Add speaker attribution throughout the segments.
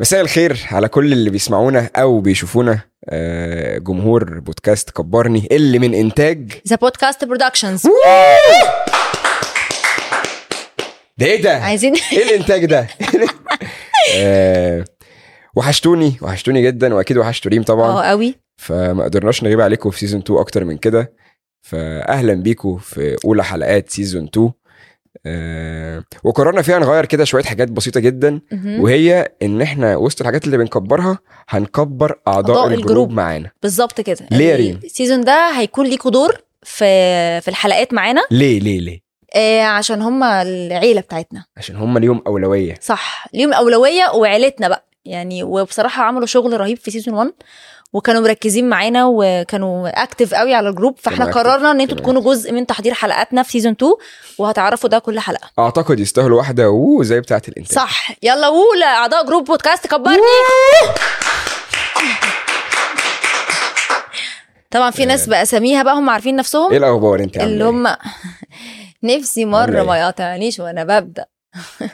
Speaker 1: مساء الخير على كل اللي بيسمعونا او بيشوفونا آه، جمهور بودكاست كبرني اللي من انتاج
Speaker 2: ذا بودكاست برودكشنز
Speaker 1: ده ايه ده؟
Speaker 2: عايزين
Speaker 1: ايه الانتاج ده؟ آه، وحشتوني وحشتوني جدا واكيد وحشتوا ريم طبعا
Speaker 2: اه قوي
Speaker 1: فما قدرناش نغيب عليكم في سيزون 2 اكتر من كده فاهلا بيكم في اولى حلقات سيزون 2 آه، وقررنا فيها نغير كده شويه حاجات بسيطه جدا
Speaker 2: مهم.
Speaker 1: وهي ان احنا وسط الحاجات اللي بنكبرها هنكبر اعضاء
Speaker 2: أعضاء
Speaker 1: الجروب,
Speaker 2: الجروب.
Speaker 1: معانا
Speaker 2: بالظبط كده
Speaker 1: ليه يا ريم؟
Speaker 2: السيزون ده هيكون ليكوا دور في في الحلقات معانا
Speaker 1: ليه ليه ليه
Speaker 2: آه، عشان هم العيله بتاعتنا
Speaker 1: عشان هم ليهم اولويه
Speaker 2: صح ليهم اولويه وعيلتنا بقى يعني وبصراحه عملوا شغل رهيب في سيزون 1 وكانوا مركزين معانا وكانوا اكتف قوي على الجروب فاحنا
Speaker 1: كانوا active،
Speaker 2: قررنا ان انتوا
Speaker 1: كانوا
Speaker 2: تكونوا جزء من تحضير حلقاتنا في سيزون 2 وهتعرفوا ده كل حلقه
Speaker 1: اعتقد يستاهلوا واحده وزي زي بتاعه الانتاج
Speaker 2: صح يلا ولا اعضاء جروب بودكاست كبرني طبعا في ناس باساميها بقى هم عارفين
Speaker 1: ايه
Speaker 2: نفسهم
Speaker 1: الاخبار انت عامله
Speaker 2: اللي
Speaker 1: ايه
Speaker 2: هم نفسي
Speaker 1: عاملة
Speaker 2: مره
Speaker 1: إيه؟
Speaker 2: ما يقاطعنيش وانا ببدا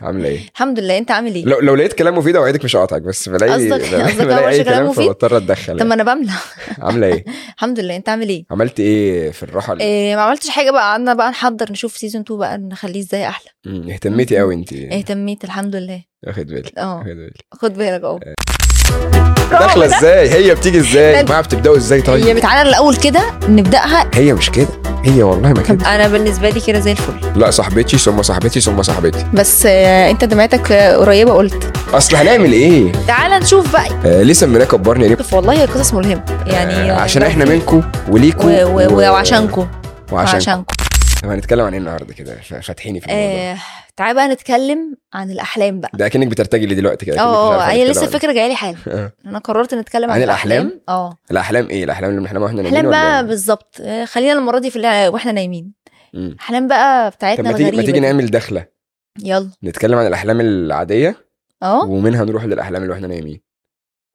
Speaker 1: عامله ايه
Speaker 2: الحمد لله انت عامل ايه
Speaker 1: لو, لو لقيت كلام مفيد اوعدك مش هقاطعك بس بلاقي
Speaker 2: قصدك- قصدك ما
Speaker 1: بلاقي
Speaker 2: بقولش
Speaker 1: اي
Speaker 2: كلام
Speaker 1: كلام
Speaker 2: مفيد؟
Speaker 1: فبضطر اتدخل
Speaker 2: طب ما
Speaker 1: يعني.
Speaker 2: انا بملى
Speaker 1: عامله ايه
Speaker 2: الحمد لله انت عامل ايه
Speaker 1: عملت ايه في الراحه اللي-
Speaker 2: إيه ما عملتش حاجه بقى قعدنا بقى نحضر نشوف سيزون 2 بقى نخليه ازاي احلى
Speaker 1: مم، اهتميتي قوي انت
Speaker 2: اهتميت الحمد لله
Speaker 1: واخد بالي
Speaker 2: اه
Speaker 1: واخد بالي
Speaker 2: خد بالك اه
Speaker 1: إيه. داخله ازاي هي بتيجي ازاي
Speaker 2: ده-
Speaker 1: ما بتبداوا ازاي
Speaker 2: هي
Speaker 1: طيب إيه.
Speaker 2: بتعالى الاول كده نبداها
Speaker 1: هي مش كده هي والله ما كده
Speaker 2: انا بالنسبه لي كده زي الفل
Speaker 1: لا صاحبتي ثم صاحبتي ثم صاحبتي
Speaker 2: بس آه، انت دمعتك آه، قريبه قلت
Speaker 1: اصل هنعمل ايه
Speaker 2: تعال نشوف بقى
Speaker 1: آه ليه سميناه كبرني ليه
Speaker 2: والله هي قصص ملهمه يعني
Speaker 1: آه عشان
Speaker 2: لو
Speaker 1: احنا
Speaker 2: في-
Speaker 1: منكم وليكم
Speaker 2: و- و- و- وعشانكم
Speaker 1: وعشان
Speaker 2: وعشانكم
Speaker 1: طب هنتكلم عن ايه النهارده كده ف- فاتحيني في الموضوع
Speaker 2: آه تعال بقى نتكلم عن الاحلام بقى
Speaker 1: ده اكنك بترتجلي دلوقتي كده أكنك مش
Speaker 2: اه
Speaker 1: عارفة
Speaker 2: هي
Speaker 1: هنتكلم
Speaker 2: لسه
Speaker 1: عن إيه.
Speaker 2: الفكره جايه لي حالا
Speaker 1: آه.
Speaker 2: انا قررت نتكلم عن,
Speaker 1: عن الأحلام؟
Speaker 2: اه
Speaker 1: الاحلام ايه الاحلام اللي بنحلمها واحنا نايمين
Speaker 2: احلام
Speaker 1: ولا
Speaker 2: بقى
Speaker 1: إيه؟
Speaker 2: بالظبط آه، خلينا المره دي في اللي- واحنا نايمين
Speaker 1: مم.
Speaker 2: احلام بقى
Speaker 1: طب
Speaker 2: بتاعتنا
Speaker 1: ما تيجي
Speaker 2: الغريبه
Speaker 1: ما تيجي
Speaker 2: دي.
Speaker 1: نعمل دخله
Speaker 2: يلا
Speaker 1: نتكلم عن الاحلام العاديه
Speaker 2: اه
Speaker 1: ومنها نروح للاحلام اللي واحنا نايمين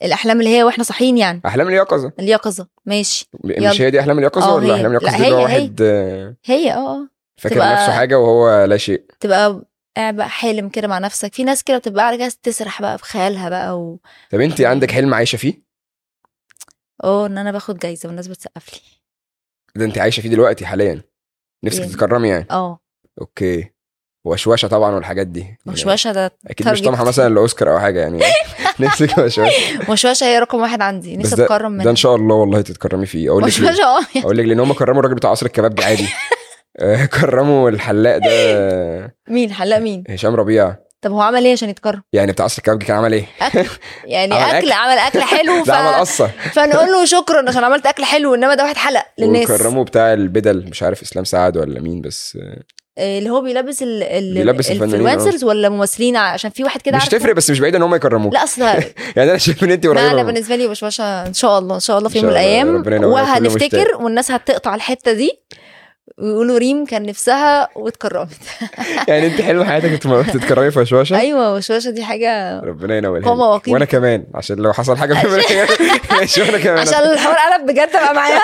Speaker 2: الاحلام اللي هي واحنا صاحيين يعني
Speaker 1: احلام اليقظه
Speaker 2: اليقظه ماشي
Speaker 1: م-
Speaker 2: يلا.
Speaker 1: مش هي دي احلام اليقظه
Speaker 2: آه،
Speaker 1: ولا
Speaker 2: هي.
Speaker 1: احلام
Speaker 2: لا،
Speaker 1: اليقظه دي اللي هو
Speaker 2: هي- هي.
Speaker 1: واحد آه،
Speaker 2: هي اه اه
Speaker 1: فاكر
Speaker 2: تبقى-
Speaker 1: نفسه حاجه وهو لا شيء
Speaker 2: تبقى قاعد بقى حالم كده مع نفسك في ناس كده بتبقى قاعده كده تسرح بقى بخيالها بقى و...
Speaker 1: طب انت عندك حلم عايشه فيه
Speaker 2: اه ان انا باخد جايزه والناس بتسقف لي
Speaker 1: ده انت عايشه فيه دلوقتي حاليا نفسك
Speaker 2: يعني.
Speaker 1: تتكرمي يعني
Speaker 2: اه
Speaker 1: اوكي وشوشه طبعا والحاجات دي
Speaker 2: وشوشه ده
Speaker 1: يعني اكيد مش
Speaker 2: target.
Speaker 1: طمحه مثلا لاوسكار او حاجه يعني نفسك وشوشه
Speaker 2: وشوشه هي رقم واحد عندي
Speaker 1: بس
Speaker 2: نفسي اتكرم
Speaker 1: ده
Speaker 2: منها
Speaker 1: ان شاء الله والله تتكرمي فيه اقول لك ليه؟
Speaker 2: وشوشه اه
Speaker 1: اقول لك لان هم كرموا الراجل بتاع قصر الكباب ده عادي آه، كرموا الحلاق ده
Speaker 2: مين حلاق مين
Speaker 1: هشام ربيع
Speaker 2: طب هو عمل ايه عشان يتكرم
Speaker 1: يعني بتاع قصر الكباب كان عمل ايه؟
Speaker 2: يعني
Speaker 1: عمل
Speaker 2: اكل
Speaker 1: أكل.
Speaker 2: عمل اكل حلو ف...
Speaker 1: ده عمل قصه
Speaker 2: فنقول له شكرا عشان عملت اكل حلو انما ده واحد حلق للناس
Speaker 1: وكرموا بتاع البدل مش عارف اسلام سعد ولا مين بس آه،
Speaker 2: آه، اللي هو بيلبس ال ال
Speaker 1: بيلبس الفنانين، آه.
Speaker 2: الانفلونسرز ولا ممثلين عشان في واحد كده
Speaker 1: مش
Speaker 2: عارف-
Speaker 1: تفرق بس مش بعيد ان هم يكرموه
Speaker 2: لا اصل
Speaker 1: يعني انا شايف ان انت
Speaker 2: لا انا
Speaker 1: قريبه منه.
Speaker 2: بالنسبه لي وشوشه ان شاء الله ان شاء الله في
Speaker 1: إن
Speaker 2: يوم من
Speaker 1: شاء الله،
Speaker 2: الايام
Speaker 1: ربنا ينور على كل
Speaker 2: وهنفتكر والناس هتقطع الحته دي ويقولوا ريم كان نفسها واتكرمت
Speaker 1: يعني انت حلم حياتك انت
Speaker 2: أيوة.
Speaker 1: ما تتكرمي في وشوشه
Speaker 2: ايوه وشوشه دي حاجه
Speaker 1: ربنا ينولها
Speaker 2: قامة
Speaker 1: لك.
Speaker 2: وقيمة.
Speaker 1: وانا كمان عشان لو حصل حاجه في ماشي وانا كمان
Speaker 2: عشان
Speaker 1: عشان
Speaker 2: الحوار قلب بجد بقى معايا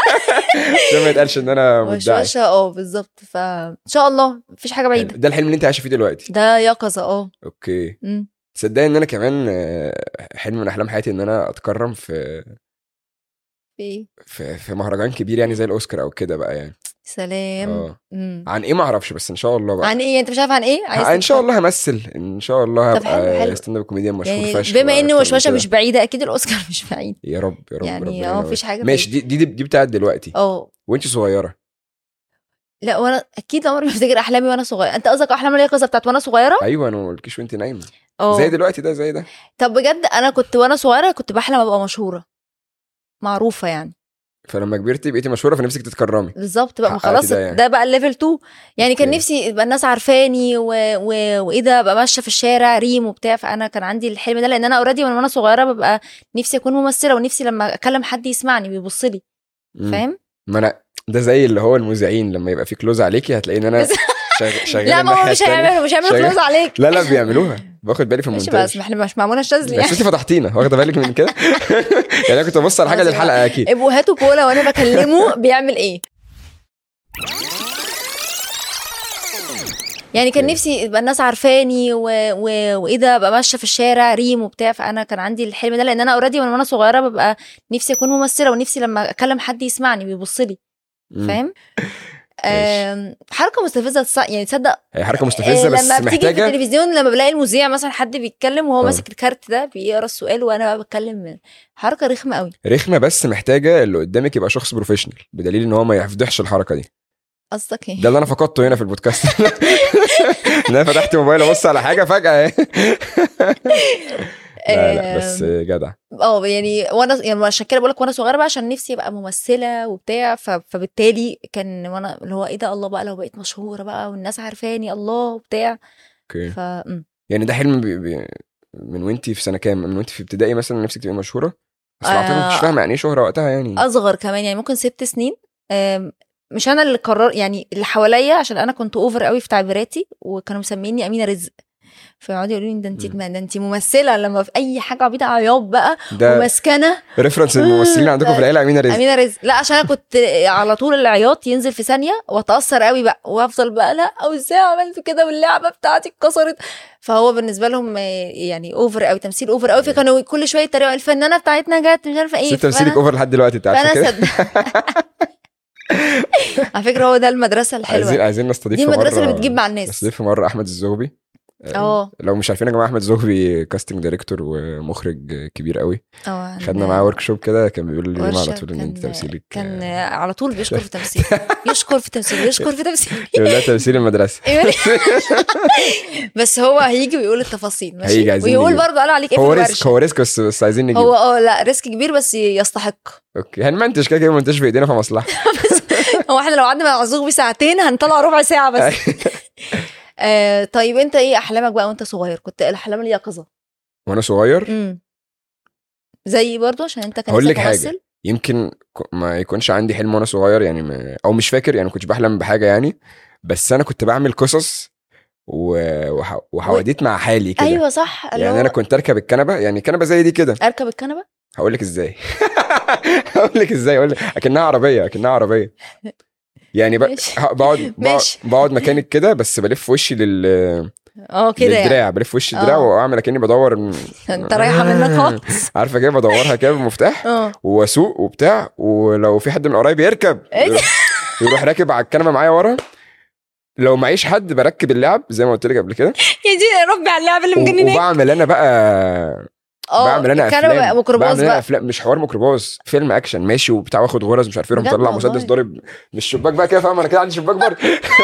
Speaker 1: ما يتقالش ان انا مدعي
Speaker 2: وشوشه اه بالظبط فان شاء الله مفيش حاجه بعيده
Speaker 1: ده الحلم اللي انت عايشه فيه دلوقتي
Speaker 2: ده يقظه اه
Speaker 1: اوكي
Speaker 2: مم.
Speaker 1: تصدقي ان انا كمان آه، حلم من احلام حياتي ان انا اتكرم في
Speaker 2: في ايه
Speaker 1: في, في مهرجان كبير يعني زي الاوسكار او كده بقى يعني
Speaker 2: سلام
Speaker 1: اه
Speaker 2: مم.
Speaker 1: عن ايه ما اعرفش بس ان شاء الله بقى
Speaker 2: عن ايه انت مش عارف عن ايه
Speaker 1: ان شاء الله همثل ان شاء الله
Speaker 2: طب حلو،
Speaker 1: هبقى
Speaker 2: حلو.
Speaker 1: ستاند اب كوميديان مشهور
Speaker 2: يعني
Speaker 1: فشخ
Speaker 2: بما ان
Speaker 1: وأكتر من
Speaker 2: وشوشه
Speaker 1: كده.
Speaker 2: مش بعيده اكيد الاوسكار مش بعيد
Speaker 1: يا رب يا رب
Speaker 2: يعني
Speaker 1: ربنا
Speaker 2: اه
Speaker 1: ينور.
Speaker 2: مفيش حاجه
Speaker 1: ماشي دي دي دي بتاعت دلوقتي
Speaker 2: اه
Speaker 1: وانت صغيره
Speaker 2: لا وانا اكيد عمري ما افتكر احلامي وانا صغيره انت قصدك احلام اليقظه بتاعت وانا صغيره
Speaker 1: ايوه انا ما قلتلكيش وانت نايمه
Speaker 2: اه
Speaker 1: زي دلوقتي ده زي ده
Speaker 2: طب بجد انا كنت وانا صغيره كنت بحلم ابقى مشهوره معروفه يعني
Speaker 1: فلما كبرتي بقيتي مشهوره فنفسك تتكرمي
Speaker 2: بالظبط بقى ما
Speaker 1: حققت
Speaker 2: خلاص
Speaker 1: ده يعني.
Speaker 2: ده بقى الليفل 2 يعني كان
Speaker 1: أوكي.
Speaker 2: نفسي يبقى الناس عارفاني و... و... وايه ده ابقى ماشيه في الشارع ريم وبتاع فانا كان عندي الحلم ده لان انا اوريدي وانا وأنا صغيره ببقى نفسي اكون ممثله ونفسي لما اكلم حد يسمعني ويبص لي
Speaker 1: مم.
Speaker 2: فاهم
Speaker 1: ما انا ده زي اللي هو المذيعين لما يبقى في كلوز عليكي هتلاقي ان انا
Speaker 2: بس-
Speaker 1: شغ- شغال
Speaker 2: لا ما
Speaker 1: الناحية
Speaker 2: هو مش
Speaker 1: التانية.
Speaker 2: هيعملوا مش هيعملوا
Speaker 1: شغال-
Speaker 2: كلوز عليك
Speaker 1: لا لا بيعملوها باخد بالي في
Speaker 2: ماشي
Speaker 1: المونتاج
Speaker 2: بس ما احنا مش مع منى الشاذلي يعني
Speaker 1: بس انت فتحتينا واخده بالك من كده يعني انا كنت ببص على حاجه
Speaker 2: خلاص
Speaker 1: للحلقه اكيد
Speaker 2: ابقوا هاتوا كولا وانا بكلمه بيعمل ايه يعني كان
Speaker 1: أوكي.
Speaker 2: نفسي يبقى الناس عارفاني و... و... وايه ده ابقى ماشيه في الشارع ريم وبتاع فانا كان عندي الحلم ده لان انا اوريدي من وانا صغيره ببقى نفسي اكون ممثله ونفسي لما اكلم حد يسمعني ويبص لي
Speaker 1: مم.
Speaker 2: فاهم آم، حركه مستفزه تص- يعني تصدق
Speaker 1: هي حركه
Speaker 2: آه،
Speaker 1: مستفزه بس
Speaker 2: لما بتيجي في
Speaker 1: محتاجه
Speaker 2: التلفزيون لما بلاقي المذيع مثلا حد بيتكلم وهو
Speaker 1: آه.
Speaker 2: ماسك الكارت ده بيقرا السؤال وانا بقى بتكلم حركه رخمه قوي
Speaker 1: رخمه بس محتاجه اللي قدامك يبقى شخص بروفيشنال بدليل ان هو ما يفضحش الحركه دي
Speaker 2: قصدك ايه
Speaker 1: ده اللي انا فقدته هنا في البودكاست ان انا فتحت موبايل ابص على حاجه فجاه لا لا بس
Speaker 2: آم،
Speaker 1: جدع
Speaker 2: اه يعني وانا يعني عشان كده بقول لك وانا صغيره بقى عشان نفسي ابقى ممثله وبتاع ف... فبالتالي كان وانا اللي هو ايه ده الله بقى لو بقيت مشهوره بقى والناس عارفاني الله وبتاع
Speaker 1: اوكي
Speaker 2: ف م.
Speaker 1: يعني ده حلم بي بي من وانتي في سنه كام من وانتي في ابتدائي مثلا نفسك تبقي مشهوره بس ما اعتقد مش
Speaker 2: آه.
Speaker 1: فاهمه يعني ايه شهره وقتها يعني
Speaker 2: اصغر كمان يعني ممكن ست سنين آم، مش انا اللي قرر يعني اللي حواليا عشان انا كنت اوفر قوي في تعبيراتي وكانوا مسميني امينه رزق فيقعدوا يقولوا لي ده انت
Speaker 1: مم.
Speaker 2: ده انت ممثله لما في اي حاجه عبيطه عياط بقى
Speaker 1: ده
Speaker 2: ومسكنه
Speaker 1: ريفرنس الممثلين عندكم في العيله امينه رزق
Speaker 2: امينه رزق لا عشان انا كنت على طول العياط ينزل في ثانيه واتاثر قوي بقى وافضل بقى لا او ازاي عملت كده واللعبه بتاعتي اتكسرت فهو بالنسبه لهم آه، يعني اوفر قوي تمثيل اوفر قوي فكانوا كل شويه يتريقوا الفنانه بتاعتنا جت مش عارفه ايه
Speaker 1: ست تمثيلك
Speaker 2: فأنا-
Speaker 1: اوفر لحد دلوقتي انت عارفه
Speaker 2: فانا
Speaker 1: كده
Speaker 2: صدق على فكره هو ده المدرسه
Speaker 1: عايزين
Speaker 2: الحلوه
Speaker 1: عايزين نستضيف
Speaker 2: دي
Speaker 1: في
Speaker 2: المدرسه
Speaker 1: مرة-
Speaker 2: اللي بتجيب مع الناس
Speaker 1: نستضيف في مره احمد الزغبي
Speaker 2: اه
Speaker 1: لو مش عارفين يا جماعه احمد زغبي كاستنج دايركتور ومخرج كبير قوي
Speaker 2: اه
Speaker 1: خدنا معاه ورك شوب كده كان بيقول لي على
Speaker 2: ورشة
Speaker 1: طول ان انت
Speaker 2: كان-
Speaker 1: تمثيلك
Speaker 2: كان آه، على طول بيشكر في تمثيل يشكر في تمثيل يشكر في تمثيل
Speaker 1: يقول لها تمثيل المدرسه
Speaker 2: إيه؟ بس هو هيجي ويقول التفاصيل ماشي
Speaker 1: هيجي، عايزين
Speaker 2: ويقول
Speaker 1: نجيبه.
Speaker 2: برضه قال عليك ايه في
Speaker 1: هو ريسك
Speaker 2: الورشه
Speaker 1: هو ريسك بس بس عايزين نجيب
Speaker 2: هو اه لا ريسك كبير بس يستحق
Speaker 1: اوكي هنمنتج كده كده منتج في ايدينا فمصلحه
Speaker 2: هو احنا لو قعدنا مع زوج بساعتين هنطلع ربع ساعه
Speaker 1: أيوة.
Speaker 2: بس آه طيب انت ايه احلامك بقى وانت صغير كنت الاحلام اليقظه
Speaker 1: وانا صغير
Speaker 2: امم زيي برضه عشان انت كان
Speaker 1: هقول
Speaker 2: نفسك
Speaker 1: لك حاجة.
Speaker 2: ممثل؟
Speaker 1: يمكن ك- ما يكونش عندي حلم وانا صغير يعني ما او مش فاكر يعني ما كنتش بحلم بحاجه يعني بس انا كنت بعمل قصص و... وح... وحواديت مع حالي كده
Speaker 2: ايوه صح اللي
Speaker 1: يعني
Speaker 2: هو
Speaker 1: انا كنت اركب الكنبه يعني كنبه زي دي كده
Speaker 2: اركب الكنبه
Speaker 1: هقول لك ازاي هقول لك ازاي هقول لك اكنها عربيه اكنها عربيه يعني ب...
Speaker 2: ماشي.
Speaker 1: ه- بقعد بقعد-
Speaker 2: ماشي.
Speaker 1: بقعد مكانك كده بس بلف وشي لل...
Speaker 2: اه كده يعني
Speaker 1: للدراع بلف وشي الدراع
Speaker 2: آه.
Speaker 1: واعمل اكني بدور
Speaker 2: انت رايحه
Speaker 1: آه.
Speaker 2: منك خالص
Speaker 1: عارفه كده بدورها كده بالمفتاح
Speaker 2: اه
Speaker 1: واسوق وبتاع ولو في حد من قرايب يركب
Speaker 2: إيه؟
Speaker 1: يروح- يروح راكب على الكنبه معايا ورا لو معيش حد بركب اللعب زي ما قلت لك قبل كده
Speaker 2: يا دي يا ربي على اللعبه اللي
Speaker 1: و-
Speaker 2: مجنناك
Speaker 1: وبعمل انا بقى بعمل انا
Speaker 2: الكنبه
Speaker 1: افلام
Speaker 2: ميكروباص
Speaker 1: بعمل انا
Speaker 2: آه، بقى
Speaker 1: افلام مش حوار ميكروباص فيلم اكشن ماشي وبتاع واخد غرز مش عارف ايه رحت
Speaker 2: بجد
Speaker 1: طالع
Speaker 2: والله.
Speaker 1: مسدس ضارب من الشباك بقى كده فاهم انا كده عندي شباك برضه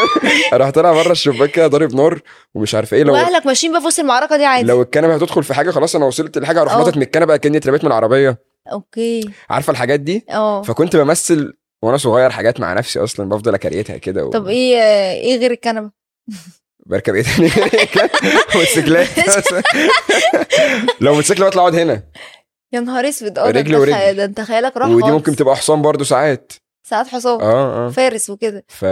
Speaker 1: رحت طالع بره الشباك كده ضارب نار ومش عارف ايه لو
Speaker 2: واهلك ماشيين بقى في وسط المعركه دي عادي
Speaker 1: لو الكنبه هتدخل في حاجه خلاص انا وصلت لحاجه هروح
Speaker 2: آه.
Speaker 1: نطت من الكنبه كاني اتربيت من العربيه
Speaker 2: اوكي
Speaker 1: عارفه الحاجات دي
Speaker 2: اه
Speaker 1: فكنت بمثل وانا صغير حاجات مع نفسي اصلا بفضل اكريتها كده
Speaker 2: طب ايه ايه غير الكنبه
Speaker 1: وبركب ايه تاني موتوسيكلات لو موتوسيكل بطلع اقعد هنا
Speaker 2: يا نهار اسود اه ده
Speaker 1: رجل
Speaker 2: انت
Speaker 1: ورجل.
Speaker 2: خ- ده انت خيالك راح
Speaker 1: ودي
Speaker 2: خالص. آه.
Speaker 1: ممكن تبقى حصان برضو ساعات
Speaker 2: ساعات حصان
Speaker 1: اه اه
Speaker 2: فارس وكده
Speaker 1: ف...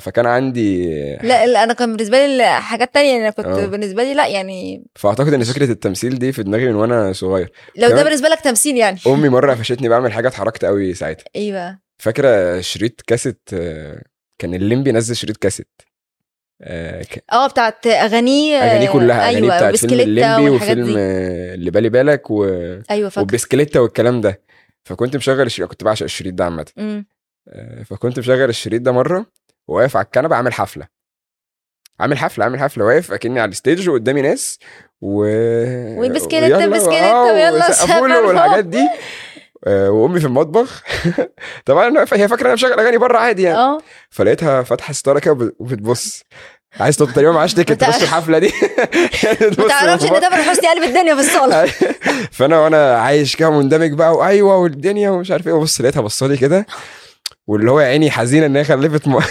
Speaker 1: فكان عندي
Speaker 2: لا لا انا كان بالنسبه لي حاجات تانية يعني انا كنت
Speaker 1: آه.
Speaker 2: بالنسبه لي لا يعني
Speaker 1: فاعتقد ان فكره التمثيل دي في دماغي من وانا صغير
Speaker 2: لو ده
Speaker 1: كمان-
Speaker 2: بالنسبه لك تمثيل يعني
Speaker 1: امي مره قفشتني بعمل حاجه اتحركت قوي ساعتها
Speaker 2: ايه بقى
Speaker 1: فاكره شريط كاسيت آه، كان الليمبي نزل شريط كاسيت آه، ك-
Speaker 2: اه بتاعت اغانيه
Speaker 1: اغانيه كلها اغانيه
Speaker 2: ايوه
Speaker 1: بتاعت فيلم
Speaker 2: بسكليتا
Speaker 1: الليمبي
Speaker 2: والحاجات
Speaker 1: وفيلم
Speaker 2: دي.
Speaker 1: آه، اللي بالي بالك و...
Speaker 2: ايوه فاكر
Speaker 1: وبسكليتة والكلام ده فكنت مشغل الشريط كنت بعشق الشريط ده عامه
Speaker 2: مم.
Speaker 1: آه، فكنت مشغل الشريط ده مره وواقف على الكنبه عامل حفله عامل حفله عامل حفله واقف اكني على الستيج وقدامي ناس و
Speaker 2: والبسكليتة،
Speaker 1: ويلا،
Speaker 2: بسكليتة،
Speaker 1: آه،
Speaker 2: ويلا
Speaker 1: وسقفوا
Speaker 2: سافر
Speaker 1: له والحاجات دي آه، وامي في المطبخ طبعا انا واقفة- هي فاكره انا مشغل اغاني بره عادي يعني
Speaker 2: اه
Speaker 1: فلقيتها فاتحه ستاره كده وب- وبتبص عايز طب تقريبا معاش تيكت
Speaker 2: بتاع-
Speaker 1: تخش الحفله دي يعني بتبص
Speaker 2: ما تعرفش ان
Speaker 1: للموبايل.
Speaker 2: تامر حسني قلب الدنيا في الصاله
Speaker 1: فانا وانا عايش كده مندمج بقى وايوه والدنيا ومش عارف ايه وبص لقيتها بصالي كده واللي هو يا عيني حزينه ان هي خلفت م...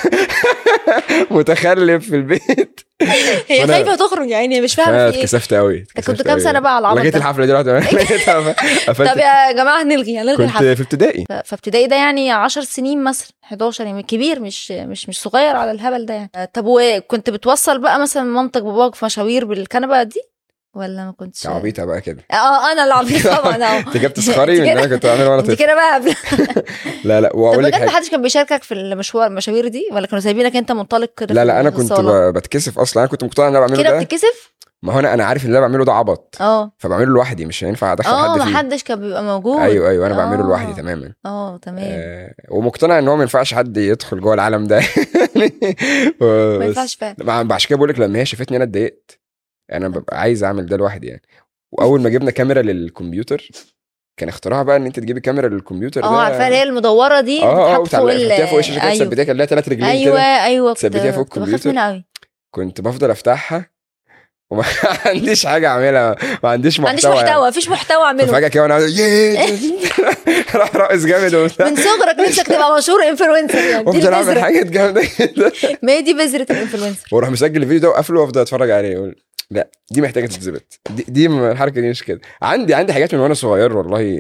Speaker 1: متخلف في البيت
Speaker 2: هي
Speaker 1: وأنا-
Speaker 2: خايفه تخرج يا عيني مش فاهمه في ايه
Speaker 1: اتكسفت قوي
Speaker 2: انت كنت كام سنه بقى على العبط
Speaker 1: لغيت
Speaker 2: ده
Speaker 1: الحفله دي رحت لقيتها
Speaker 2: طب
Speaker 1: قفلت
Speaker 2: يا جماعه هنلغي هنلغي
Speaker 1: كنت
Speaker 2: الحفله
Speaker 1: في ابتدائي
Speaker 2: ف- فابتدائي ده يعني 10 سنين مثلا 11 يعني كبير مش مش مش صغير آه، على الهبل ده يعني طب وكنت بتوصل بقى مثلا منطق باباك في مشاوير بالكنبه دي ولا ما كنتش
Speaker 1: عبيطه بقى كده
Speaker 2: اه انا العبيط طبعا اه
Speaker 1: انت كده بتسخري من
Speaker 2: أنت
Speaker 1: اللي انا
Speaker 2: كده-
Speaker 1: كنت بعمله وانا
Speaker 2: انت
Speaker 1: طفل
Speaker 2: كده بقى قبل
Speaker 1: لا لا
Speaker 2: طب
Speaker 1: واقول لك
Speaker 2: بجد
Speaker 1: حاجه
Speaker 2: محدش كان بيشاركك في المشوار المشاوير دي ولا كانوا سايبينك انت منطلق كده
Speaker 1: لا
Speaker 2: في
Speaker 1: لا انا كنت
Speaker 2: الصالة؟
Speaker 1: ب- بتكسف اصلا انا كنت مقتنع ان انا بعمله
Speaker 2: كده
Speaker 1: ده
Speaker 2: بتتكسف
Speaker 1: ما هو انا انا عارف ان اللي انا بعمله ده عبط
Speaker 2: اه
Speaker 1: فبعمله لوحدي مش هينفع ادخل
Speaker 2: اه
Speaker 1: حد فيه
Speaker 2: محدش كان بيبقى موجود
Speaker 1: ايوه ايوه انا بعمله
Speaker 2: آه.
Speaker 1: لوحدي تماما
Speaker 2: اه تمام
Speaker 1: آه ومقتنع ان هو ما ينفعش حد يدخل جوه العالم ده
Speaker 2: ما ينفعش فعلا
Speaker 1: مع- عشان كده بقول لك لما هي شافتني انا اتضايقت انا ببقى عايز اعمل ده لوحدي يعني واول ما جبنا كاميرا للكمبيوتر كان اختراع بقى ان انت تجيبي كاميرا للكمبيوتر ده
Speaker 2: اه عارفه اللي هي المدوره دي
Speaker 1: اه اه
Speaker 2: بتتحط فوق ال-
Speaker 1: بتحطيها فوق الشاشه كده
Speaker 2: ايوه
Speaker 1: تثبتيها كان لها ثلاث رجلين
Speaker 2: ايوه
Speaker 1: كده
Speaker 2: ايوه كنت-
Speaker 1: تثبتيها فوق
Speaker 2: كنت بخاف
Speaker 1: الكمبيوتر.
Speaker 2: منها قوي
Speaker 1: كنت بفضل افتحها وما عنديش حاجه اعملها ما عنديش
Speaker 2: ما
Speaker 1: محتوى
Speaker 2: عنديش
Speaker 1: يعني.
Speaker 2: محتوى مفيش محتوى اعمله
Speaker 1: ففجاه كده وانا عايز- ياه راح رقص جامد وبتاع
Speaker 2: من صغرك نفسك تبقى مشهور انفلونسر يعني دي
Speaker 1: وافضل اعمل
Speaker 2: البذره
Speaker 1: حاجات جامده جدا
Speaker 2: ما هي دي بذره الانفلونسر
Speaker 1: واروح مسجل الفيديو ده وقافله وافضل اتفرج عليه يقول لا دي محتاجه تتظبط دي, دي م- الحركه دي مش كده عندي عندي حاجات من وانا صغير والله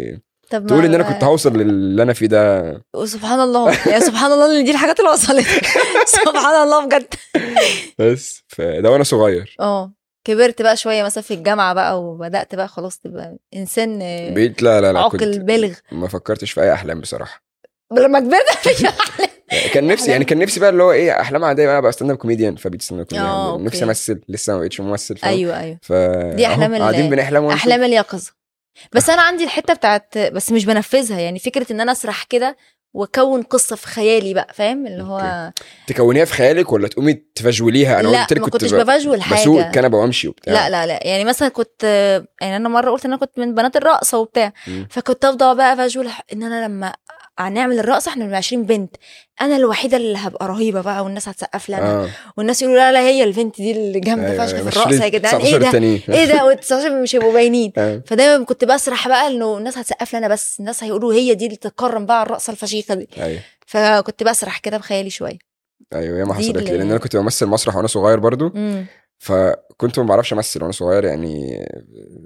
Speaker 2: طب ما-
Speaker 1: تقول ان انا كنت هوصل للي انا فيه ده
Speaker 2: وسبحان الله يا سبحان الله ان دي الحاجات اللي وصلت سبحان الله بجد
Speaker 1: بس فده وانا صغير
Speaker 2: اه كبرت بقى شويه مثلا في الجامعه بقى وبدات بقى خلاص تبقى انسان آه،
Speaker 1: بقيت لا لا لا
Speaker 2: عاقل
Speaker 1: كنت
Speaker 2: بالغ
Speaker 1: ما فكرتش في اي احلام بصراحه
Speaker 2: لما كبرت مش عارف.
Speaker 1: كان نفسي يعني كان نفسي بقى اللي هو ايه احلام عاديه بقى ابقى ستاند اب كوميديان فبقيت ستاند اب
Speaker 2: آه،
Speaker 1: كوميديان
Speaker 2: أوكي.
Speaker 1: نفسي امثل لسه ما بقتش ممثل فاهم؟
Speaker 2: ايوه ايوه
Speaker 1: ف
Speaker 2: دي أحلام
Speaker 1: أهو،
Speaker 2: ال-
Speaker 1: قاعدين بنحلم ونشوف.
Speaker 2: احلام اليقظه بس انا عندي الحته بتاعت بس مش بنفذها يعني فكره ان انا اسرح كده واكون قصه في خيالي بقى فاهم اللي هو
Speaker 1: تكونيها في خيالك ولا تقومي تفجوليها انا
Speaker 2: لا
Speaker 1: قلت لك
Speaker 2: ما
Speaker 1: كنت
Speaker 2: كنتش
Speaker 1: ب-
Speaker 2: بفجول
Speaker 1: بسوق
Speaker 2: حاجه
Speaker 1: الكنبه وامشي وبتاع
Speaker 2: لا لا لا يعني مثلا كنت يعني انا مره قلت ان انا كنت من بنات الرقصه وبتاع
Speaker 1: مم.
Speaker 2: فكنت افضل بقى فاجول ان انا لما هنعمل الرقصه احنا بنبقى 20 بنت انا الوحيده اللي هبقى رهيبه بقى والناس هتسقف لي أنا.
Speaker 1: آه.
Speaker 2: والناس يقولوا لا لا هي البنت دي اللي
Speaker 1: أيوة،
Speaker 2: جامده فشخ في الرقصه يا جدعان ايه ده ايه ده وال19 مش هيبقوا باينين
Speaker 1: ده
Speaker 2: فدايما كنت بسرح بقى انه الناس هتسقف لي انا بس الناس هيقولوا هي دي اللي تتكرم بقى على الرقصه الفشيخه دي
Speaker 1: ايوه
Speaker 2: فكنت بسرح كده بخيالي شويه
Speaker 1: ايوه ياما
Speaker 2: دي
Speaker 1: حصلت لي
Speaker 2: اللي-
Speaker 1: لان انا كنت بمثل مسرح وانا صغير برضو
Speaker 2: امم
Speaker 1: فكنت ما بعرفش امثل وانا صغير يعني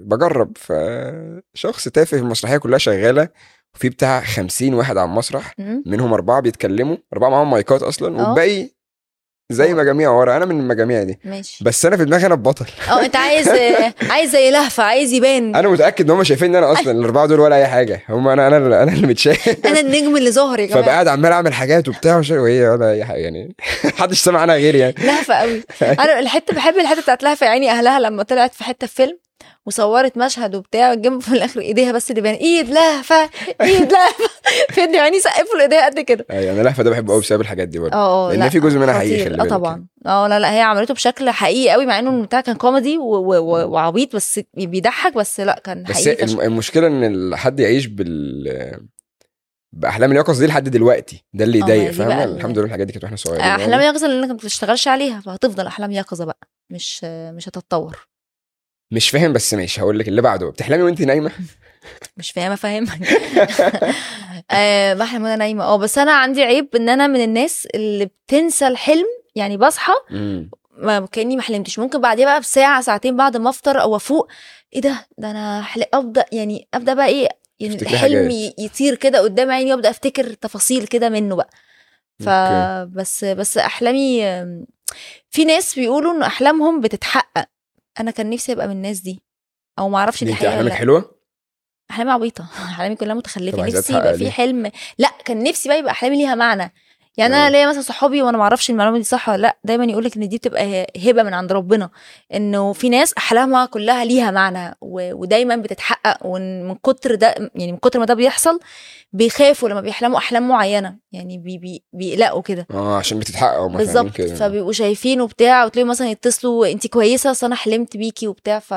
Speaker 1: بجرب فشخص تافه المسرحيه كلها شغاله وفي بتاع 50 واحد على المسرح
Speaker 2: أمم.
Speaker 1: منهم اربعه بيتكلموا اربعه معاهم مايكات اصلا
Speaker 2: آه.
Speaker 1: والباقي زي
Speaker 2: آه.
Speaker 1: مجاميع ورا انا من المجاميع دي
Speaker 2: ماشي
Speaker 1: بس انا في دماغي انا البطل
Speaker 2: اه انت عايز عايز زي لهفه عايز يبان
Speaker 1: انا متاكد ان هم شايفين ان انا اصلا
Speaker 2: أيوة.
Speaker 1: الاربعه دول ولا اي حاجه هم انا انا اللي- انا اللي متشاف
Speaker 2: انا النجم اللي ظاهر يا جماعه
Speaker 1: فبقعد عمال اعمل حاجات وبتاع وش- وهي ولا اي حاجه يعني محدش سمع عنها غيري يعني
Speaker 2: لهفه قوي انا الحته بحب الحته بتاعت لهفه يا عيني اهلها لما طلعت في حته في فيلم وصورت مشهد وبتاع جم في الاخر ايديها بس اللي بان ايد لهفه ايد لهفه فين يعني سقفوا الايديها قد كده
Speaker 1: أي، انا لهفه ده يعني بحبه قوي بسبب الحاجات دي برضه
Speaker 2: اه اه
Speaker 1: لأن
Speaker 2: لا،
Speaker 1: في جزء منها حقيقي،
Speaker 2: خطير.
Speaker 1: خلي
Speaker 2: اه
Speaker 1: بالك يعني.
Speaker 2: طبعا اه لا لا هي عملته بشكل حقيقي قوي مع انه بتاع كان كوميدي و- و- و- وعبيط بس بيضحك بس لا كان
Speaker 1: بس
Speaker 2: حقيقي
Speaker 1: الم-
Speaker 2: فشخ.
Speaker 1: المشكله ان ال- حد يعيش بال باحلام اليقظ دي لحد دلوقتي ده اللي
Speaker 2: آه، ما
Speaker 1: يضايق
Speaker 2: دي بقى آه،
Speaker 1: فاهم
Speaker 2: ال-
Speaker 1: الحمد لله الحاجات دي كانت واحنا صغيرين
Speaker 2: احلام
Speaker 1: يعني.
Speaker 2: يقظه اللي انك ما بتشتغلش عليها فهتفضل احلام يقظه بقى مش مش هتتطور
Speaker 1: مش فاهم بس ماشي هقول لك اللي بعده بتحلمي وانت نايمه
Speaker 2: مش فاهمه فاهمك آه بحلم وانا نايمه اه بس انا عندي عيب ان انا من الناس اللي بتنسى الحلم يعني بصحى
Speaker 1: مم.
Speaker 2: ما كاني ما حلمتش ممكن بعديها بقى بساعه ساعتين بعد ما افطر او افوق ايه ده ده انا حل... ابدا يعني ابدا بقى ايه يعني
Speaker 1: تفتكري
Speaker 2: الحلم
Speaker 1: حاجات.
Speaker 2: ي- يطير كده قدام عيني وابدا افتكر تفاصيل كده منه بقى
Speaker 1: أوكي.
Speaker 2: فبس بس احلامي آم، في ناس بيقولوا ان احلامهم بتتحقق انا كان نفسي ابقى من الناس دي او ما اعرفش دي
Speaker 1: انت
Speaker 2: حقيقه ولا
Speaker 1: احلامك
Speaker 2: لأ.
Speaker 1: حلوه
Speaker 2: احلامي عبيطه احلامي كلها متخلفه
Speaker 1: طب عايزة
Speaker 2: نفسي يبقى
Speaker 1: تحقق
Speaker 2: في
Speaker 1: ليه؟
Speaker 2: حلم لا كان نفسي بقى يبقى احلامي ليها معنى يعني
Speaker 1: آه.
Speaker 2: انا ليا مثلا صحابي وانا ما اعرفش المعلومه دي صح ولا لا دايما يقول لك ان دي بتبقى ه- هبه من عند ربنا انه في ناس احلامها كلها ليها معنى و... ودايما بتتحقق ومن كتر ده يعني من كتر ما ده بيحصل بيخافوا لما بيحلموا احلام معينه يعني بي... بي... بيقلقوا كده
Speaker 1: اه عشان بتتحقق وما فاهمين
Speaker 2: بالظبط
Speaker 1: كده.
Speaker 2: فبيبقوا شايفين وبتاع وتلاقيهم مثلا يتصلوا انت كويسه اصل انا حلمت بيكي وبتاع ف...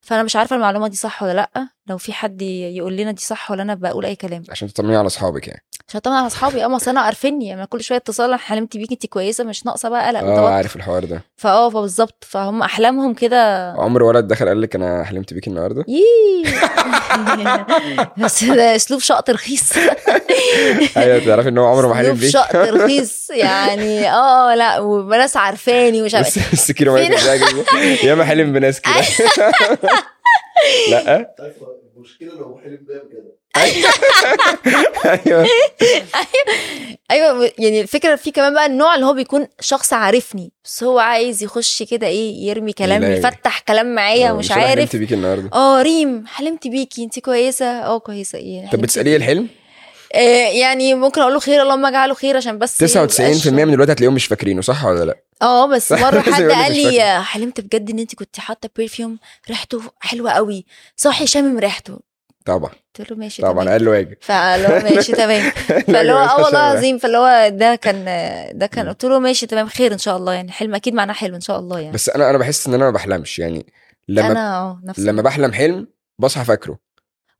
Speaker 2: فانا مش عارفه المعلومه دي صح ولا لا لو في حد يقول لنا دي صح ولا انا بقول اي كلام
Speaker 1: عشان تطمني على اصحابك يعني
Speaker 2: عشان طبعا انا اصحابي اه اصل انا عارفيني انا كل شويه اتصال انا حلمت بيكي انت كويسه مش ناقصه بقى قلق
Speaker 1: اه
Speaker 2: وتوتر
Speaker 1: عارف الحوار ده
Speaker 2: فاه فبالظبط فهم احلامهم كده
Speaker 1: عمر ولد دخل قال لك انا حلمت بيك النهارده
Speaker 2: يييي بس ده اسلوب شقط رخيص
Speaker 1: ايوه تعرفي ان هو عمره ما حلم
Speaker 2: اسلوب
Speaker 1: بيك
Speaker 2: شقط رخيص يعني اه لا وناس عارفاني ومش عارف
Speaker 1: بس- بس كيلو ما
Speaker 2: فين؟
Speaker 1: يا ما حلم بناس كده لا أه؟ أيوة.
Speaker 3: المشكله لو حلم ده بجد
Speaker 1: ايوه
Speaker 2: ايوه يعني الفكره في كمان بقى النوع اللي هو بيكون شخص عارفني بس هو عايز يخش كده ايه يرمي كلام
Speaker 1: يلاقي.
Speaker 2: يفتح كلام معايا ومش
Speaker 1: مش أنا
Speaker 2: أيوة، عارف
Speaker 1: حلمت بيك النهارده
Speaker 2: اه ريم حلمت بيكي انت كويسه اه كويسه ايه
Speaker 1: طب
Speaker 2: حلمت
Speaker 1: بتساليه الحلم
Speaker 2: آه يعني ممكن اقول له خير اللهم اجعله خير عشان
Speaker 1: 99%
Speaker 2: بس ما يبقاش-
Speaker 1: من الوقت هتلاقيهم مش فاكرينه صح ولا لا
Speaker 2: اه بس مره
Speaker 1: لازم
Speaker 2: حد
Speaker 1: يقول لي
Speaker 2: قال
Speaker 1: مش
Speaker 2: لي حلمت بجد ان انت كنت حاطه برفيوم ريحته حلوه قوي صاحي شامم ريحته
Speaker 1: طبعا
Speaker 2: قلت له ماشي
Speaker 1: طبعا
Speaker 2: تمام
Speaker 1: اقل واجب
Speaker 2: فاللي هو ماشي تمام فاللي هو اه والله العظيم فاللي هو ده كان ده كان قلت له ماشي تمام خير ان شاء الله يعني حلم اكيد معناه حلو ان شاء الله يعني
Speaker 1: بس انا انا بحس ان انا ما بحلمش يعني لما
Speaker 2: انا اه نفسي
Speaker 1: لما بحلم حلم بصحى فاكره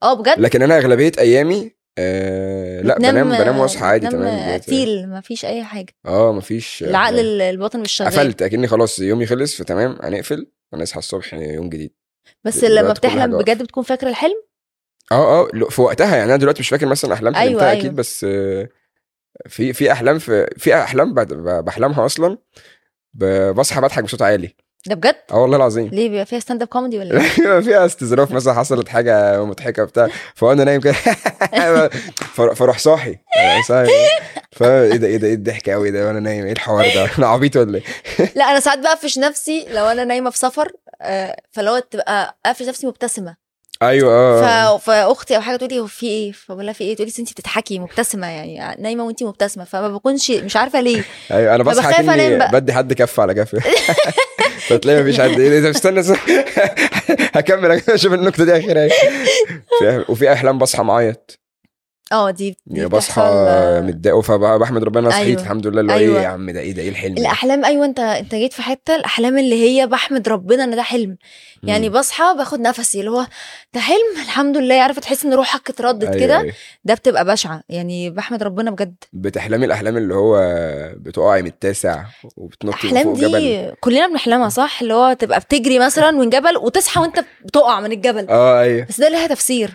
Speaker 2: اه بجد
Speaker 1: لكن انا اغلبيه ايامي آه لا بنام بنام واصحى عادي تمام
Speaker 2: تمام
Speaker 1: دلوقتي.
Speaker 2: تيل مفيش اي حاجه
Speaker 1: اه مفيش
Speaker 2: العقل ال- الباطن مش شغال
Speaker 1: قفلت اكني خلاص يومي خلص فتمام هنقفل ونصحى الصبح يوم جديد
Speaker 2: بس
Speaker 1: دلوقتي
Speaker 2: لما
Speaker 1: كل حاجة
Speaker 2: بتحلم
Speaker 1: واقفة.
Speaker 2: بجد بتكون فاكره الحلم
Speaker 1: اه اه لو- في وقتها يعني انا دلوقتي مش فاكر مثلا احلام
Speaker 2: أيوة،
Speaker 1: حلمتها
Speaker 2: أيوة.
Speaker 1: اكيد بس آه، في في احلام في في احلام بعد- ب- بحلمها اصلا ب- بصحى بضحك بصوت عالي
Speaker 2: ده بجد
Speaker 1: اه والله العظيم
Speaker 2: ليه بيبقى فيها ستاند اب كوميدي ولا ايه؟
Speaker 1: بيبقى فيها استظراف مثلا حصلت حاجه مضحكه بتاع فانا نايم كده فر- فاروح صاحي أنا صاحي فا ايه ده ايه ده ايه الضحك قوي ده وانا نايم ايه الحوار ده انا عبيط ولا ايه؟
Speaker 2: لا انا ساعات بقفش نفسي لو انا نايمه في سفر آه، فاللي هو تبقى قافش نفسي مبتسمه
Speaker 1: ايوه
Speaker 2: ف...
Speaker 1: اه
Speaker 2: فاختي او حاجه تقول لي هو في ايه فبقول لها في ايه تقول لي انت بتضحكي مبتسمه يعني نايمه وانت مبتسمه فما بكونش مش عارفه ليه
Speaker 1: ايوه انا بصحى
Speaker 2: فبخاف أنام
Speaker 1: كاني
Speaker 2: بقى.
Speaker 1: بدي حد كف على كف فتلاقي مفيش حد ايه ده استنى استنى. هكمل اشوف النكته دي اخرها إيه. في- وفي احلام بصحى معيط
Speaker 2: اه دي, دي
Speaker 1: يعني بصحى
Speaker 2: بتحصل-
Speaker 1: متضايق فبحمد ربنا أنا صحيت
Speaker 2: أيوة.
Speaker 1: الحمد لله اللي هو ايه
Speaker 2: أيوة.
Speaker 1: يا عم ده ايه ده ايه الحلم ده؟
Speaker 2: الاحلام ايوه انت انت جيت في حته الاحلام اللي هي بحمد ربنا ان ده حلم يعني
Speaker 1: مم.
Speaker 2: بصحى باخد نفسي اللي هو ده حلم الحمد لله عارفه تحس ان روحك اتردت
Speaker 1: أيوة
Speaker 2: كده
Speaker 1: أيوة.
Speaker 2: ده بتبقى بشعه يعني بحمد ربنا بجد
Speaker 1: بتحلمي الاحلام اللي هو بتقعي من التاسع وبتنطي من
Speaker 2: الاحلام
Speaker 1: فوق جبل
Speaker 2: دي كلنا بنحلمها صح اللي هو تبقى بتجري مثلا من جبل وتصحى وانت بتقع من الجبل
Speaker 1: اه ايوه
Speaker 2: بس ده لها تفسير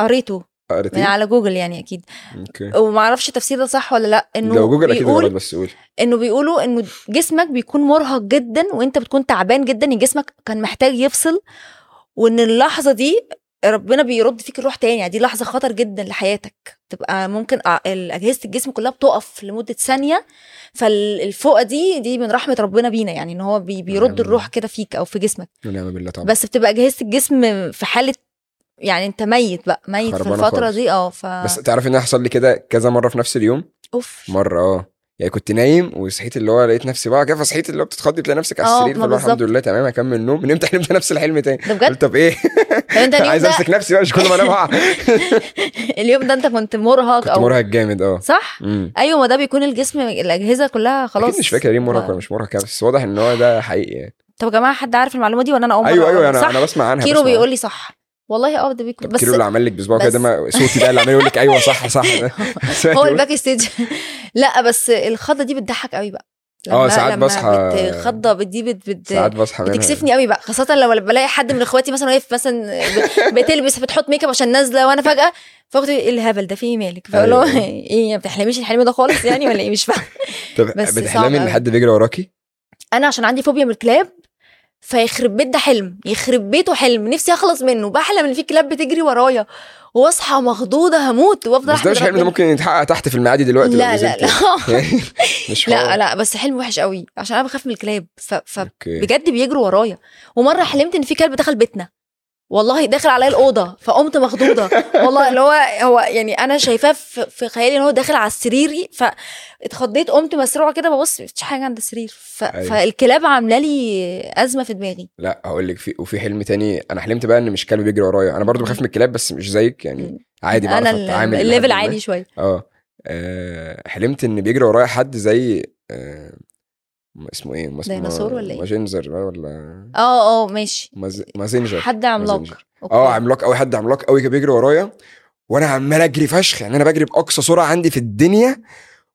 Speaker 2: قريته من
Speaker 1: قريتيه
Speaker 2: على جوجل يعني اكيد
Speaker 1: اوكي
Speaker 2: ومعرفش التفسير ده صح ولا لا انه
Speaker 1: لو جوجل اكيد
Speaker 2: بيقول
Speaker 1: غلط بس قول
Speaker 2: انه بيقولوا انه جسمك بيكون مرهق جدا وانت بتكون تعبان جدا ان جسمك كان محتاج يفصل وان اللحظه دي ربنا بيرد فيك الروح تاني يعني دي لحظه خطر جدا لحياتك تبقى ممكن أع- ال- اجهزه الجسم كلها بتقف لمده ثانيه فالفوقه دي دي من رحمه ربنا بينا يعني ان هو بي بيرد
Speaker 1: نعم.
Speaker 2: الروح كده فيك او في جسمك
Speaker 1: ونعم نعم بالله طبعا
Speaker 2: بس بتبقى اجهزه الجسم في حاله يعني انت ميت بقى ميت في
Speaker 1: خربانة
Speaker 2: الفتره
Speaker 1: خالص.
Speaker 2: دي اه ف
Speaker 1: بس تعرف ان حصل لي كده كذا مره في نفس اليوم
Speaker 2: اوف
Speaker 1: مره اه يعني كنت نايم وصحيت اللي هو لقيت نفسي بقى كده صحيت اللي هو بتتخضي تلاقي نفسك على
Speaker 2: آه،
Speaker 1: السرير
Speaker 2: ما
Speaker 1: فاللي هو الحمد
Speaker 2: بالظبط.
Speaker 1: لله تمام هكمل نوم نمت حلمت نفس الحلم تاني
Speaker 2: ده بجد
Speaker 1: قلت طب ايه
Speaker 2: طب انت اليوم
Speaker 1: عايز
Speaker 2: ده
Speaker 1: امسك نفسي بقى مش كل ما انا بقع
Speaker 2: اليوم ده انت كنت مرهق
Speaker 1: كنت
Speaker 2: او
Speaker 1: مرهق جامد اه
Speaker 2: صح
Speaker 1: امم
Speaker 2: ايوه ما ده بيكون الجسم الاجهزه كلها خلاص آه.
Speaker 1: اكيد مش فاكر ايه مرهق ولا مش مرهق بس واضح ان هو ده حقيقي يعني
Speaker 2: طب يا جماعه حد عارف المعلومه دي ولا انا اول مره
Speaker 1: ايوه ايوه
Speaker 2: أقولها؟
Speaker 1: انا
Speaker 2: صح
Speaker 1: انا بسمع عنها
Speaker 2: كيرو
Speaker 1: بسمع
Speaker 2: بيقول لي صح والله اه ده بيكون
Speaker 1: بس
Speaker 2: بس
Speaker 1: كيلو اللي عمل لك بصباعه كده
Speaker 2: بس-
Speaker 1: ده ما- صوتي ده اللي عمال يقول لك ايوه صح صح
Speaker 2: هو الباك ستيج لا بس الخضه دي بتضحك قوي بقى
Speaker 1: آه،
Speaker 2: لما-
Speaker 1: ساعات
Speaker 2: لما
Speaker 1: بصحى-
Speaker 2: بتخضه بت- دي بت بت
Speaker 1: ساعات يعني. بصحى منها
Speaker 2: بتكسفني قوي بقى خاصه لو بلاقي حد من اخواتي مثلا واقف مثلا ب- بتلبس بتحط ميك اب عشان نازله وانا فجاه فاخد ايه الهبل ده في ايه مالك فاقول له
Speaker 1: أيوة.
Speaker 2: ايه ما بتحلميش الحلم ده خالص يعني ولا ايه مش فاهم
Speaker 1: طب
Speaker 2: بس صعب
Speaker 1: بتحلمي ان
Speaker 2: أوي.
Speaker 1: حد بيجري وراكي؟
Speaker 2: انا عشان عندي فوبيا من الكلاب فيخرب بيت ده حلم يخرب بيته حلم نفسي اخلص منه بحلم ان في كلاب بتجري ورايا واصحى مخضوضه هموت وافضل
Speaker 1: بس ده
Speaker 2: أحمد
Speaker 1: مش حلم ده
Speaker 2: ربنا.
Speaker 1: ممكن يتحقق تحت في المعادي دلوقتي لو
Speaker 2: لا لا
Speaker 1: نزلت.
Speaker 2: لا
Speaker 1: مش
Speaker 2: لا
Speaker 1: حوار.
Speaker 2: لا بس حلم وحش قوي عشان انا بخاف من الكلاب ف...
Speaker 1: اوكي
Speaker 2: فبجد بيجروا ورايا ومره حلمت ان في كلب دخل بيتنا والله داخل عليا الاوضه فقمت مخضوضه والله اللي هو هو يعني انا شايفاه في في خيالي ان هو داخل على سريري فاتخضيت قمت مسروعه كده ببص مفيش حاجه عند السرير ف...
Speaker 1: أيوة.
Speaker 2: فالكلاب عامله لي ازمه في دماغي
Speaker 1: لا هقول لك في وفي حلم تاني انا حلمت بقى ان مش كلب بيجري ورايا انا برضو بخاف من الكلاب بس مش زيك
Speaker 2: مم.
Speaker 1: يعني عادي بعرف
Speaker 2: انا ال-
Speaker 1: اتعامل لحد
Speaker 2: الليفل
Speaker 1: ما.
Speaker 2: عالي شويه
Speaker 1: اه آه، حلمت ان بيجري ورايا حد زي آه، اسمه ايه؟ ما اسمه-
Speaker 2: ديناصور ولا إيه؟
Speaker 1: مازنجر ولا
Speaker 2: اه اه ماشي
Speaker 1: ماز- مازنجر
Speaker 2: حد عملاق
Speaker 1: مازنجر.
Speaker 2: أوكي.
Speaker 1: اه عملاق قوي حد عملاق قوي كان بيجري ورايا وانا عمال اجري فشخ يعني انا بجري باقصى سرعه عندي في الدنيا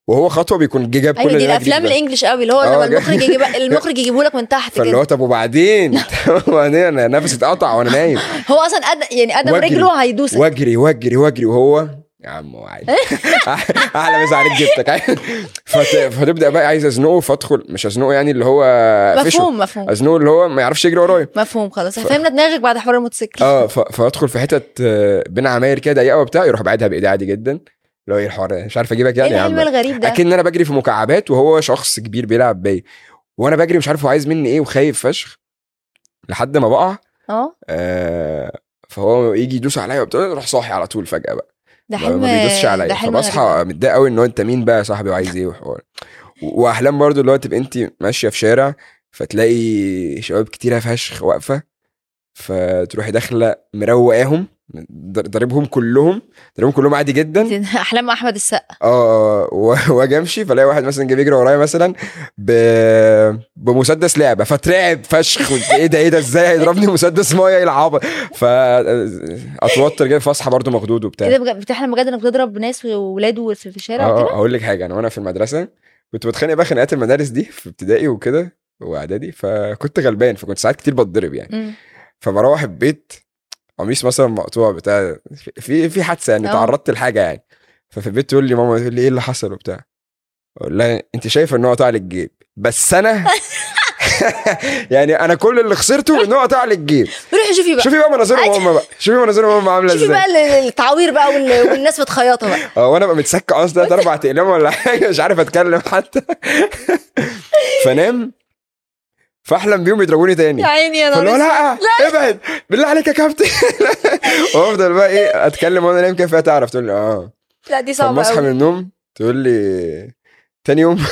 Speaker 1: وهو خطوه بيكون جه جاب كل
Speaker 2: ايوه دي
Speaker 1: اللي أنا
Speaker 2: الافلام
Speaker 1: جريته ده.
Speaker 2: الانجليش قوي اللي هو
Speaker 1: آه،
Speaker 2: لما
Speaker 1: جد.
Speaker 2: المخرج يجيب المخرج يجيبه لك من تحت
Speaker 1: فاللي هو
Speaker 2: كده
Speaker 1: طب وبعدين طب وبعدين انا نفسي اتقطع وانا نايم
Speaker 2: هو اصلا أد... يعني ادم
Speaker 1: واجري.
Speaker 2: رجله هيدوسك
Speaker 1: واجري واجري واجري وهو يا عم هو عادي احلى مسا عليك جبتك عادي. فت- فتبدا بقى عايز ازنقه فادخل مش ازنقه يعني اللي هو فشه
Speaker 2: مفهوم مفهوم
Speaker 1: ازنقه اللي هو ما يعرفش يجري ورايا
Speaker 2: مفهوم خلاص فهمنا دماغك بعد حوار الموتوسيكل
Speaker 1: اه ف- فادخل في حتت آه، بين عماير كده ضيقه وبتاع يروح بعدها بايدي عادي جدا اللي هو ايه الحوار ده؟ مش عارف اجيبك
Speaker 2: ايه
Speaker 1: يعني يا
Speaker 2: العلم
Speaker 1: عم
Speaker 2: الغريب ده
Speaker 1: اكن انا بجري في مكعبات وهو شخص كبير بيلعب بيا وانا بجري مش عارف هو عايز مني ايه وخايف فشخ لحد ما بقع
Speaker 2: اه
Speaker 1: آه فهو يجي يدوس عليا وبتاع يروح صاحي على طول فجاه بقى
Speaker 2: ده
Speaker 1: ما-
Speaker 2: حلم
Speaker 1: ما بيدوسش عليا
Speaker 2: ده حلم
Speaker 1: فبصحى
Speaker 2: غريب.
Speaker 1: متضايق قوي ان هو انت مين بقى يا صاحبي وعايز ايه وحوار و- واحلام برضو اللي هو تبقى انت ماشيه في شارع فتلاقي شباب كتيره فشخ واقفه فتروحي داخله مروقاهم ضر- ضاربهم كلهم ضاربهم كلهم عادي جدا
Speaker 2: دي احلام احمد السقا
Speaker 1: اه و- واجي امشي فلاقي واحد مثلا جاي بيجري ورايا مثلا ب... بمسدس لعبه فترعب فشخ قلت ايه ده ايه ده ازاي هيضربني مسدس ميه يلعب فاتوتر جاي فاصحى برضو مخدود وبتاع
Speaker 2: ايه ده بجد بتحلم بجد انك بتضرب ناس وولاد وفي في الشارع
Speaker 1: اه
Speaker 2: وكده
Speaker 1: آه، هقول لك حاجه انا وانا في المدرسه كنت بتخانق بقى خناقات المدارس دي في ابتدائي وكده واعدادي فكنت غلبان فكنت ساعات كتير بتضرب يعني
Speaker 2: مم.
Speaker 1: فبروح البيت قميص مثلا مقطوع بتاع في في حادثه يعني
Speaker 2: آه.
Speaker 1: تعرضت لحاجه يعني ففي البيت تقول لي ماما تقول لي ايه اللي حصل وبتاع اقول لها انت شايفه ان هو قطع لي الجيب بس انا يعني انا كل اللي خسرته ان هو قطع لي الجيب
Speaker 2: روحي شوفي بقى
Speaker 1: شوفي بقى مناظرهم هم بقى شوفي مناظرهم هم عامله
Speaker 2: شوفي
Speaker 1: ازاي
Speaker 2: بقى ال- التعوير بقى وال- والناس متخيطه بقى
Speaker 1: اه وانا بقى متسك اصلا تلات اربع اقلام ولا حاجه مش عارف اتكلم حتى فنام فاحلم بيهم يضربوني تاني
Speaker 2: يا عيني انا
Speaker 1: فاللي هو لا ابعد بالله عليك يا كابتن وافضل بقى ايه اتكلم وانا نايم كيف تعرف تقول لي اه
Speaker 2: لا دي
Speaker 1: فلما
Speaker 2: صعبه
Speaker 1: اصحى من
Speaker 2: قوي
Speaker 1: النوم تقول لي تاني يوم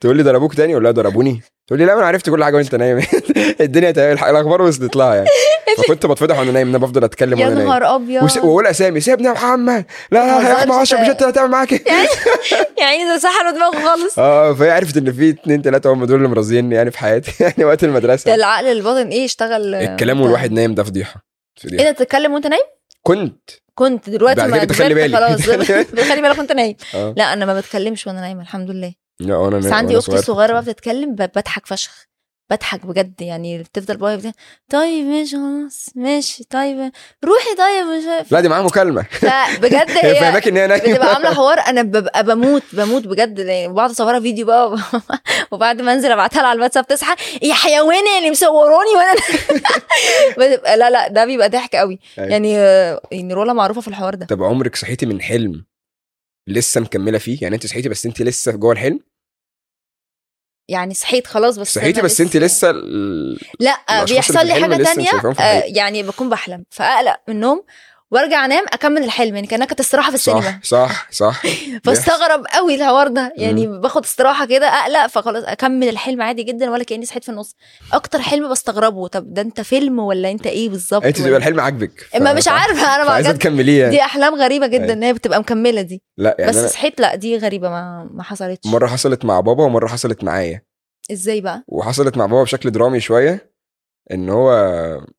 Speaker 1: تقول لي ضربوك تاني ولا ضربوني تقول لي لا ما انا عرفت كل حاجه وانت نايم الدنيا تمام الح- الاخبار وصلت لها يعني فكنت بتفضح وانا نايم إن انا بفضل اتكلم
Speaker 2: يا
Speaker 1: وانا نايم
Speaker 2: نهار ابيض
Speaker 1: إيه؟ وس- واقول اسامي سيبني يا محمد لا لا
Speaker 2: ما
Speaker 1: يا احمد
Speaker 2: تهزرش.
Speaker 1: عشرة مش انت اللي هتعمل معاك إيه.
Speaker 2: يا عيني ده سحلوا دماغه خالص
Speaker 1: اه فهي عرفت ان في اتنين تلاته هم دول اللي مرضيني يعني في حياتي يعني وقت
Speaker 2: ده
Speaker 1: المدرسه
Speaker 2: العقل الباطن ايه اشتغل
Speaker 1: الكلام
Speaker 2: ده.
Speaker 1: والواحد نايم ده فضيحه
Speaker 2: ايه
Speaker 1: فضيحة.
Speaker 2: ده بتتكلم وانت نايم
Speaker 1: كنت
Speaker 2: كنت دلوقتي
Speaker 1: بعد
Speaker 2: ما
Speaker 1: كده بتخلي
Speaker 2: كبرت
Speaker 1: بالي.
Speaker 2: خلاص بتخلي بالك وانت نايم
Speaker 1: اه
Speaker 2: لا انا ما بتكلمش وانا نايمه الحمد لله
Speaker 1: لا انا
Speaker 2: بس
Speaker 1: نايم
Speaker 2: عندي
Speaker 1: وأنا
Speaker 2: اختي
Speaker 1: صغير.
Speaker 2: الصغيره بقى بتتكلم ب- بضحك فشخ بضحك بجد يعني بتفضل بقى بتقول، طيب ماشي خلاص ماشي طيب روحي طيب مش عارف.
Speaker 1: لا دي معاها مكالمه
Speaker 2: فبجد
Speaker 1: هي
Speaker 2: هي
Speaker 1: فاهماك ان هي
Speaker 2: بتبقى
Speaker 1: نايمه
Speaker 2: عامله حوار انا ببقى بموت بموت بجد يعني بقعد اصورها فيديو بقى وب- وبعد ما انزل ابعتها لها على الواتساب تصحى يا حيوانه اللي مصوروني وانا بتبقى لا لا ده بيبقى ضحك قوي
Speaker 1: أيوة.
Speaker 2: يعني آه، يعني رولا معروفه في الحوار ده
Speaker 1: طب عمرك صحيتي من حلم لسه مكمله فيه يعني انت صحيتي بس انت لسه جوه الحلم
Speaker 2: يعني صحيت خلاص بس
Speaker 1: صحيتي
Speaker 2: أنا
Speaker 1: بس انت لسه ال-
Speaker 2: لا
Speaker 1: الأشخاص
Speaker 2: بيحصل
Speaker 1: اللي
Speaker 2: لي
Speaker 1: في الحلم
Speaker 2: حاجه
Speaker 1: لسه مش
Speaker 2: تانية
Speaker 1: شايفاهم في
Speaker 2: آه،
Speaker 1: الحقيقة.
Speaker 2: يعني بكون بحلم فاقلق من النوم وارجع انام اكمل الحلم يعني كانها كانت استراحه في السينما
Speaker 1: صح صح صح
Speaker 2: فاستغرب قوي الحوار ده يعني باخد استراحه كده اقلق فخلاص اكمل الحلم عادي جدا ولا كاني صحيت في النص اكتر حلم بستغربه طب ده انت فيلم ولا انت ايه بالظبط
Speaker 1: انت
Speaker 2: ولا-
Speaker 1: بيبقى الحلم عاجبك ف-
Speaker 2: اما مش عارفه انا
Speaker 1: فعايزه
Speaker 2: بجد
Speaker 1: تكمليه يعني
Speaker 2: دي احلام غريبه جدا
Speaker 1: أيوة.
Speaker 2: ان هي بتبقى مكمله دي
Speaker 1: لا يعني
Speaker 2: بس
Speaker 1: انا
Speaker 2: صحيت لا دي غريبه ما ما حصلتش
Speaker 1: مره حصلت مع بابا ومره حصلت معايا
Speaker 2: ازاي بقى
Speaker 1: وحصلت مع بابا بشكل درامي شويه ان هو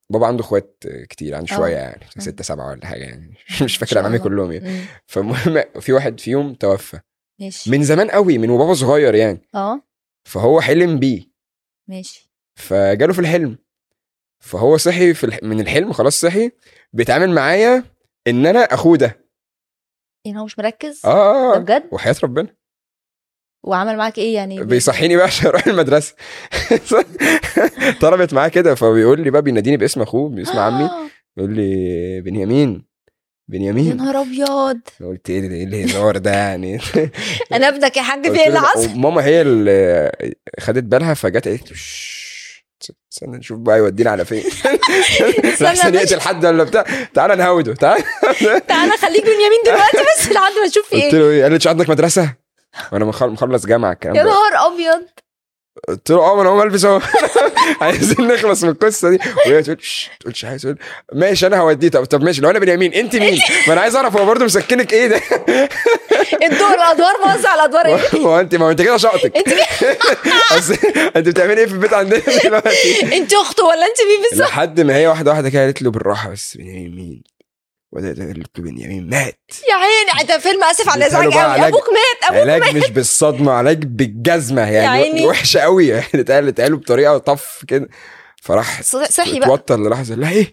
Speaker 1: بابا عنده اخوات كتير عنده
Speaker 2: آه.
Speaker 1: شويه يعني
Speaker 2: آه.
Speaker 1: ستة سبعة ولا حاجه يعني
Speaker 2: إن
Speaker 1: مش
Speaker 2: شاء
Speaker 1: فاكر اعمامي
Speaker 2: الله.
Speaker 1: كلهم يعني
Speaker 2: مم.
Speaker 1: فالمهم في واحد فيهم توفى
Speaker 2: ماشي
Speaker 1: من زمان قوي من وبابا صغير يعني
Speaker 2: اه
Speaker 1: فهو حلم بيه
Speaker 2: ماشي
Speaker 1: فجاله في الحلم فهو صحي في الح... من الحلم خلاص صحي بيتعامل معايا ان انا اخوه ده
Speaker 2: يعني هو مش مركز
Speaker 1: آه، اه
Speaker 2: ده
Speaker 1: آه.
Speaker 2: بجد
Speaker 1: وحياه ربنا
Speaker 2: وعمل معاك ايه يعني
Speaker 1: بيصحيني بقى عشان اروح المدرسه طلبت معاه كده فبيقول لي بقى بيناديني باسم اخوه باسم عمي
Speaker 2: آه،
Speaker 1: يقول لي بنيامين
Speaker 2: يا
Speaker 1: بنيامين
Speaker 2: نهار ابيض
Speaker 1: أنا قلت ايه ده ايه الهزار ده يعني
Speaker 2: انا ابنك يا حاج في
Speaker 1: قلت
Speaker 2: ايه
Speaker 1: له
Speaker 2: اللي
Speaker 1: لا.
Speaker 2: حصل
Speaker 1: وماما هي اللي خدت بالها فجت قالت لي "شش، استنى نشوف بقى يودينا على فين احسن
Speaker 2: بس.
Speaker 1: يقتل حد ولا بتاع تعالى نهوده تعالى
Speaker 2: تعالى خليك بنيامين دلوقتي بس لحد ما نشوف في
Speaker 1: قلت
Speaker 2: ايه
Speaker 1: له ايه قالت مش عندك مدرسه وانا مخل- مخلص جامعه الكلام
Speaker 2: إيه. يا
Speaker 1: ده
Speaker 2: نهار ابيض
Speaker 1: قلت له اه ما انا هقوم البس اهو عايزين نخلص من القصه دي وهي تقول "شش، ما تقولش حاجه تقول ماشي انا هوديه طب طب ماشي لو انا بنيامين انت مين؟ ما انا عايز اعرف هو برضه مسكنك ايه ده
Speaker 2: الدور الادوار موزع الادوار ايه
Speaker 1: ما هو انت ما هو انت كده شقطك انت انت بتعملي ايه في البيت عندنا دلوقتي
Speaker 2: انت اخته ولا انت مين بالظبط
Speaker 1: لحد ما هي واحده واحده كده قالت له بالراحه بس بنيامين مين وبدات قالت له بنيامين مات
Speaker 2: يا عيني ده فيلم اسف على
Speaker 1: قالوا
Speaker 2: الازعاج
Speaker 1: بقى
Speaker 2: قوي
Speaker 1: علاج.
Speaker 2: ابوك مات ابوك
Speaker 1: علاج مش بالصدمه علاج بالجزمه يعني
Speaker 2: عيني.
Speaker 1: وحشه قوي يعني اتقال اتقالوا بطريقه طف كده فراح
Speaker 2: ص- صحي بقى
Speaker 1: اتوتر للحظه قال لها ايه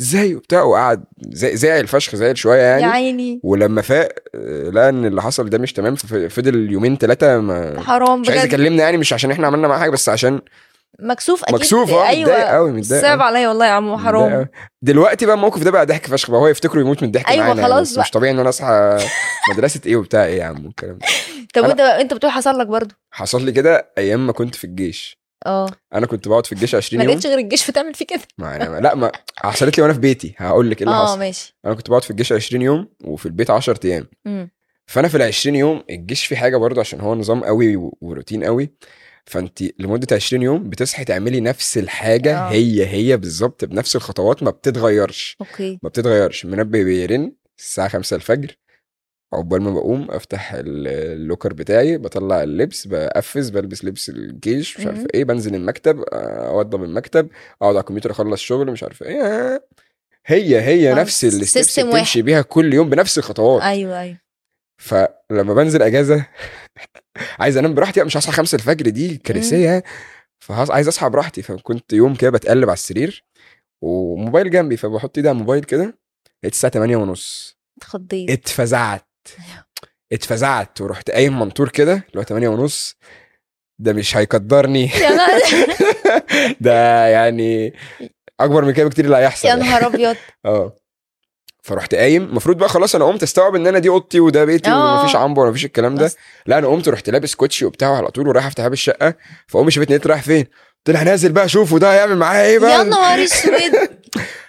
Speaker 1: ازاي وبتاع وقعد زي- زعل فشخ زعل شويه
Speaker 2: يا
Speaker 1: يعني
Speaker 2: عيني
Speaker 1: ولما فاق آه، لقى ان اللي حصل ده مش تمام ففضل يومين ثلاثه ما
Speaker 2: حرام
Speaker 1: آه. مش عايز
Speaker 2: بجد
Speaker 1: يكلمنا يعني مش عشان احنا عملنا معاه حاجه بس عشان
Speaker 2: مكسوف اكيد
Speaker 1: مكسوف اه متضايق
Speaker 2: ايوه
Speaker 1: قوي متضايق
Speaker 2: صعب
Speaker 1: أوي.
Speaker 2: عليا والله يا عمو
Speaker 1: متضايق
Speaker 2: حرام
Speaker 1: أوي. دلوقتي بقى الموقف ده بقى ضحك فشخ بقى هو يفتكره يموت من الضحك
Speaker 2: أيوة
Speaker 1: معانا يعني،
Speaker 2: خلاص
Speaker 1: بس
Speaker 2: بقى.
Speaker 1: مش طبيعي ان انا اصحى مدرسه ايه وبتاع ايه يا عم الكلام ده
Speaker 2: طب
Speaker 1: أنا-
Speaker 2: وانت انت بتقول حصل لك برضه
Speaker 1: حصل لي كده ايام ما كنت في الجيش
Speaker 2: اه
Speaker 1: انا كنت بقعد في الجيش 20
Speaker 2: ما
Speaker 1: يوم
Speaker 2: لقيتش غير الجيش فتعمل فيه كده
Speaker 1: ما أنا لا ما حصلت لي وانا في بيتي هقول لك ايه اللي
Speaker 2: اه
Speaker 1: حصل
Speaker 2: ماشي
Speaker 1: انا كنت بقعد في الجيش 20 يوم وفي البيت 10 ايام
Speaker 2: مم.
Speaker 1: فانا في ال 20 يوم الجيش فيه حاجه برضه عشان هو نظام قوي و- وروتين قوي فانت لمده 20 يوم بتصحي تعملي نفس الحاجه
Speaker 2: آه.
Speaker 1: هي هي بالظبط بنفس الخطوات ما بتتغيرش
Speaker 2: اوكي
Speaker 1: ما بتتغيرش المنبه بيرن الساعه 5 الفجر عقبال ما بقوم افتح ال- اللوكر بتاعي بطلع اللبس بقفز بلبس لبس الجيش مش عارف
Speaker 2: مهم.
Speaker 1: ايه بنزل المكتب آه، اوضب المكتب اقعد على الكمبيوتر اخلص شغل مش عارف ايه آه. هي هي
Speaker 2: آه،
Speaker 1: نفس الستبس
Speaker 2: سيستم
Speaker 1: بتمشي بيها كل يوم بنفس الخطوات
Speaker 2: ايوه ايوه
Speaker 1: فلما بنزل اجازه عايز انام براحتي بقى، مش هصحى 5 الفجر دي كارثيه فعايز اصحى براحتي فكنت يوم كده بتقلب على السرير وموبايل جنبي فبحط ايدي على الموبايل كده لقيت الساعه 8 ونص إيه؟
Speaker 2: اتخضيت
Speaker 1: اتفزعت اتفزعت ورحت قايم منطور كده اللي هو 8 ونص ده مش هيقدرني
Speaker 2: يا نهار-
Speaker 1: ده يعني اكبر من كده بكتير اللي هيحصل
Speaker 2: يا
Speaker 1: يعني.
Speaker 2: نهار ابيض
Speaker 1: اه فرحت قايم المفروض بقى خلاص انا قمت استوعب ان انا دي اوضتي وده بيتي
Speaker 2: آه.
Speaker 1: ومفيش عنبر ومفيش الكلام ده
Speaker 2: بس.
Speaker 1: لا انا قمت رحت لابس كوتشي وبتاع على طول ورايح افتح باب الشقه فامي شافتني قالت رايح فين؟ قلت لها نازل بقى شوفه ده هيعمل معايا ايه
Speaker 2: يا
Speaker 1: بقى
Speaker 2: نهار اسود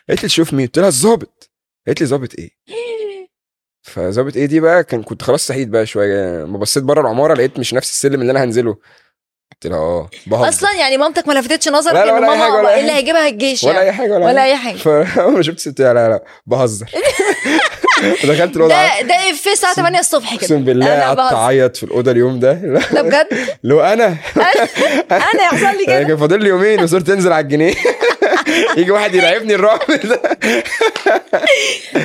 Speaker 1: قالت لي تشوف مين؟ قلت لها الظابط قالت لي ظابط ايه؟ فظابط ايه دي بقى كان كنت خلاص صحيت بقى شويه ما بصيت بره العماره لقيت مش نفس السلم اللي انا هنزله قلت لها اه بهزر
Speaker 2: اصلا يعني مامتك ما لفتتش
Speaker 1: لا،
Speaker 2: نظرك
Speaker 1: لا،
Speaker 2: ان
Speaker 1: ولا أي حاجة،
Speaker 2: ماما
Speaker 1: ولا
Speaker 2: بقى
Speaker 1: أي
Speaker 2: ايه اللي
Speaker 1: حاجة.
Speaker 2: هيجيبها الجيش
Speaker 1: ولا
Speaker 2: يعني
Speaker 1: اي حاجه ولا,
Speaker 2: ولا اي حاجه
Speaker 1: فاول ما شفت ست لا لا بهزر دخلت الاوضه
Speaker 2: ده ده في الساعه 8 الصبح كده
Speaker 1: اقسم بالله
Speaker 2: أنا
Speaker 1: قعدت
Speaker 2: بهزر.
Speaker 1: اعيط في الاوضه اليوم ده
Speaker 2: ده بجد
Speaker 1: لو انا
Speaker 2: انا يحصل لي كده
Speaker 1: كان فاضل لي يومين وصرت انزل على الجنيه يجي واحد يرعبني الرعب ده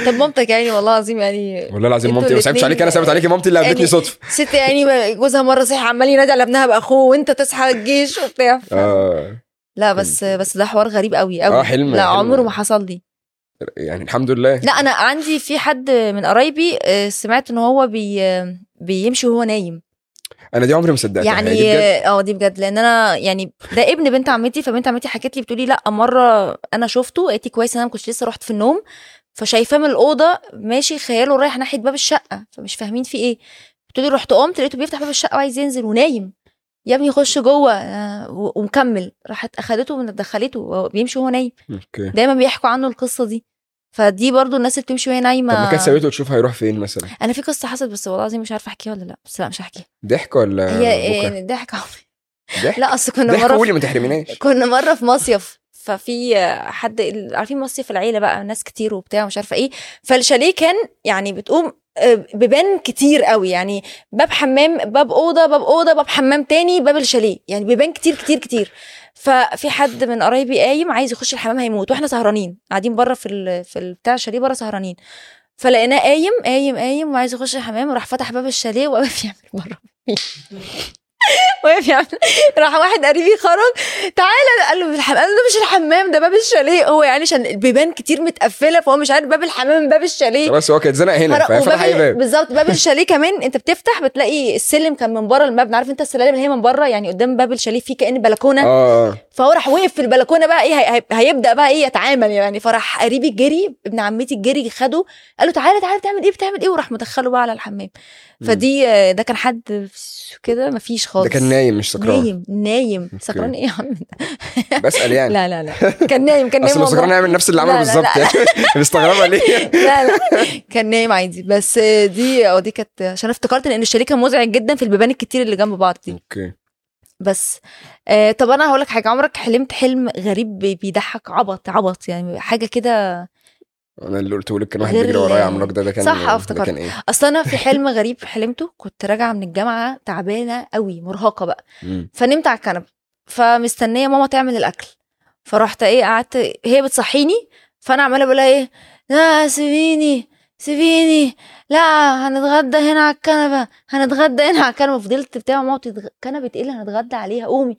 Speaker 2: طب مامتك يعني والله العظيم يعني
Speaker 1: والله العظيم
Speaker 2: انتوا
Speaker 1: مامتي ما سايبتش
Speaker 2: الاتنين-
Speaker 1: عليك انا سابت عليكي مامتي اللي قابلتني
Speaker 2: يعني-
Speaker 1: صدفه
Speaker 2: ست يعني جوزها مره صحي عمال ينادي على ابنها باخوه وانت تصحى الجيش وبتاع
Speaker 1: اه
Speaker 2: لا بس بس ده حوار غريب قوي قوي
Speaker 1: آه، حلم-
Speaker 2: لا
Speaker 1: حلم.
Speaker 2: عمره ما حصل لي
Speaker 1: يعني الحمد لله
Speaker 2: لا انا عندي في حد من قرايبي آه، سمعت ان هو بي بيمشي وهو نايم
Speaker 1: انا دي عمري ما صدقتها هي دي
Speaker 2: يعني
Speaker 1: بجد؟
Speaker 2: اه دي بجد لان انا يعني ده ابن بنت عمتي فبنت عمتي حكت لي بتقولي لا مره انا شفته لقيتي كويس ان انا ما كنتش لسه رحت في النوم فشايفاه من الاوضه ماشي خياله رايح ناحيه باب الشقه فمش فاهمين في ايه بتقولي رحت قمت لقيته بيفتح باب الشقه وعايز ينزل ونايم يا ابني خش جوه آه، و- ومكمل راحت اخدته من دخلته وهو بيمشي وهو نايم
Speaker 1: اوكي
Speaker 2: دايما بيحكوا عنه القصه دي فدي برضو الناس اللي بتمشي وهي
Speaker 1: طب ما كانت
Speaker 2: نايمه
Speaker 1: سابته تشوف هيروح فين مثلا
Speaker 2: انا في قصه حصلت بس والله العظيم مش عارفه احكيها ولا لا بس لا مش هحكيها
Speaker 1: ضحك ولا
Speaker 2: هي
Speaker 1: بكا؟
Speaker 2: يعني ضحك عمري
Speaker 1: آه، ضحك
Speaker 2: لا اصل كنا
Speaker 1: ضحك
Speaker 2: مره في-
Speaker 1: قولي ما تحرميناش
Speaker 2: كنا مره في مصيف ففي حد عارفين مصيف العيله بقى ناس كتير وبتاع ومش عارفه ايه فالشاليه كان يعني بتقوم آه، بيبان كتير قوي يعني باب حمام باب اوضه باب اوضه باب حمام تاني باب الشاليه يعني بيبان كتير كتير كتير ففي حد من قرايبي قايم عايز يخش الحمام هيموت واحنا سهرانين قاعدين بره في ال... في ال- بتاع الشاليه بره سهرانين فلقيناه قايم قايم قايم وعايز يخش الحمام راح فتح باب الشاليه وقف يعمل بره واقف يعمل راح واحد قريبي خرج تعالى قال له الحمام قال له ده مش الحمام ده باب الشاليه هو يعني عشان البيبان كتير متقفله فهو مش عارف باب الحمام باب الشاليه
Speaker 1: خلاص هو كان اتزنق هنا
Speaker 2: فرق-
Speaker 1: ففتح اي
Speaker 2: وباب
Speaker 1: باب
Speaker 2: بالظبط باب الشاليه كمان انت بتفتح بتلاقي السلم كان من بره المبنى عارف انت السلالم اللي هي من بره يعني قدام باب الشاليه في كأن بلكونه
Speaker 1: اه اه
Speaker 2: فهو راح وقف في البلكونه بقى ايه هي- هي- هيبدا بقى ايه يتعامل يعني فراح قريبي جري ابن عمتي جري خده قال له تعالى تعالى بتعمل ايه بتعمل ايه وراح مدخله بقى على الحمام فدي آه، ده كان حد كده مفيش خالص
Speaker 1: ده كان نايم مش سكران
Speaker 2: نايم نايم
Speaker 1: أوكي.
Speaker 2: سكران ايه يا عم ده؟
Speaker 1: بسال يعني
Speaker 2: لا لا لا كان نايم كان نايم
Speaker 1: اصل لو سكران
Speaker 2: والله.
Speaker 1: هيعمل نفس اللي عمله
Speaker 2: لا، لا،
Speaker 1: بالظبط
Speaker 2: لا.
Speaker 1: يعني مستغربه ليه
Speaker 2: لا لا كان نايم عادي بس آه، دي او دي كانت عشان افتكرت ان الشاليه كان مزعج جدا في البيبان الكتير اللي جنب بعض دي
Speaker 1: اوكي
Speaker 2: بس آه طب انا هقول لك حاجه عمرك حلمت حلم غريب بي- بيضحك عبط عبط يعني حاجه كده
Speaker 1: انا اللي قلته لك كان واحد
Speaker 2: غير
Speaker 1: بيجري
Speaker 2: ال-
Speaker 1: ورايا عملاق ده ده كان
Speaker 2: صح، آه،
Speaker 1: ده
Speaker 2: افتكرت.
Speaker 1: كان ايه؟
Speaker 2: اصل انا في حلم غريب حلمته كنت راجعه من الجامعه تعبانه قوي مرهقه بقى
Speaker 1: مم.
Speaker 2: فنمت على الكنبه فمستنيه ماما تعمل الاكل فرحت ايه قعدت هي بتصحيني فانا عماله بقولها ايه لا سيبيني سيبيني لا هنتغدى هنا على الكنبه هنتغدى هنا على الكنبه فضلت بتاع ماما بتتغ- كنبه ايه اللي هنتغدى عليها قومي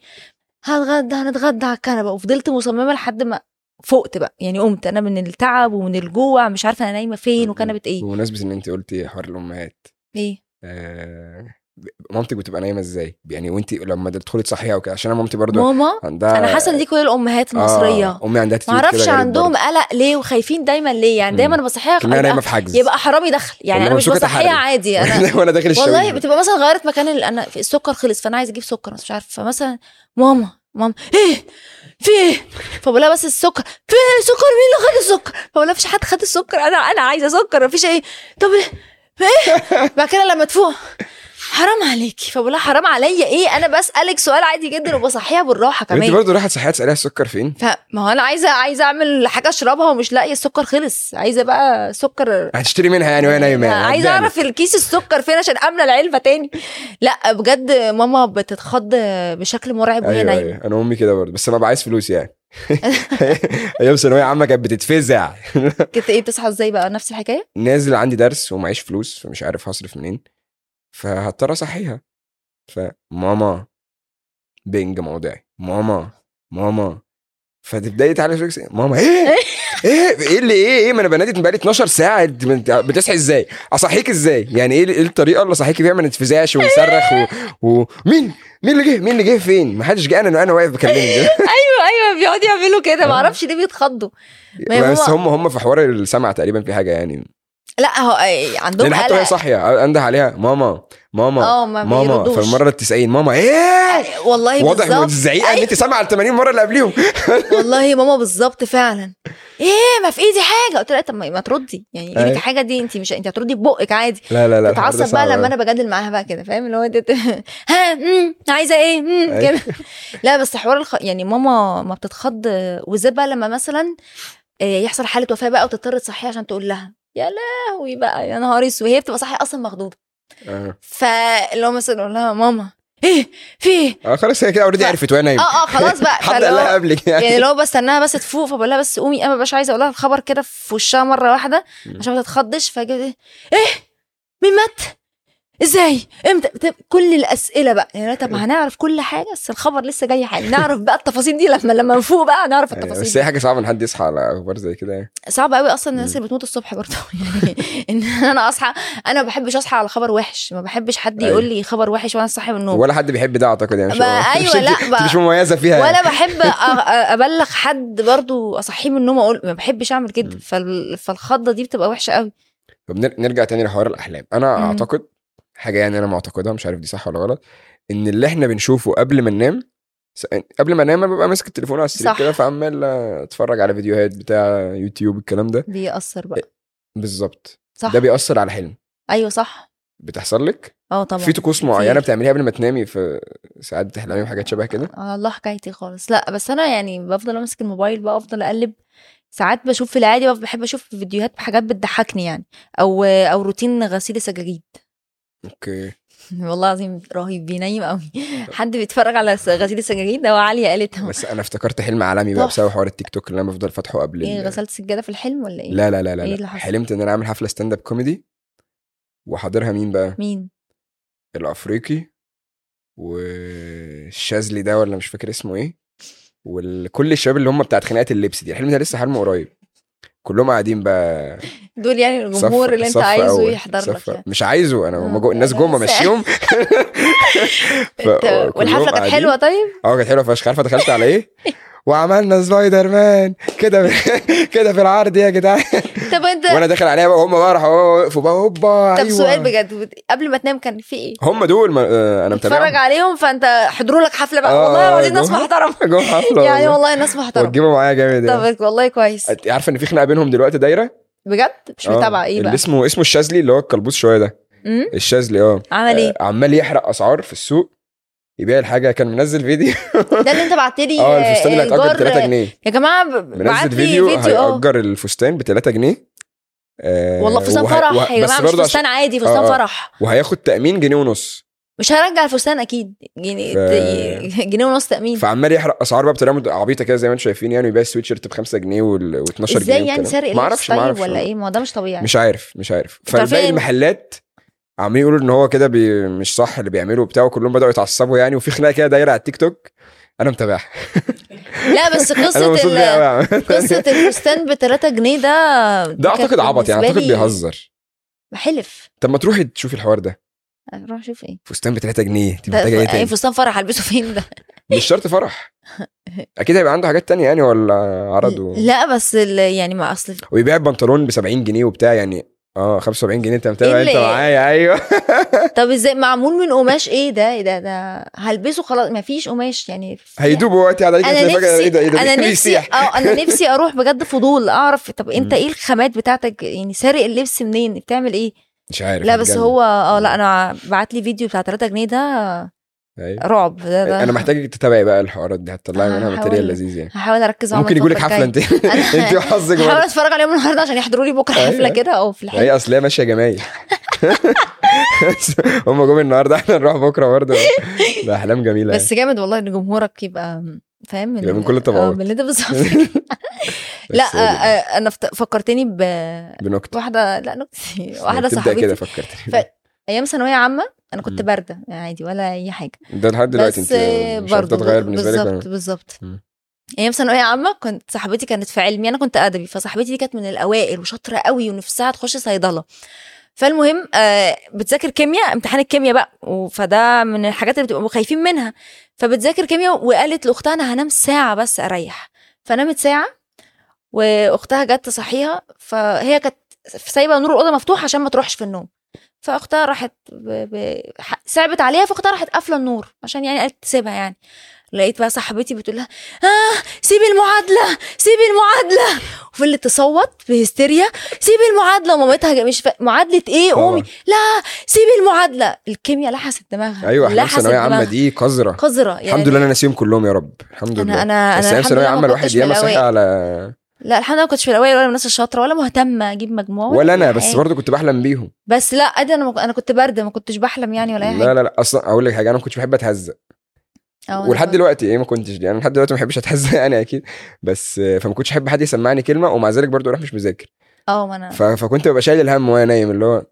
Speaker 2: هنتغدى هنتغدى على الكنبه وفضلت مصممه لحد ما فقت بقى يعني قمت انا من التعب ومن الجوع مش عارفه انا نايمه فين وكنبه ايه
Speaker 1: بمناسبه ان انت قلتي حوار الامهات
Speaker 2: ايه
Speaker 1: آه، مامتك بتبقى نايمه ازاي؟ يعني وانت لما تدخلي تصحيها وكده عشان انا مامتي برضه
Speaker 2: ماما
Speaker 1: عندها
Speaker 2: انا حاسه ان دي كل الامهات المصريه
Speaker 1: آه امي عندها attitude كده
Speaker 2: معرفش
Speaker 1: غريب
Speaker 2: عندهم
Speaker 1: برضه.
Speaker 2: قلق ليه وخايفين دايما ليه يعني
Speaker 1: مم.
Speaker 2: دايما بصحيها
Speaker 1: كانها نايمه
Speaker 2: يبقى,
Speaker 1: في حجز
Speaker 2: يبقى حرامي دخل يعني
Speaker 1: والله
Speaker 2: انا مش
Speaker 1: مسكت
Speaker 2: بصحيها
Speaker 1: أحرق.
Speaker 2: عادي انا
Speaker 1: وانا داخل الشاوي
Speaker 2: والله بتبقى مثلا غيرت مكان ال- انا في السكر خلص فانا عايزه اجيب سكر مش عارفه فمثلا ماما ماما ايه في ايه فبقول لها بس السكر في إيه سكر مين اللي خد السكر فبقول لها مفيش حد خد السكر انا انا عايزه سكر مفيش ايه طب ايه ايه بعد كده لما تفوق حرام عليكي فبقول لها حرام عليا ايه انا بسالك سؤال عادي جدا وبصحيها بالراحه
Speaker 1: طب انت
Speaker 2: كمان
Speaker 1: برضه رايحه تصحيها تساليها السكر فين؟
Speaker 2: فما هو انا عايزه عايزه اعمل حاجه اشربها ومش لاقيه السكر خلص عايزه بقى سكر
Speaker 1: هتشتري منها يعني وهي نايمه يعني.
Speaker 2: عايزه
Speaker 1: هتبان.
Speaker 2: اعرف الكيس السكر فين عشان املى العلبه تاني لا بجد ماما بتتخض بشكل مرعب يعني وهي
Speaker 1: ايوه
Speaker 2: نايمه
Speaker 1: ايوه انا امي كده برضه بس انا ببقى عايز فلوس يعني ايام ثانويه عامه كانت بتتفزع
Speaker 2: كنت ايه بتصحى ازاي بقى نفس الحكايه
Speaker 1: نازل عندي درس ومعيش فلوس فمش عارف هصرف منين فهضطر اصحيها فماما بنج موضعي ماما ماما فتبداي تعالي نفسك سي- ماما ايه ايه ايه اللي ايه ايه ما انا بنادي بقالي 12 ساعه انت بت- بتصحي ازاي اصحيك ازاي يعني ايه ايه الطريقه اللي اصحيكي بيها ما نتفزعش ونصرخ و- ومين مين اللي جه مين اللي جه فين ما حدش جه انا انا واقف بكلمك
Speaker 2: ايوه ايوه بيقعدوا يعملوا كده
Speaker 1: آه.
Speaker 2: معرفش ليه بيتخضوا ما هي
Speaker 1: بس
Speaker 2: ماما-
Speaker 1: هم هم في حوار السمع تقريبا في حاجه يعني
Speaker 2: لا هو إيه، عندهم
Speaker 1: لان حتى وهي
Speaker 2: قلق
Speaker 1: صاحيه انده عليها ماما ماما
Speaker 2: اه ما
Speaker 1: ماما
Speaker 2: بيردوش
Speaker 1: فالمره ال 90 ماما ايه
Speaker 2: يعني والله
Speaker 1: واضح من
Speaker 2: بالظبط أيوة.
Speaker 1: الزعيقه ان انت سامعه ال 80 مره اللي قبليهم
Speaker 2: والله ماما بالظبط فعلا ايه ما في ايدي حاجه قلت لها طب ما ما تردي يعني ايدك
Speaker 1: أيوة.
Speaker 2: حاجه دي انت مش انت هتردي ببقك عادي
Speaker 1: لا لا لا الحوار ده
Speaker 2: تتعصب بقى
Speaker 1: صعب أوي.
Speaker 2: لما انا بجادل معاها بقى كده فاهم اللي هو دي- ها مم، عايزه ايه مم،
Speaker 1: أيوة.
Speaker 2: كده لا بس حوار الخ... يعني ماما ما بتتخض وزي بقى لما مثلا آه، يحصل حاله وفاه بقى وتضطر تصحيها عشان تقول لها يا لهوي بقى يا نهار اسود هي بتبقى صحيه اصلا مخضوضه
Speaker 1: آه.
Speaker 2: فاللي هو مثلا اقول لها ماما ايه في ايه
Speaker 1: اه خلاص هي كده اوريدي
Speaker 2: ف-
Speaker 1: عرفت وانا نايم
Speaker 2: اه اه خلاص بقى
Speaker 1: حد
Speaker 2: فاللي
Speaker 1: قال
Speaker 2: هو-
Speaker 1: لها قبلك
Speaker 2: يعني
Speaker 1: يعني
Speaker 2: لو بستناها بس تفوق فبقول لها بس قومي انا مبقاش عايزه اقول لها الخبر كده في وشها مره واحده
Speaker 1: مم.
Speaker 2: عشان ما تتخضش فاجي ايه مين مات ازاي امتى طب كل الاسئله بقى يعني طب
Speaker 1: أيوة.
Speaker 2: هنعرف كل حاجه بس الخبر لسه جاي حالا نعرف بقى التفاصيل دي لما لما نفوق بقى نعرف
Speaker 1: أيوة، بس هي
Speaker 2: التفاصيل
Speaker 1: حاجه صعبه ان حد يصحى على اخبار زي كده يعني.
Speaker 2: صعب قوي اصلا الناس
Speaker 1: مم.
Speaker 2: اللي بتموت الصبح برضه يعني ان انا اصحى انا ما بحبش اصحى على خبر وحش ما بحبش حد
Speaker 1: أيوة.
Speaker 2: يقول لي خبر وحش وانا صاحي من النوم
Speaker 1: ولا حد بيحب ده اعتقد يعني مش-
Speaker 2: ما-
Speaker 1: مش
Speaker 2: أيوة،
Speaker 1: أنت-
Speaker 2: لا،
Speaker 1: أنت
Speaker 2: بقى.
Speaker 1: مش مميزه فيها يعني.
Speaker 2: ولا بحب أ- أ- ابلغ حد برضو اصحيه من النوم اقول ما بحبش اعمل كده
Speaker 1: مم.
Speaker 2: فال- فالخضه دي بتبقى وحشه قوي
Speaker 1: طب نر- نرجع تاني لحوار الاحلام انا
Speaker 2: مم.
Speaker 1: اعتقد حاجه يعني انا معتقدها مش عارف دي صح ولا غلط ان اللي احنا بنشوفه قبل ما ننام س- قبل ما انام أنا ببقى ماسك التليفون على السرير
Speaker 2: صح.
Speaker 1: كده فعمال اتفرج على فيديوهات بتاع يوتيوب الكلام ده
Speaker 2: بيأثر بقى
Speaker 1: بالظبط
Speaker 2: صح
Speaker 1: إيه، ده بيأثر على الحلم
Speaker 2: ايوه صح
Speaker 1: بتحصل لك
Speaker 2: اه طبعا
Speaker 1: في طقوس
Speaker 2: كتير.
Speaker 1: معينه بتعمليها قبل ما تنامي في ساعات بتحلمي بحاجات شبه كده
Speaker 2: على آه، الله حكايتي خالص لا بس انا يعني بفضل امسك الموبايل بقى افضل اقلب ساعات بشوف في العادي بف- بحب اشوف فيديوهات بحاجات بتضحكني يعني او او روتين غسيل السجاجيد
Speaker 1: اوكي
Speaker 2: والله العظيم رهيب بينيم قوي حد بيتفرج على س- غسيل السجاجيد ده عالية قالتها
Speaker 1: بس انا افتكرت حلم عالمي بقى
Speaker 2: تحفة.
Speaker 1: بسبب حوار التيك توك اللي انا بفضل فاتحه قبل
Speaker 2: ايه
Speaker 1: ال-
Speaker 2: غسلت سجاده في الحلم ولا ايه
Speaker 1: لا لا لا لا,
Speaker 2: إيه
Speaker 1: لا.
Speaker 2: اللي حصل؟
Speaker 1: حلمت ان انا عامل حفله ستاند اب كوميدي وحاضرها مين بقى
Speaker 2: مين
Speaker 1: الافريقي والشاذلي ده ولا مش فاكر اسمه ايه وكل الشباب اللي هم بتاعت خناقات اللبس دي الحلم ده لسه حلمه قريب كلهم قاعدين بقى
Speaker 2: دول يعني
Speaker 1: صف-
Speaker 2: الجمهور اللي انت
Speaker 1: صف
Speaker 2: عايزه
Speaker 1: أول،
Speaker 2: يحضر لك
Speaker 1: صف-
Speaker 2: يعني
Speaker 1: مش عايزه انا هم
Speaker 2: آه،
Speaker 1: جو... الناس
Speaker 2: أنا
Speaker 1: جوه
Speaker 2: لسه-
Speaker 1: ماشيهم ف-
Speaker 2: انت
Speaker 1: كلهم
Speaker 2: والحفله كانت
Speaker 1: قاعدين.
Speaker 2: حلوه طيب
Speaker 1: اه كانت حلوه فشخ عارفه دخلت على ايه وعملنا سبايدر مان كده كده في العرض يا جدعان
Speaker 2: طب انت
Speaker 1: وانا داخل عليها بقى وهم بقى راحوا وقفوا بقى هوبا
Speaker 2: طب
Speaker 1: أيوة.
Speaker 2: سؤال بجد بت- قبل ما تنام كان في ايه
Speaker 1: هم دول ما... آه، انا
Speaker 2: اتفرج
Speaker 1: متابعهم
Speaker 2: عليهم فانت حضروا لك حفله بقى
Speaker 1: آه،
Speaker 2: والله العظيم
Speaker 1: آه،
Speaker 2: ناس
Speaker 1: جوه.
Speaker 2: محترمه
Speaker 1: جوه حفله
Speaker 2: يعني والله ناس محترمه
Speaker 1: وتجيبوا معايا جامد يعني.
Speaker 2: طب والله كويس
Speaker 1: أنت عارفه ان في خناقه بينهم دلوقتي دايره
Speaker 2: بجد مش
Speaker 1: آه،
Speaker 2: متابعه ايه
Speaker 1: اللي
Speaker 2: بقى
Speaker 1: اسمه اسمه الشاذلي اللي هو الكلبوس شويه ده
Speaker 2: امم
Speaker 1: الشاذلي اه
Speaker 2: عمل ايه
Speaker 1: آه، عمال يحرق اسعار في السوق يبيع الحاجه كان منزل فيديو
Speaker 2: ده اللي انت بعت لي
Speaker 1: اه آه. الفستان اللي هيتأجر ب 3 جنيه
Speaker 2: يا جماعه ب- آه، بعت
Speaker 1: منزل
Speaker 2: لي
Speaker 1: فيديو
Speaker 2: فيديو, اه
Speaker 1: هيأجر الفستان ب 3 جنيه آه،
Speaker 2: والله فستان
Speaker 1: وهي-
Speaker 2: فرح
Speaker 1: وه-
Speaker 2: يا
Speaker 1: بس
Speaker 2: جماعه مش
Speaker 1: برضه
Speaker 2: فستان عادي
Speaker 1: آه،
Speaker 2: فستان
Speaker 1: آه.
Speaker 2: فرح
Speaker 1: عشان- وهياخد تامين جنيه ونص
Speaker 2: مش هرجع الفستان اكيد جنيه
Speaker 1: ف-
Speaker 2: جنيه ونص تامين
Speaker 1: فعمال يحرق اسعار بقى بطريقه مد- عبيطه كده زي ما انتم شايفين يعني ويبيع السويتشيرت ب 5 جنيه وال- و12 جنيه
Speaker 2: ازاي يعني
Speaker 1: والكلام.
Speaker 2: سارق
Speaker 1: ما اعرفش
Speaker 2: اللبس
Speaker 1: ما
Speaker 2: طيب
Speaker 1: اعرفش
Speaker 2: ولا ايه ما هو ده مش طبيعي
Speaker 1: مش عارف مش عارف
Speaker 2: انتوا عارفين
Speaker 1: فباقي
Speaker 2: إن-
Speaker 1: المحلات عمالين يقولوا ان هو كده بي... مش صح اللي بيعمله وبتاع وكلهم بداوا يتعصبوا يعني وفي خناقه كده دايره على التيك توك انا متابعها
Speaker 2: لا بس
Speaker 1: انا
Speaker 2: قصه
Speaker 1: مبسوط بيها
Speaker 2: ال...
Speaker 1: قوي يا عم.
Speaker 2: قصه الفستان ب 3 جنيه ده
Speaker 1: ده اعتقد
Speaker 2: كان
Speaker 1: عبط يعني
Speaker 2: بالنسبة
Speaker 1: اعتقد
Speaker 2: لي
Speaker 1: بيهزر
Speaker 2: بحلف
Speaker 1: طب ما تروحي تشوفي الحوار ده
Speaker 2: اروح اشوف ايه
Speaker 1: فستان ب 3 جنيه انت
Speaker 2: ده
Speaker 1: محتاجه ايه
Speaker 2: ايه
Speaker 1: تاني
Speaker 2: فستان فرح هلبسه فين ده
Speaker 1: مش شرط فرح اكيد هيبقى عنده حاجات تانية يعني ولا عرض و...
Speaker 2: لا بس ال... يعني ما اصل
Speaker 1: ويبيع بنطلون ب 70 جنيه وبتاع يعني اه 75 جنيه انت متابع انت
Speaker 2: إيه اللي-
Speaker 1: معايا ايوه
Speaker 2: طب ازاي معمول من قماش ايه ده ايه ده ده هلبسه خلاص ما فيش قماش يعني في-
Speaker 1: هيدوب وقتي على
Speaker 2: انا
Speaker 1: تلاقي فجأة
Speaker 2: نفسي
Speaker 1: ايه ده ايه ده
Speaker 2: انا نفسي
Speaker 1: بيسيح
Speaker 2: اه انا نفسي اروح بجد فضول اعرف طب انت
Speaker 1: مم.
Speaker 2: ايه الخامات بتاعتك يعني سارق اللبس منين بتعمل ايه
Speaker 1: مش عارف
Speaker 2: لا بس
Speaker 1: بجد.
Speaker 2: هو اه لا انا بعت لي فيديو بتاع 3 جنيه ده
Speaker 1: أيوة.
Speaker 2: رعب ده, ده
Speaker 1: انا محتاجك تتابعي بقى الحوارات دي هتطلعي منها
Speaker 2: آه. هحاول.
Speaker 1: ماتيريال لذيذ يعني
Speaker 2: هحاول اركز معاهم
Speaker 1: ممكن يجيلك
Speaker 2: الفترة
Speaker 1: حفله
Speaker 2: الجاية.
Speaker 1: انت انت وحظك
Speaker 2: هحاول
Speaker 1: برضه.
Speaker 2: اتفرج عليهم النهارده عشان يحضروا لي بكره حفله
Speaker 1: أيوة.
Speaker 2: كده او في الحفله
Speaker 1: هي اصل هي ماشيه جمايل هم جم النهارده احنا نروح بكره برضه ده احلام جميله يعني.
Speaker 2: بس جامد والله ان جمهورك يبقى فاهم من-
Speaker 1: يبقى من كل الطبقات.
Speaker 2: آه، من اللي انت بالظبط
Speaker 1: يعني، بس
Speaker 2: لا
Speaker 1: هي دي
Speaker 2: آه، آه، انا فت- فكرتني بواحده
Speaker 1: بنكته
Speaker 2: لا نكتة واحده
Speaker 1: بتبدأ كده
Speaker 2: صاحبتي
Speaker 1: فكرت
Speaker 2: ف- ايام ثانويه عامه انا كنت
Speaker 1: مم.
Speaker 2: بارده عادي ولا اي حاجه
Speaker 1: ده لحد دلوقتي انت
Speaker 2: آه،
Speaker 1: مش عارفه
Speaker 2: برضه
Speaker 1: تتغير بالنسبه لك
Speaker 2: بالظبط
Speaker 1: ولا-
Speaker 2: بالظبط يعني
Speaker 1: مم.
Speaker 2: ايام ثانويه عامه كنت صاحبتي كانت في علمي انا كنت ادبي فصاحبتي دي كانت من الاوائل وشاطره قوي ونفسها تخش صيدله فالمهم آه بتذاكر كيمياء امتحان الكيمياء بقى و- فده من الحاجات اللي بتبقوا خايفين منها فبتذاكر كيمياء وقالت لاختها انا هنام ساعه بس اريح فنامت ساعه واختها جت تصحيها فهي كانت سايبه نور الاوضه مفتوح عشان ما تروحش في النوم فاختها راحت ب... ب... ح- صعبت عليها فاختها راحت قافله النور عشان يعني قالت تسيبها يعني لقيت بقى صاحبتي بتقول لها اه سيبي المعادله سيبي المعادله وفضلت تصوت بهستيريا سيبي المعادله ومامتها جا- مش فا... معادله ايه
Speaker 1: طبعاً.
Speaker 2: قومي لا سيبي المعادله الكيمياء لحست دماغها
Speaker 1: ايوه احنا في
Speaker 2: لحست
Speaker 1: ثانويه عامه
Speaker 2: دماغها.
Speaker 1: دي قذره
Speaker 2: قذره يعني
Speaker 1: الحمد لله انا ناسيهم كلهم يا رب الحمد
Speaker 2: انا
Speaker 1: لله
Speaker 2: انا
Speaker 1: بس ايام
Speaker 2: انا الحمد لله
Speaker 1: ثانويه
Speaker 2: ما
Speaker 1: عامه الواحد
Speaker 2: كنتش من
Speaker 1: ياما صحي
Speaker 2: الأوائل.
Speaker 1: على
Speaker 2: لا الحمد لله ما كنتش في الاوائل ولا من الناس الشاطره ولا مهتمه اجيب مجموع
Speaker 1: ولا انا
Speaker 2: أي
Speaker 1: بس
Speaker 2: حاجة.
Speaker 1: برضه كنت بحلم بيهم
Speaker 2: بس لا ادي انا ما- انا كنت بارده ما كنتش بحلم يعني ولا أه، اي حاجه
Speaker 1: لا لا لا اصلا اقول لك حاجه انا ما كنتش بحب اتهزق
Speaker 2: أو أنا
Speaker 1: ولحد
Speaker 2: كنت-
Speaker 1: دلوقتي ايه ما كنتش يعني لحد دلوقتي ما بحبش اتهزق يعني اكيد بس آه، فما كنتش احب حد يسمعني كلمه ومع ذلك برضه اروح مش مذاكر
Speaker 2: اه ما انا
Speaker 1: ف... فكنت ببقى شايل الهم وانا نايم اللي هو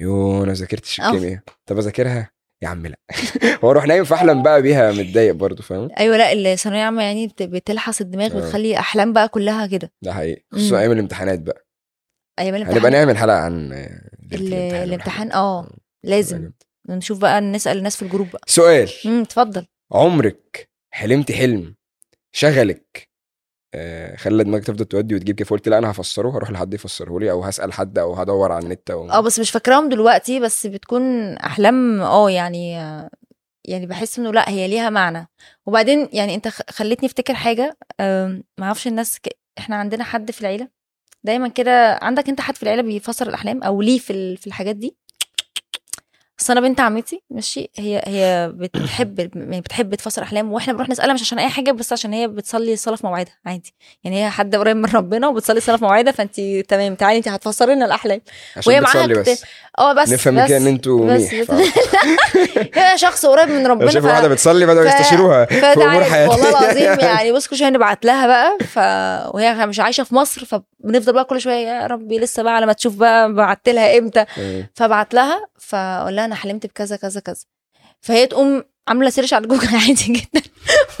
Speaker 1: يو انا ما ذاكرتش
Speaker 2: أه.
Speaker 1: الكيمياء طب اذاكرها يا عم لا واروح نايم فاحلم بقى بيها متضايق برضه فاهم
Speaker 2: ايوه لا الثانويه عامه يعني بت- بتلحس الدماغ
Speaker 1: آه.
Speaker 2: بتخلي احلام بقى كلها كده
Speaker 1: ده حقيقي
Speaker 2: مم.
Speaker 1: خصوصا ايام الامتحانات بقى
Speaker 2: ايام
Speaker 1: هنبقى
Speaker 2: الامتحان
Speaker 1: نعمل حلقه عن آه، ليلة
Speaker 2: ال-
Speaker 1: والحاجات دي.
Speaker 2: الامتحان اه لازم نشوف بقى نسال الناس في الجروب بقى
Speaker 1: سؤال
Speaker 2: امم اتفضل
Speaker 1: عمرك حلمت حلم شغلك آه، خلى دماغك تفضل تودي وتجيب كيف قلت لا انا هفسره هروح لحد يفسره لي او هسال حد او هدور على النت او
Speaker 2: اه بس مش فاكراهم دلوقتي بس بتكون احلام اه يعني يعني بحس انه لا هي ليها معنى وبعدين يعني انت خ- خلتني افتكر حاجه أم، ما اعرفش الناس ك... احنا عندنا حد في العيله دايما كده عندك انت حد في العيله بيفسر الاحلام او ليه في ال- في الحاجات دي اصل انا بنت عمتي ماشي هي هي بتحب يعني بتحب تفسر احلام واحنا بنروح نسالها مش عشان اي حاجه بس عشان هي بتصلي الصلاه في موعدها عادي يعني هي حد قريب من ربنا وبتصلي الصلاه في موعدها فانت تمام تعالي انت هتفسري لنا الاحلام
Speaker 1: عشان
Speaker 2: وهي معاها
Speaker 1: بتصلي بس
Speaker 2: اه بس
Speaker 1: نفهم من
Speaker 2: بس
Speaker 1: كده ان انتوا
Speaker 2: بس
Speaker 1: ميح
Speaker 2: بس-
Speaker 1: ف-
Speaker 2: هي شخص قريب من
Speaker 1: انا
Speaker 2: ربنا
Speaker 1: شايف واحده بتصلي بداوا
Speaker 2: ف-
Speaker 1: يستشيروها في امور
Speaker 2: فتعالى
Speaker 1: حياتها
Speaker 2: والله العظيم يعني بص كل شويه نبعت لها بقى ف... وهي مش عايشه في مصر فبنفضل بقى كل شويه يا ربي لسه بقى على ما تشوف بقى بعت لها امتى
Speaker 1: آه.
Speaker 2: فبعت لها فاقول لها انا حلمت بكذا كذا كذا فهي تقوم عامله سيرش على جوجل عادي جدا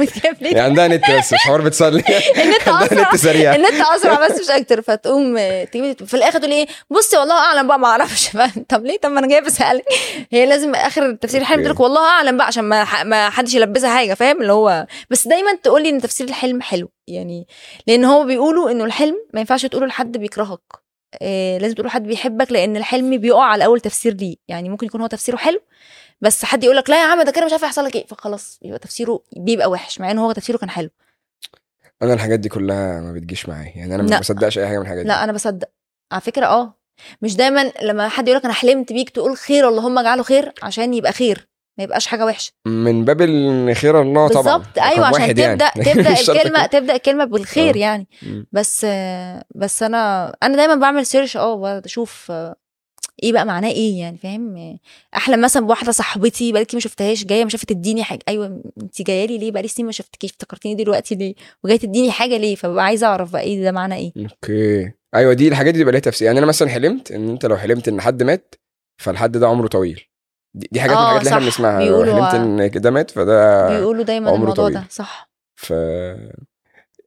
Speaker 2: وتجيب لي
Speaker 1: يعني عندها نت بس مش حوار
Speaker 2: إيه
Speaker 1: بتصلي
Speaker 2: النت
Speaker 1: عندها
Speaker 2: اسرع
Speaker 1: نت سريع
Speaker 2: النت اسرع بس مش اكتر فتقوم تجيب في الاخر تقول ايه بصي والله اعلم بقى ما اعرفش ف- طب ليه طب ما انا جايه بسالك هي لازم اخر تفسير الحلم تقول لك والله اعلم بقى عشان ما ح- ما حدش يلبسها حاجه فاهم اللي هو بس دايما تقول لي ان تفسير الحلم حلو يعني لان هو بيقولوا انه الحلم ما ينفعش تقوله لحد بيكرهك إيه لازم تقوله لحد بيحبك لان الحلم بيقع على اول تفسير ليه يعني ممكن يكون هو تفسيره حلو بس حد يقول لك لا يا عم ده كده مش عارف يحصل لك ايه فخلاص يبقى تفسيره بيبقى وحش مع ان هو تفسيره كان حلو
Speaker 1: انا الحاجات دي كلها ما بتجيش معايا يعني انا ما
Speaker 2: لا.
Speaker 1: بصدقش اي حاجه من الحاجات دي
Speaker 2: لا انا بصدق على فكره اه مش دايما لما حد يقول لك انا حلمت بيك تقول خير اللهم اجعله خير عشان يبقى خير ما يبقاش حاجه وحشه
Speaker 1: من باب ال- خير الله طبعا
Speaker 2: بالظبط ايوه
Speaker 1: آه، رقم
Speaker 2: عشان
Speaker 1: واحد
Speaker 2: تبدا
Speaker 1: يعني.
Speaker 2: تبدا
Speaker 1: مش شرط كده.
Speaker 2: الكلمه تبدا الكلمه بالخير
Speaker 1: آه.
Speaker 2: يعني
Speaker 1: مم.
Speaker 2: بس بس انا انا دايما بعمل سيرش اه بشوف ايه بقى معناه ايه يعني فاهم احلم مثلا بواحده صاحبتي بقالك ما شفتهاش جايه مش عارفه تديني حاجه ايوه انت جايه لي ليه بقالي سنين ما شفتكيش افتكرتيني دلوقتي ليه وجايه تديني حاجه ليه فببقى عايزه اعرف بقى ايه ده معناه ايه
Speaker 1: اوكي ايوه دي الحاجات دي بيبقى ليها تفسير يعني انا مثلا حلمت ان انت لو حلمت ان حد مات فالحد ده عمره طويل دي, دي حاجات من
Speaker 2: آه،
Speaker 1: الحاجات اللي احنا
Speaker 2: صح.
Speaker 1: بنسمعها لو
Speaker 2: بيقولوا- آه.
Speaker 1: حلمت ان ده مات فده
Speaker 2: بيقولوا دايما
Speaker 1: آه. عمره
Speaker 2: الموضوع
Speaker 1: طويل.
Speaker 2: ده صح
Speaker 1: ف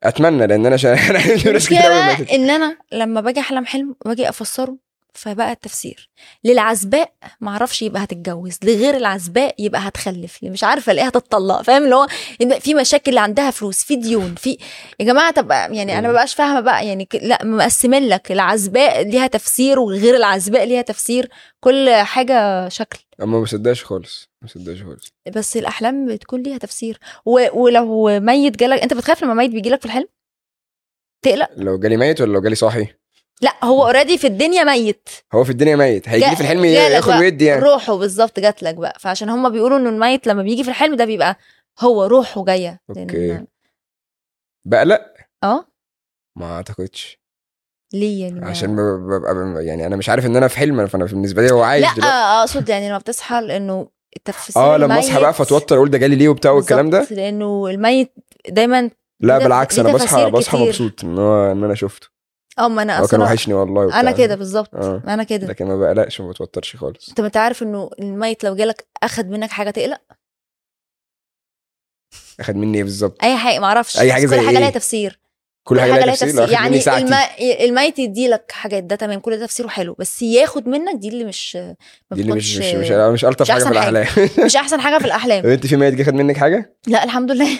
Speaker 1: اتمنى لان انا شا... انا عندي ناس كتير أوي ماتت.
Speaker 2: المشكلة ان انا لما باجي احلم حلم باجي افسره فبقى التفسير للعزباء معرفش يبقى هتتجوز لغير العزباء يبقى هتخلف اللي مش عارفه الاقيها هتطلق فاهم اللي هو يبقى في مشاكل اللي عندها فلوس في ديون في يا جماعه طب يعني انا
Speaker 1: مم.
Speaker 2: ما بقاش فاهمه بقى يعني ك- لا مقسمين لك العزباء ليها تفسير وغير العزباء ليها تفسير كل حاجه شكل
Speaker 1: اما ما بصدقش خالص ما بصدقش خالص
Speaker 2: بس الاحلام بتكون ليها تفسير و... ولو ميت جالك انت بتخاف لما ميت بيجيلك في الحلم تقلق
Speaker 1: لو جالي ميت ولا لو جالي صاحي
Speaker 2: لا هو اوريدي في الدنيا ميت
Speaker 1: هو في الدنيا ميت هيجي
Speaker 2: جا-
Speaker 1: في الحلم
Speaker 2: جالك
Speaker 1: ياخد
Speaker 2: بقى.
Speaker 1: ويدي يعني
Speaker 2: روحه بالظبط جات لك بقى فعشان هم بيقولوا انه الميت لما بيجي في الحلم ده بيبقى هو روحه جايه لأن-
Speaker 1: أوكي. بقى لا
Speaker 2: اه
Speaker 1: ما اعتقدش
Speaker 2: ليه يعني ما-
Speaker 1: عشان ب- ببقى ب- يعني انا مش عارف ان انا في حلم فانا بالنسبه لي هو عايش
Speaker 2: لا
Speaker 1: دلوقتي
Speaker 2: اقصد يعني لما بتصحى لانه التفسير
Speaker 1: اه لما اصحى
Speaker 2: الميت
Speaker 1: بقى فاتوتر اقول ده جالي ليه وبتاع والكلام ده
Speaker 2: بالظبط، لانه الميت دايما
Speaker 1: لا
Speaker 2: ليه-
Speaker 1: بالعكس
Speaker 2: ليه
Speaker 1: انا بصحى
Speaker 2: تفاسير
Speaker 1: بصحى
Speaker 2: كتير.
Speaker 1: مبسوط ان هو ان انا شفته
Speaker 2: اه ما انا
Speaker 1: هو كان
Speaker 2: اصلا
Speaker 1: وحشني والله وبتاع.
Speaker 2: انا كده بالظبط
Speaker 1: آه.
Speaker 2: انا كده
Speaker 1: لكن ما بقلقش وما بتوترش خالص
Speaker 2: انت ما انت عارف انه الميت لو جالك اخد منك حاجه تقلق
Speaker 1: اخد مني ايه بالظبط
Speaker 2: اي حاجه ما اعرفش
Speaker 1: أي حاجة
Speaker 2: بس
Speaker 1: زي
Speaker 2: كل حاجه
Speaker 1: إيه؟
Speaker 2: ليها تفسير
Speaker 1: كل حاجه لها تفسير لو أخد
Speaker 2: يعني
Speaker 1: مني ساعتي
Speaker 2: الم... الميت يدي لك حاجات ده تمام كل ده تفسيره حلو بس ياخد منك دي اللي مش ما
Speaker 1: دي اللي مش
Speaker 2: بتكونش-
Speaker 1: مش مش, مش الطف
Speaker 2: مش
Speaker 1: حاجه في
Speaker 2: أحسن حاجة.
Speaker 1: الاحلام
Speaker 2: مش احسن حاجه في
Speaker 1: طب
Speaker 2: الاحلام
Speaker 1: انت في ميت جه خد منك حاجه
Speaker 2: لا الحمد لله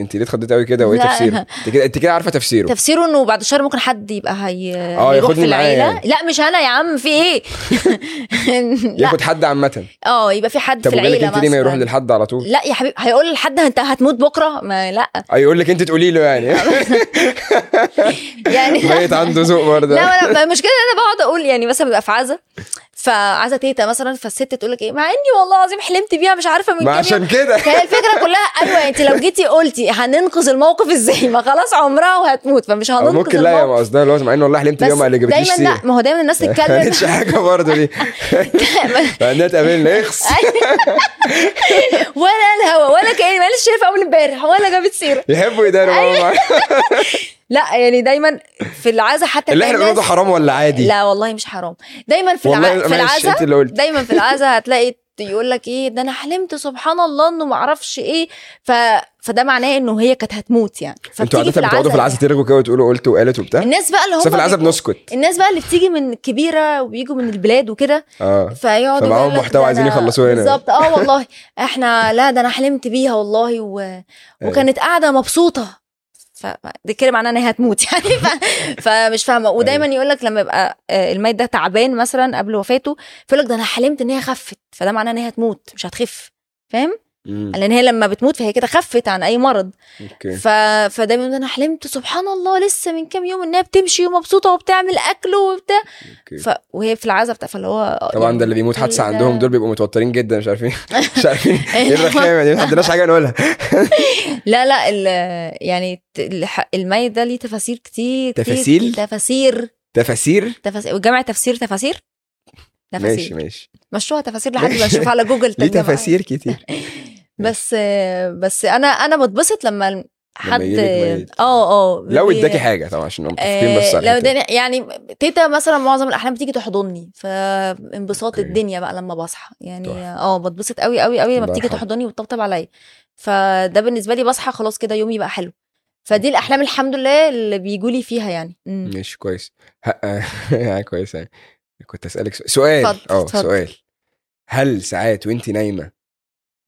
Speaker 1: انت ليه اتخضيتي قوي كده وايه
Speaker 2: لا.
Speaker 1: تفسيره انت كده انت كده عارفه تفسيره
Speaker 2: تفسيره انه بعد شهر ممكن حد يبقى هي
Speaker 1: آه،
Speaker 2: هيروح في
Speaker 1: ياخدني معاه
Speaker 2: العيله
Speaker 1: يعني.
Speaker 2: لا مش انا يا عم في ايه لا
Speaker 1: ياخد حد عامه
Speaker 2: اه يبقى في حد
Speaker 1: طب
Speaker 2: في
Speaker 1: وجالك
Speaker 2: العيله
Speaker 1: انت ليه ما يروح
Speaker 2: مثلا
Speaker 1: للحد على طول
Speaker 2: لا يا حبيبي هيقول لحد انت هتموت بكره ما لا
Speaker 1: اه يقول لك انت تقولي له يعني
Speaker 2: يعني
Speaker 1: ميت عنده ذوق برضه
Speaker 2: لا انا ما- المشكله إن انا بقعد اقول يعني مثلا ببقى في عزا فعزا تيتا مثلا فالست تقول لك ايه مع اني والله العظيم حلمت بيها مش عارفه من كام
Speaker 1: ما
Speaker 2: يوم
Speaker 1: عشان كده
Speaker 2: فهي الفكره كلها ايوه انت لو جيتي قلتي هننقذ الموقف ازاي ما خلاص عمرها وهتموت فمش
Speaker 1: أو
Speaker 2: هننقذ
Speaker 1: ممكن لا يا
Speaker 2: الموقف
Speaker 1: ما قصدها اللي هو مع ان والله حلمت اليوم اللي جابتليش
Speaker 2: دايما
Speaker 1: سيره
Speaker 2: لا ما هو دايما الناس
Speaker 1: ما
Speaker 2: تتكلم
Speaker 1: قالتش حاجه برضه دي فانها تقابلنا اخس
Speaker 2: أيوة. ولا الهوا ولا كاني ماليش شايفه اول امبارح ولا جابت سيره
Speaker 1: يحبوا يداروا مع بعض.
Speaker 2: أيوة. لا يعني دايما في العزا حتى
Speaker 1: اللي احنا
Speaker 2: تلاقي
Speaker 1: بنقوله ده
Speaker 2: الناس-
Speaker 1: حرام ولا عادي
Speaker 2: لا والله مش حرام دايما في,
Speaker 1: والله
Speaker 2: الع... في
Speaker 1: معلش،
Speaker 2: العزا
Speaker 1: انت اللي قلت
Speaker 2: دايما في العزا هتلاقي يقول لك ايه ده انا حلمت سبحان الله انه ما اعرفش ايه ف... فده معناه انه هي كانت هتموت يعني
Speaker 1: انتوا
Speaker 2: فبتيجي
Speaker 1: عاده بتقعدوا في العزا
Speaker 2: يعني.
Speaker 1: ترغوا كده وتقولوا قلت وقالت وبتاع
Speaker 2: الناس بقى اللي هم
Speaker 1: بس في العزا
Speaker 2: بيبقوا-
Speaker 1: بنسكت
Speaker 2: الناس بقى اللي بتيجي من كبيره وبيجوا من البلاد وكده
Speaker 1: اه
Speaker 2: فيقعدوا
Speaker 1: فمعاهم
Speaker 2: يقول لك
Speaker 1: محتوى
Speaker 2: ده
Speaker 1: عايزين
Speaker 2: أنا-
Speaker 1: يخلصوه هنا.
Speaker 2: بالظبط اه والله احنا لا ده انا حلمت بيها والله
Speaker 1: إيه.
Speaker 2: و... وكانت قاعده مبسوطه ف دي كده معناه ان هي هتموت يعني ف... فمش فاهمه
Speaker 1: أيوه.
Speaker 2: ودايما يقول لك لما يبقى آه، الميت ده تعبان مثلا قبل وفاته فيقول لك ده انا حلمت ان هي خفت فده معناه ان هي هتموت مش هتخف فاهم
Speaker 1: مم.
Speaker 2: لان هي لما بتموت فهي كده خفت عن اي مرض
Speaker 1: اوكي
Speaker 2: ف... فدايما يقول انا حلمت سبحان الله لسه من كام يوم انها بتمشي ومبسوطه وبتعمل اكل وبتاع
Speaker 1: اوكي
Speaker 2: ف... وهي في العزا بتاع فاللي هو
Speaker 1: طبعا ده اللي بيموت حادثه
Speaker 2: ده-
Speaker 1: عندهم دول بيبقوا متوترين جدا مش عارفين مش عارفين ايه الرخامه دي ما عندناش حاجه نقولها
Speaker 2: لا لا ال... يعني ت- الح- الميت ده ليه تفاسير كتير كتير،
Speaker 1: تفاسيل؟
Speaker 2: تفاسير
Speaker 1: تفاسير
Speaker 2: تفاسير وجمع تفسير تفاسير
Speaker 1: ماشي
Speaker 2: تفاسير
Speaker 1: ماشي
Speaker 2: مشروع تفاسير لحد
Speaker 1: ماشي.
Speaker 2: ما اشوف على جوجل
Speaker 1: ليه
Speaker 2: ترجمة.
Speaker 1: تفاسير كتير
Speaker 2: بس بس انا انا بتبسط لما حد
Speaker 1: يجيلك ميت.
Speaker 2: اه اه
Speaker 1: لو
Speaker 2: بي-
Speaker 1: اداكي حاجه طبعا عشان نبقى متفقين بس
Speaker 2: آه،
Speaker 1: على
Speaker 2: لو
Speaker 1: كده.
Speaker 2: دنيا يعني تيتا مثلا معظم الاحلام بتيجي تحضني فانبساط
Speaker 1: أوكي.
Speaker 2: الدنيا بقى لما بصحى يعني
Speaker 1: تحفة.
Speaker 2: اه بتبسط قوي قوي قوي لما
Speaker 1: الله
Speaker 2: بتيجي
Speaker 1: يرحمها.
Speaker 2: تحضني وتطبطب عليا فده بالنسبه لي بصحى خلاص كده يومي بقى حلو فدي الاحلام الحمد لله اللي بيجوا لي فيها يعني مم.
Speaker 1: ماشي كويس ها كويس يعني كنت اسالك سؤ- سؤال
Speaker 2: اتفضل،
Speaker 1: اه
Speaker 2: اتفضل.
Speaker 1: سؤال هل ساعات وانت نايمه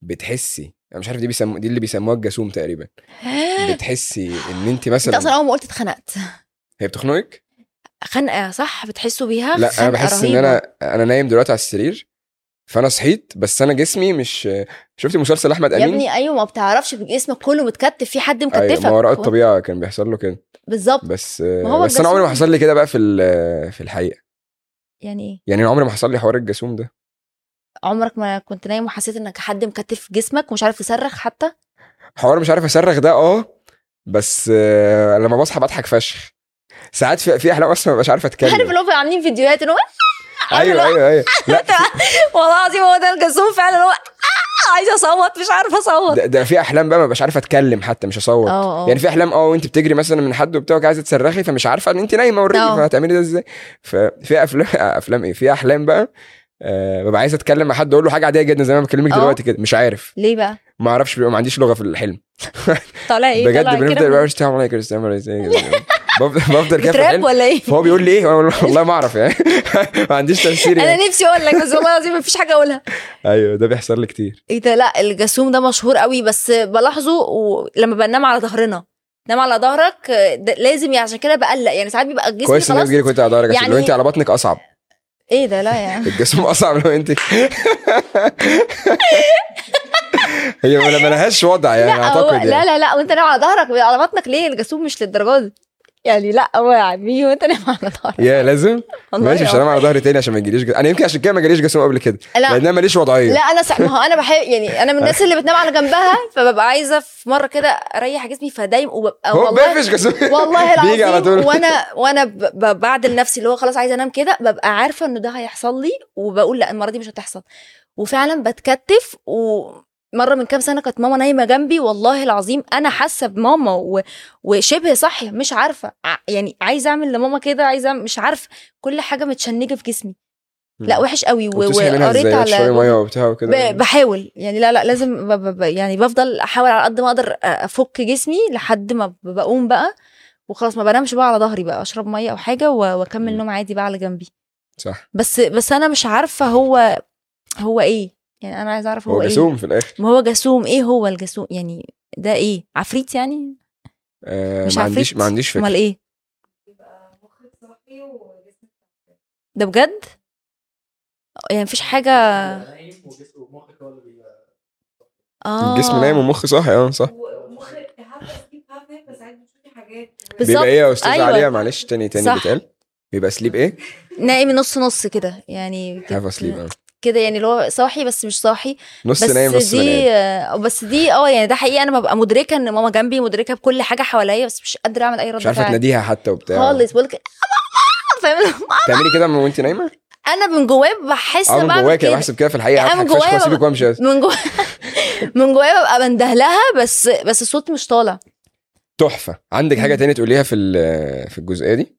Speaker 1: بتحسي انا مش عارف دي بيسمو دي اللي بيسموها الجاسوم تقريبا بتحسي ان انت
Speaker 2: آه، انت اصلا
Speaker 1: مثلا
Speaker 2: اول ما قلت اتخنقت
Speaker 1: هي بتخنقك
Speaker 2: خنقه صح بتحسوا بيها
Speaker 1: لا انا
Speaker 2: خنقة
Speaker 1: بحس ان
Speaker 2: رهيبة.
Speaker 1: انا انا نايم دلوقتي على السرير فانا صحيت بس انا جسمي مش شفتي مسلسل احمد
Speaker 2: يا
Speaker 1: امين
Speaker 2: ابني ايوه ما بتعرفش جسمك كله متكتف في حد
Speaker 1: ايوه
Speaker 2: مكتفك
Speaker 1: ما وراء الطبيعه كان بيحصل له كده
Speaker 2: بالظبط
Speaker 1: بس
Speaker 2: هو
Speaker 1: بس انا
Speaker 2: الجاسوم-
Speaker 1: عمري ما حصل لي كده بقى في ال- في الحقيقه
Speaker 2: يعني ايه
Speaker 1: يعني عمري ما حصل لي حوار الجاسوم ده
Speaker 2: عمرك ما كنت نايم وحسيت انك حد مكتف جسمك ومش عارف تصرخ حتى
Speaker 1: حوار مش عارف اصرخ ده اه بس آه، لما بصحى بضحك فشخ ساعات في, في احلام اصلا ما ببقاش عارف اتكلم
Speaker 2: عارف اللي هو عاملين فيديوهات اللي هو
Speaker 1: ايوه ايوه ايوه لا
Speaker 2: والله العظيم هو ده الجاسوم فعلا اللي هو آه، عايزه اصوت مش عارفه اصوت
Speaker 1: ده, ده في احلام بقى ما ببقاش عارف اتكلم حتى مش اصوت
Speaker 2: اه
Speaker 1: يعني في احلام اه وانت بتجري مثلا من حد وبتاع وعايزه تصرخي فمش عارفه ان انت نايمه اوريدي
Speaker 2: اه.
Speaker 1: فهتعملي ده ازاي ففي افلام افلام ايه في احلام بقى آه ببقى عايز اتكلم مع حد اقول له حاجه عاديه جدا زي ما بكلمك
Speaker 2: اه.
Speaker 1: دلوقتي كده مش عارف
Speaker 2: ليه بقى؟
Speaker 1: ما اعرفش بيبقى ما عنديش لغه في الحلم
Speaker 2: طالع ايه
Speaker 1: بجد
Speaker 2: طالع
Speaker 1: بنفضل
Speaker 2: كده
Speaker 1: 24 ساعه عمال كده استعمل إيه كده. بفضل بفضل كده في
Speaker 2: بتراب
Speaker 1: العلم.
Speaker 2: ولا ايه؟
Speaker 1: فهو بيقول لي ايه وأنا والله ما اعرف يعني ما عنديش تفسير يعني
Speaker 2: انا نفسي اقول لك بس والله العظيم مفيش حاجه اقولها
Speaker 1: ايوه ده بيحصل لي كتير
Speaker 2: ايه ده لا الجاسوم ده مشهور قوي بس بلاحظه ولما بنام على ظهرنا نام على ظهرك ده لازم يعني عشان كده بقلق يعني ساعات بيبقى جسمي
Speaker 1: كويس ان
Speaker 2: خلاص
Speaker 1: بيجيلي كنت على ظهرك عشان لو
Speaker 2: يعني-
Speaker 1: انت على بطنك اصعب
Speaker 2: ايه ده لا يعني
Speaker 1: الجسم اصعب لو انت هي ما ما لهاش وضع يعني
Speaker 2: لا هو
Speaker 1: اعتقد يعني
Speaker 2: لا لا لا وانت نايم على ظهرك على بطنك ليه الجاسوم مش للدرجه دي يعني لا هو يا عمي وانت نايم على ظهرك
Speaker 1: يا لازم
Speaker 2: والله
Speaker 1: ماشي مش
Speaker 2: اه.
Speaker 1: هنام على ظهري تاني عشان ما يجيليش جسم. انا يمكن عشان كده ما جاليش جسم قبل كده
Speaker 2: لا
Speaker 1: لان انا ماليش وضعيه
Speaker 2: لا انا سع... ما هو انا بحب يعني انا من الناس اللي بتنام على جنبها فببقى عايزه في مره كده اريح جسمي فدايم وببقى
Speaker 1: هو
Speaker 2: والله
Speaker 1: ما فيش جسم
Speaker 2: والله
Speaker 1: بيجي على
Speaker 2: العظيم
Speaker 1: طول
Speaker 2: وانا وانا ب- ب- بعدل نفسي اللي هو خلاص عايزه انام كده ببقى عارفه انه ده هيحصل لي وبقول لا المره دي مش هتحصل وفعلا بتكتف ومره من كام سنه كانت ماما نايمه جنبي والله العظيم انا حاسه بماما و... وشبه صاحيه مش عارفه ع- يعني عايزه اعمل لماما كده عايزه أعمل- مش عارفه كل حاجه متشنجه في جسمي لا وحش قوي و-
Speaker 1: وبتصحي منها
Speaker 2: وقريت
Speaker 1: ازاي
Speaker 2: على
Speaker 1: شويه ميه وبتاع وكده
Speaker 2: ب- بحاول يعني لا لا لازم ب ب ب يعني بفضل احاول على قد ما اقدر أ- افك جسمي لحد ما ب- بقوم بقى وخلاص ما بنامش بقى على ظهري بقى اشرب ميه او حاجه و- واكمل
Speaker 1: مم.
Speaker 2: نوم عادي بقى على جنبي
Speaker 1: صح
Speaker 2: بس بس انا مش عارفه هو هو ايه يعني انا عايزه اعرف هو,
Speaker 1: هو
Speaker 2: ايه
Speaker 1: جسوم في الاخر
Speaker 2: ما هو جاسوم ايه هو الجاسوم يعني ده ايه عفريت يعني
Speaker 1: آه،
Speaker 2: مش
Speaker 1: ما عنديش
Speaker 2: عفريت؟
Speaker 1: ما عنديش فكره
Speaker 2: امال ايه ده بجد يعني مفيش حاجه اه
Speaker 1: الجسم نايم ومخ صاحي اه صح بيبقى
Speaker 2: بالظبط
Speaker 1: ايه يا استاذ
Speaker 2: أيوة.
Speaker 1: عليا معلش تاني تاني
Speaker 2: صح.
Speaker 1: بيتقال بيبقى سليب ايه؟
Speaker 2: نايم نص نص كده يعني
Speaker 1: هاف سليب
Speaker 2: كده يعني اللي هو صاحي بس مش صاحي
Speaker 1: آه. نص
Speaker 2: بس
Speaker 1: نايم نص
Speaker 2: دي
Speaker 1: بنام
Speaker 2: آه، بس دي اه يعني ده حقيقي انا ببقى مدركه ان ماما جنبي مدركه بكل حاجه حواليا بس مش قادره اعمل اي رد
Speaker 1: مش عارفه
Speaker 2: فعل
Speaker 1: تناديها حتى وبتاع
Speaker 2: خالص بقول لك فاهم
Speaker 1: تعملي كده من وانت نايمه؟
Speaker 2: انا من جوايا بحس
Speaker 1: اه
Speaker 2: إن
Speaker 1: من
Speaker 2: بعمل
Speaker 1: جواك
Speaker 2: كده.
Speaker 1: انا بحسب كده في الحقيقه هضحك
Speaker 2: أنا من
Speaker 1: فشخ
Speaker 2: جوايا
Speaker 1: واسيبك وامشي
Speaker 2: من جوا من جوايا ببقى بندهلها بس بس الصوت مش طالع
Speaker 1: تحفه عندك حاجه
Speaker 2: مم.
Speaker 1: تاني تقوليها في ال- في الجزئيه دي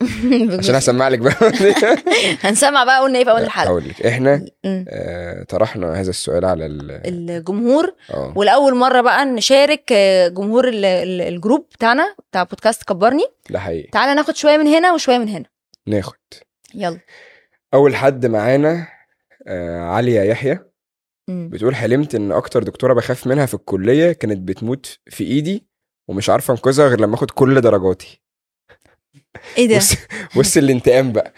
Speaker 1: عشان هسمع لك بقى
Speaker 2: هنسمع بقى قلنا ايه في اول الحلقه
Speaker 1: هقول لك احنا
Speaker 2: م.
Speaker 1: آه، طرحنا هذا السؤال على ال
Speaker 2: الجمهور
Speaker 1: اه
Speaker 2: ولاول مره بقى نشارك آه، جمهور ال- ال- الجروب بتاعنا بتاع بودكاست كبرني
Speaker 1: ده حقيقي
Speaker 2: تعالى ناخد شويه من هنا وشويه من هنا
Speaker 1: ناخد
Speaker 2: يلا
Speaker 1: اول حد معانا آه، عليا يحيى
Speaker 2: مم.
Speaker 1: بتقول حلمت ان اكتر دكتوره بخاف منها في الكليه كانت بتموت في ايدي ومش عارفه انقذها غير لما اخد كل درجاتي
Speaker 2: ايه ده
Speaker 1: بص بص الانتقام بقى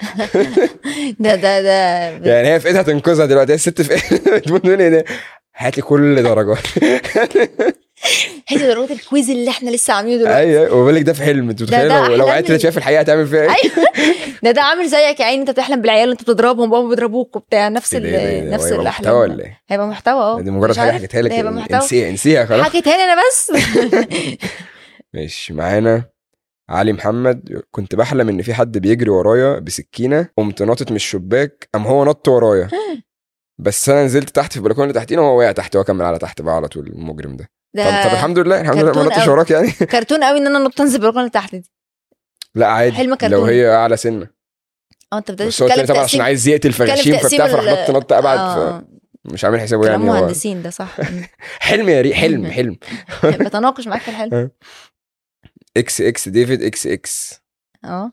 Speaker 2: ده ده ده
Speaker 1: يعني هي في ايدها تنقذها دلوقتي هي الست في ايدها بتموت من ايديها هات لي كل درجات
Speaker 2: حته ضرورة الكويز اللي احنا لسه عاملينه دلوقتي
Speaker 1: ايوه وبالك ده في حلم انت متخيل
Speaker 2: ده
Speaker 1: لو لو
Speaker 2: أحلام
Speaker 1: قعدت
Speaker 2: ال-
Speaker 1: شايف الحقيقه هتعمل فيها ايه؟
Speaker 2: ايوه ده ده عامل زيك يا عيني انت بتحلم بالعيال انت بتضربهم وهم بيضربوك وبتاع نفس
Speaker 1: إيه ده- إيه ده- إيه
Speaker 2: ال
Speaker 1: ده؟
Speaker 2: نفس
Speaker 1: هو هيبقى
Speaker 2: الاحلام
Speaker 1: محتوى ولا ايه؟
Speaker 2: هيبقى محتوى اه
Speaker 1: دي مجرد
Speaker 2: مش
Speaker 1: حاجه
Speaker 2: عارف.
Speaker 1: حكيتها لك
Speaker 2: ده هيبقى
Speaker 1: يعني
Speaker 2: محتوى.
Speaker 1: انسيها انسيها خلاص
Speaker 2: حكيتها لي انا بس
Speaker 1: ماشي معانا علي محمد كنت بحلم ان في حد بيجري ورايا بسكينه قمت ناطط من الشباك قام هو نط ورايا بس انا نزلت تحت في البلكونه اللي تحتينا وهو وقع تحت هو كمل على تحت بقى على طول المجرم ده طب, طب
Speaker 2: ده
Speaker 1: الحمد لله الحمد لله ما
Speaker 2: كرتون
Speaker 1: نطش
Speaker 2: أوي.
Speaker 1: وراك يعني
Speaker 2: كرتون قوي ان انا نط انزل بالبلكونه اللي تحت دي
Speaker 1: لا عادي
Speaker 2: حلم
Speaker 1: لو
Speaker 2: كرتون.
Speaker 1: هي اعلى سنه
Speaker 2: اه انت بدات
Speaker 1: بس هو
Speaker 2: تتكلم
Speaker 1: التاني طبعا عشان
Speaker 2: تقسيم-
Speaker 1: عايز يقتل
Speaker 2: تتكلم
Speaker 1: فغاشيم فبتاع
Speaker 2: تقسيم
Speaker 1: فراح
Speaker 2: ال-
Speaker 1: نط نط ابعد
Speaker 2: آه،
Speaker 1: فمش عامل حسابه
Speaker 2: كلام
Speaker 1: يعني هو
Speaker 2: مهندسين ده صح مم.
Speaker 1: حلم يا ري حلم حلم
Speaker 2: بتناقش معاك في الحلم
Speaker 1: اكس اكس ديفيد اكس اكس
Speaker 2: اه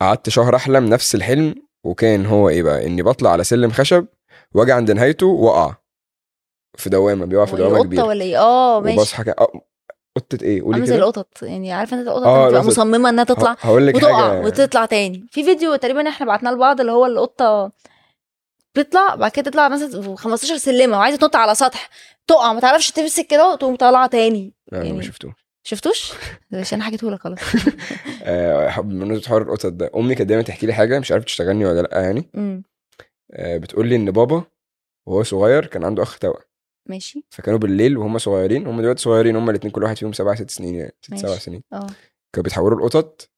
Speaker 1: قعدت شهر احلم نفس الحلم وكان هو ايه بقى اني بطلع على سلم خشب واجي عند نهايته واقع في دوامه بيقع آه، في
Speaker 2: هو إيه،
Speaker 1: دوامه
Speaker 2: قطه
Speaker 1: كبيره
Speaker 2: ولا ايه اه ماشي
Speaker 1: وبصحى كده آه، قطه ايه قولي
Speaker 2: عامله زي
Speaker 1: كده
Speaker 2: القطط يعني عارفه انت القطط
Speaker 1: آه،
Speaker 2: لما بتبقى
Speaker 1: القطط.
Speaker 2: مصممه انها تطلع
Speaker 1: ه- هقول لك
Speaker 2: وتقع
Speaker 1: حاجه
Speaker 2: وتطلع تاني في فيديو تقريبا احنا بعتناه لبعض اللي هو القطه بتطلع بعد كده تطلع مثلا 15 سلمه وعايزه تنط على سطح تقع ما تعرفش تمسك كده وتقوم طالعه تاني
Speaker 1: لا، انا ما
Speaker 2: يعني.
Speaker 1: شفتوش
Speaker 2: شفتوش؟ مش انا حكيته لك خلاص
Speaker 1: آه، حب- بمناسبه حوار القطط ده امي كانت دايما تحكي لي حاجه مش عارف تشتغلني ولا لا يعني
Speaker 2: أمم،
Speaker 1: آه، بتقول لي ان بابا وهو صغير كان عنده اخ توأم
Speaker 2: ماشي
Speaker 1: فكانوا بالليل وهم صغيرين هم دلوقتي صغيرين هم الاثنين كل واحد فيهم سبع ست سنين يعني ست
Speaker 2: ماشي.
Speaker 1: سبع سنين
Speaker 2: اه
Speaker 1: كانوا بيتحولوا لقطط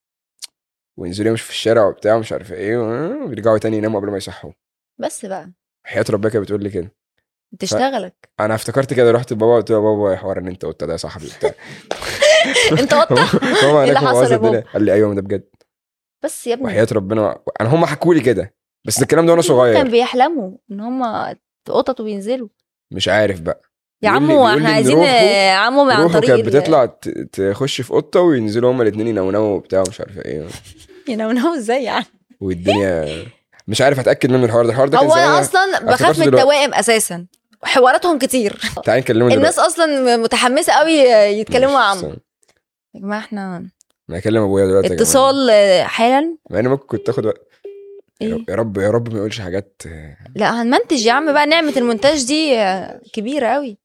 Speaker 1: وينزلوا يمشوا في الشارع وبتاع ومش عارف ايه ويرجعوا تاني يناموا قبل ما يصحوا
Speaker 2: بس بقى
Speaker 1: حياه ربنا كانت بتقول لي كده
Speaker 2: تشتغلك
Speaker 1: انا افتكرت كده رحت لبابا قلت له يا بابا إيه حوار ان انت قلت ده يا صاحبي وبتاع
Speaker 2: انت قطه
Speaker 1: بابا
Speaker 2: إيه اللي
Speaker 1: انا
Speaker 2: حصل
Speaker 1: مبوظ
Speaker 2: يا بابا؟
Speaker 1: الدنيا قال لي ايوه ما ده بجد
Speaker 2: بس يا ابني إيه
Speaker 1: وحياه ربنا انا هم حكوا لي كده بس الكلام ده وانا
Speaker 2: كان
Speaker 1: صغير
Speaker 2: بيحلموا ان هم قطط وبينزلوا
Speaker 1: مش عارف بقى
Speaker 2: يا
Speaker 1: بيقول لي- بيقول
Speaker 2: عمو
Speaker 1: لي
Speaker 2: احنا
Speaker 1: إن
Speaker 2: عايزين
Speaker 1: روحه-
Speaker 2: آه، عمو من عن
Speaker 1: روحه
Speaker 2: طريق
Speaker 1: كانت
Speaker 2: ال-
Speaker 1: بتطلع ت- تخش في قطه وينزلوا هما الاثنين ينونوا وبتاع مش عارف ايه
Speaker 2: ينونو ازاي يعني
Speaker 1: والدنيا مش عارف اتاكد من الحوار ده الحوار ده كان
Speaker 2: هو انا
Speaker 1: زمان
Speaker 2: اصلا
Speaker 1: افتكرته
Speaker 2: بخاف من
Speaker 1: دلوقتي.
Speaker 2: التوائم اساسا حواراتهم كتير
Speaker 1: تعالى نكلمه دلوقتي
Speaker 2: الناس اصلا متحمسه قوي يتكلموا
Speaker 1: ماشي،
Speaker 2: عن
Speaker 1: استنى.
Speaker 2: يا جماعه احنا
Speaker 1: انا هكلم ابويا دلوقتي يا جماعة.
Speaker 2: اتصال آه، حالا
Speaker 1: مع ان ممكن كنت تاخد وقت يا
Speaker 2: إيه؟
Speaker 1: رب- يا رب يا رب ما يقولش حاجات آه،
Speaker 2: لا هنمنتج يا عم بقى نعمه المونتاج دي آه، كبيره قوي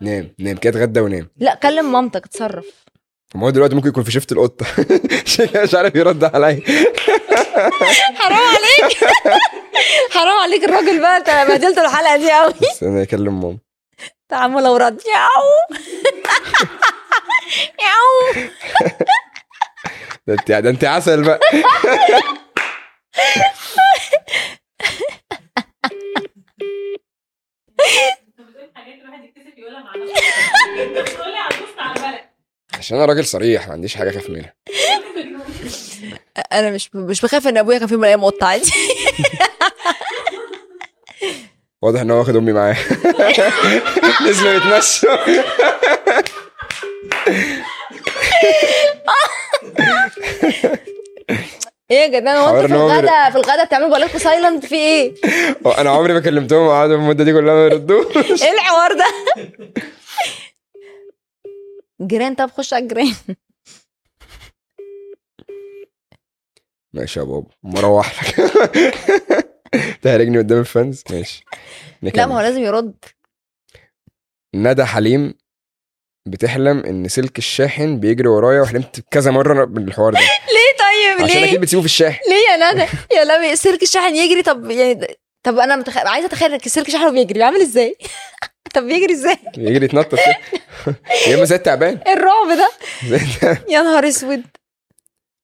Speaker 1: نام نام كده اتغدى ونام
Speaker 2: لا كلم مامتك اتصرف
Speaker 1: ما هو دلوقتي ممكن يكون في شفت القطه عشان مش عارف يرد عليا
Speaker 2: حرام عليك حرام عليك الراجل بقى انت بهدلت الحلقه دي قوي
Speaker 1: بس انا اكلم ماما
Speaker 2: تعامل لو رد ياو ياو
Speaker 1: ده انت ده انت عسل بقى
Speaker 3: حاجات الواحد يتكسف يقولها مع نفسه انت بتقولي عجوزت على البلد
Speaker 1: عشان انا راجل صريح ما عنديش حاجه اخاف منها
Speaker 2: انا مش مش بخاف ان ابويا كان في يوم من الايام قطه عادي
Speaker 1: واضح ان هو واخد امي معاه نزلوا يتمشوا
Speaker 2: ايه يا جدعان هو
Speaker 1: حوار
Speaker 2: انتوا في
Speaker 1: إن هو بير-
Speaker 2: الغدا في الغدا بتعملوا بقالكم سايلنت في ايه؟
Speaker 1: انا عمري ما كلمتهم وقعدوا المده دي كلها ما يردوا
Speaker 2: ايه الحوار ده؟ جيران طب خش على الجيران
Speaker 1: ماشي يا بابا مروح لك تهرجني قدام الفانز ماشي
Speaker 2: لا
Speaker 1: نكمل.
Speaker 2: ما هو لازم يرد
Speaker 1: ندى حليم بتحلم ان سلك الشاحن بيجري ورايا وحلمت كذا مره بالحوار ده
Speaker 2: ليه طيب
Speaker 1: عشان
Speaker 2: ليه؟
Speaker 1: اكيد بتسيبه في الشاحن
Speaker 2: ليه يا ندى؟ يا لمي سلك الشحن يجري طب يعني ده- طب انا متخ... عايزه اتخيل إن سلك الشحن بيجري عامل ازاي؟ طب بيجري ازاي؟
Speaker 1: يجري يتنطط كده يا اما زي تعبان
Speaker 2: إيه الرعب ده؟ يا نهار اسود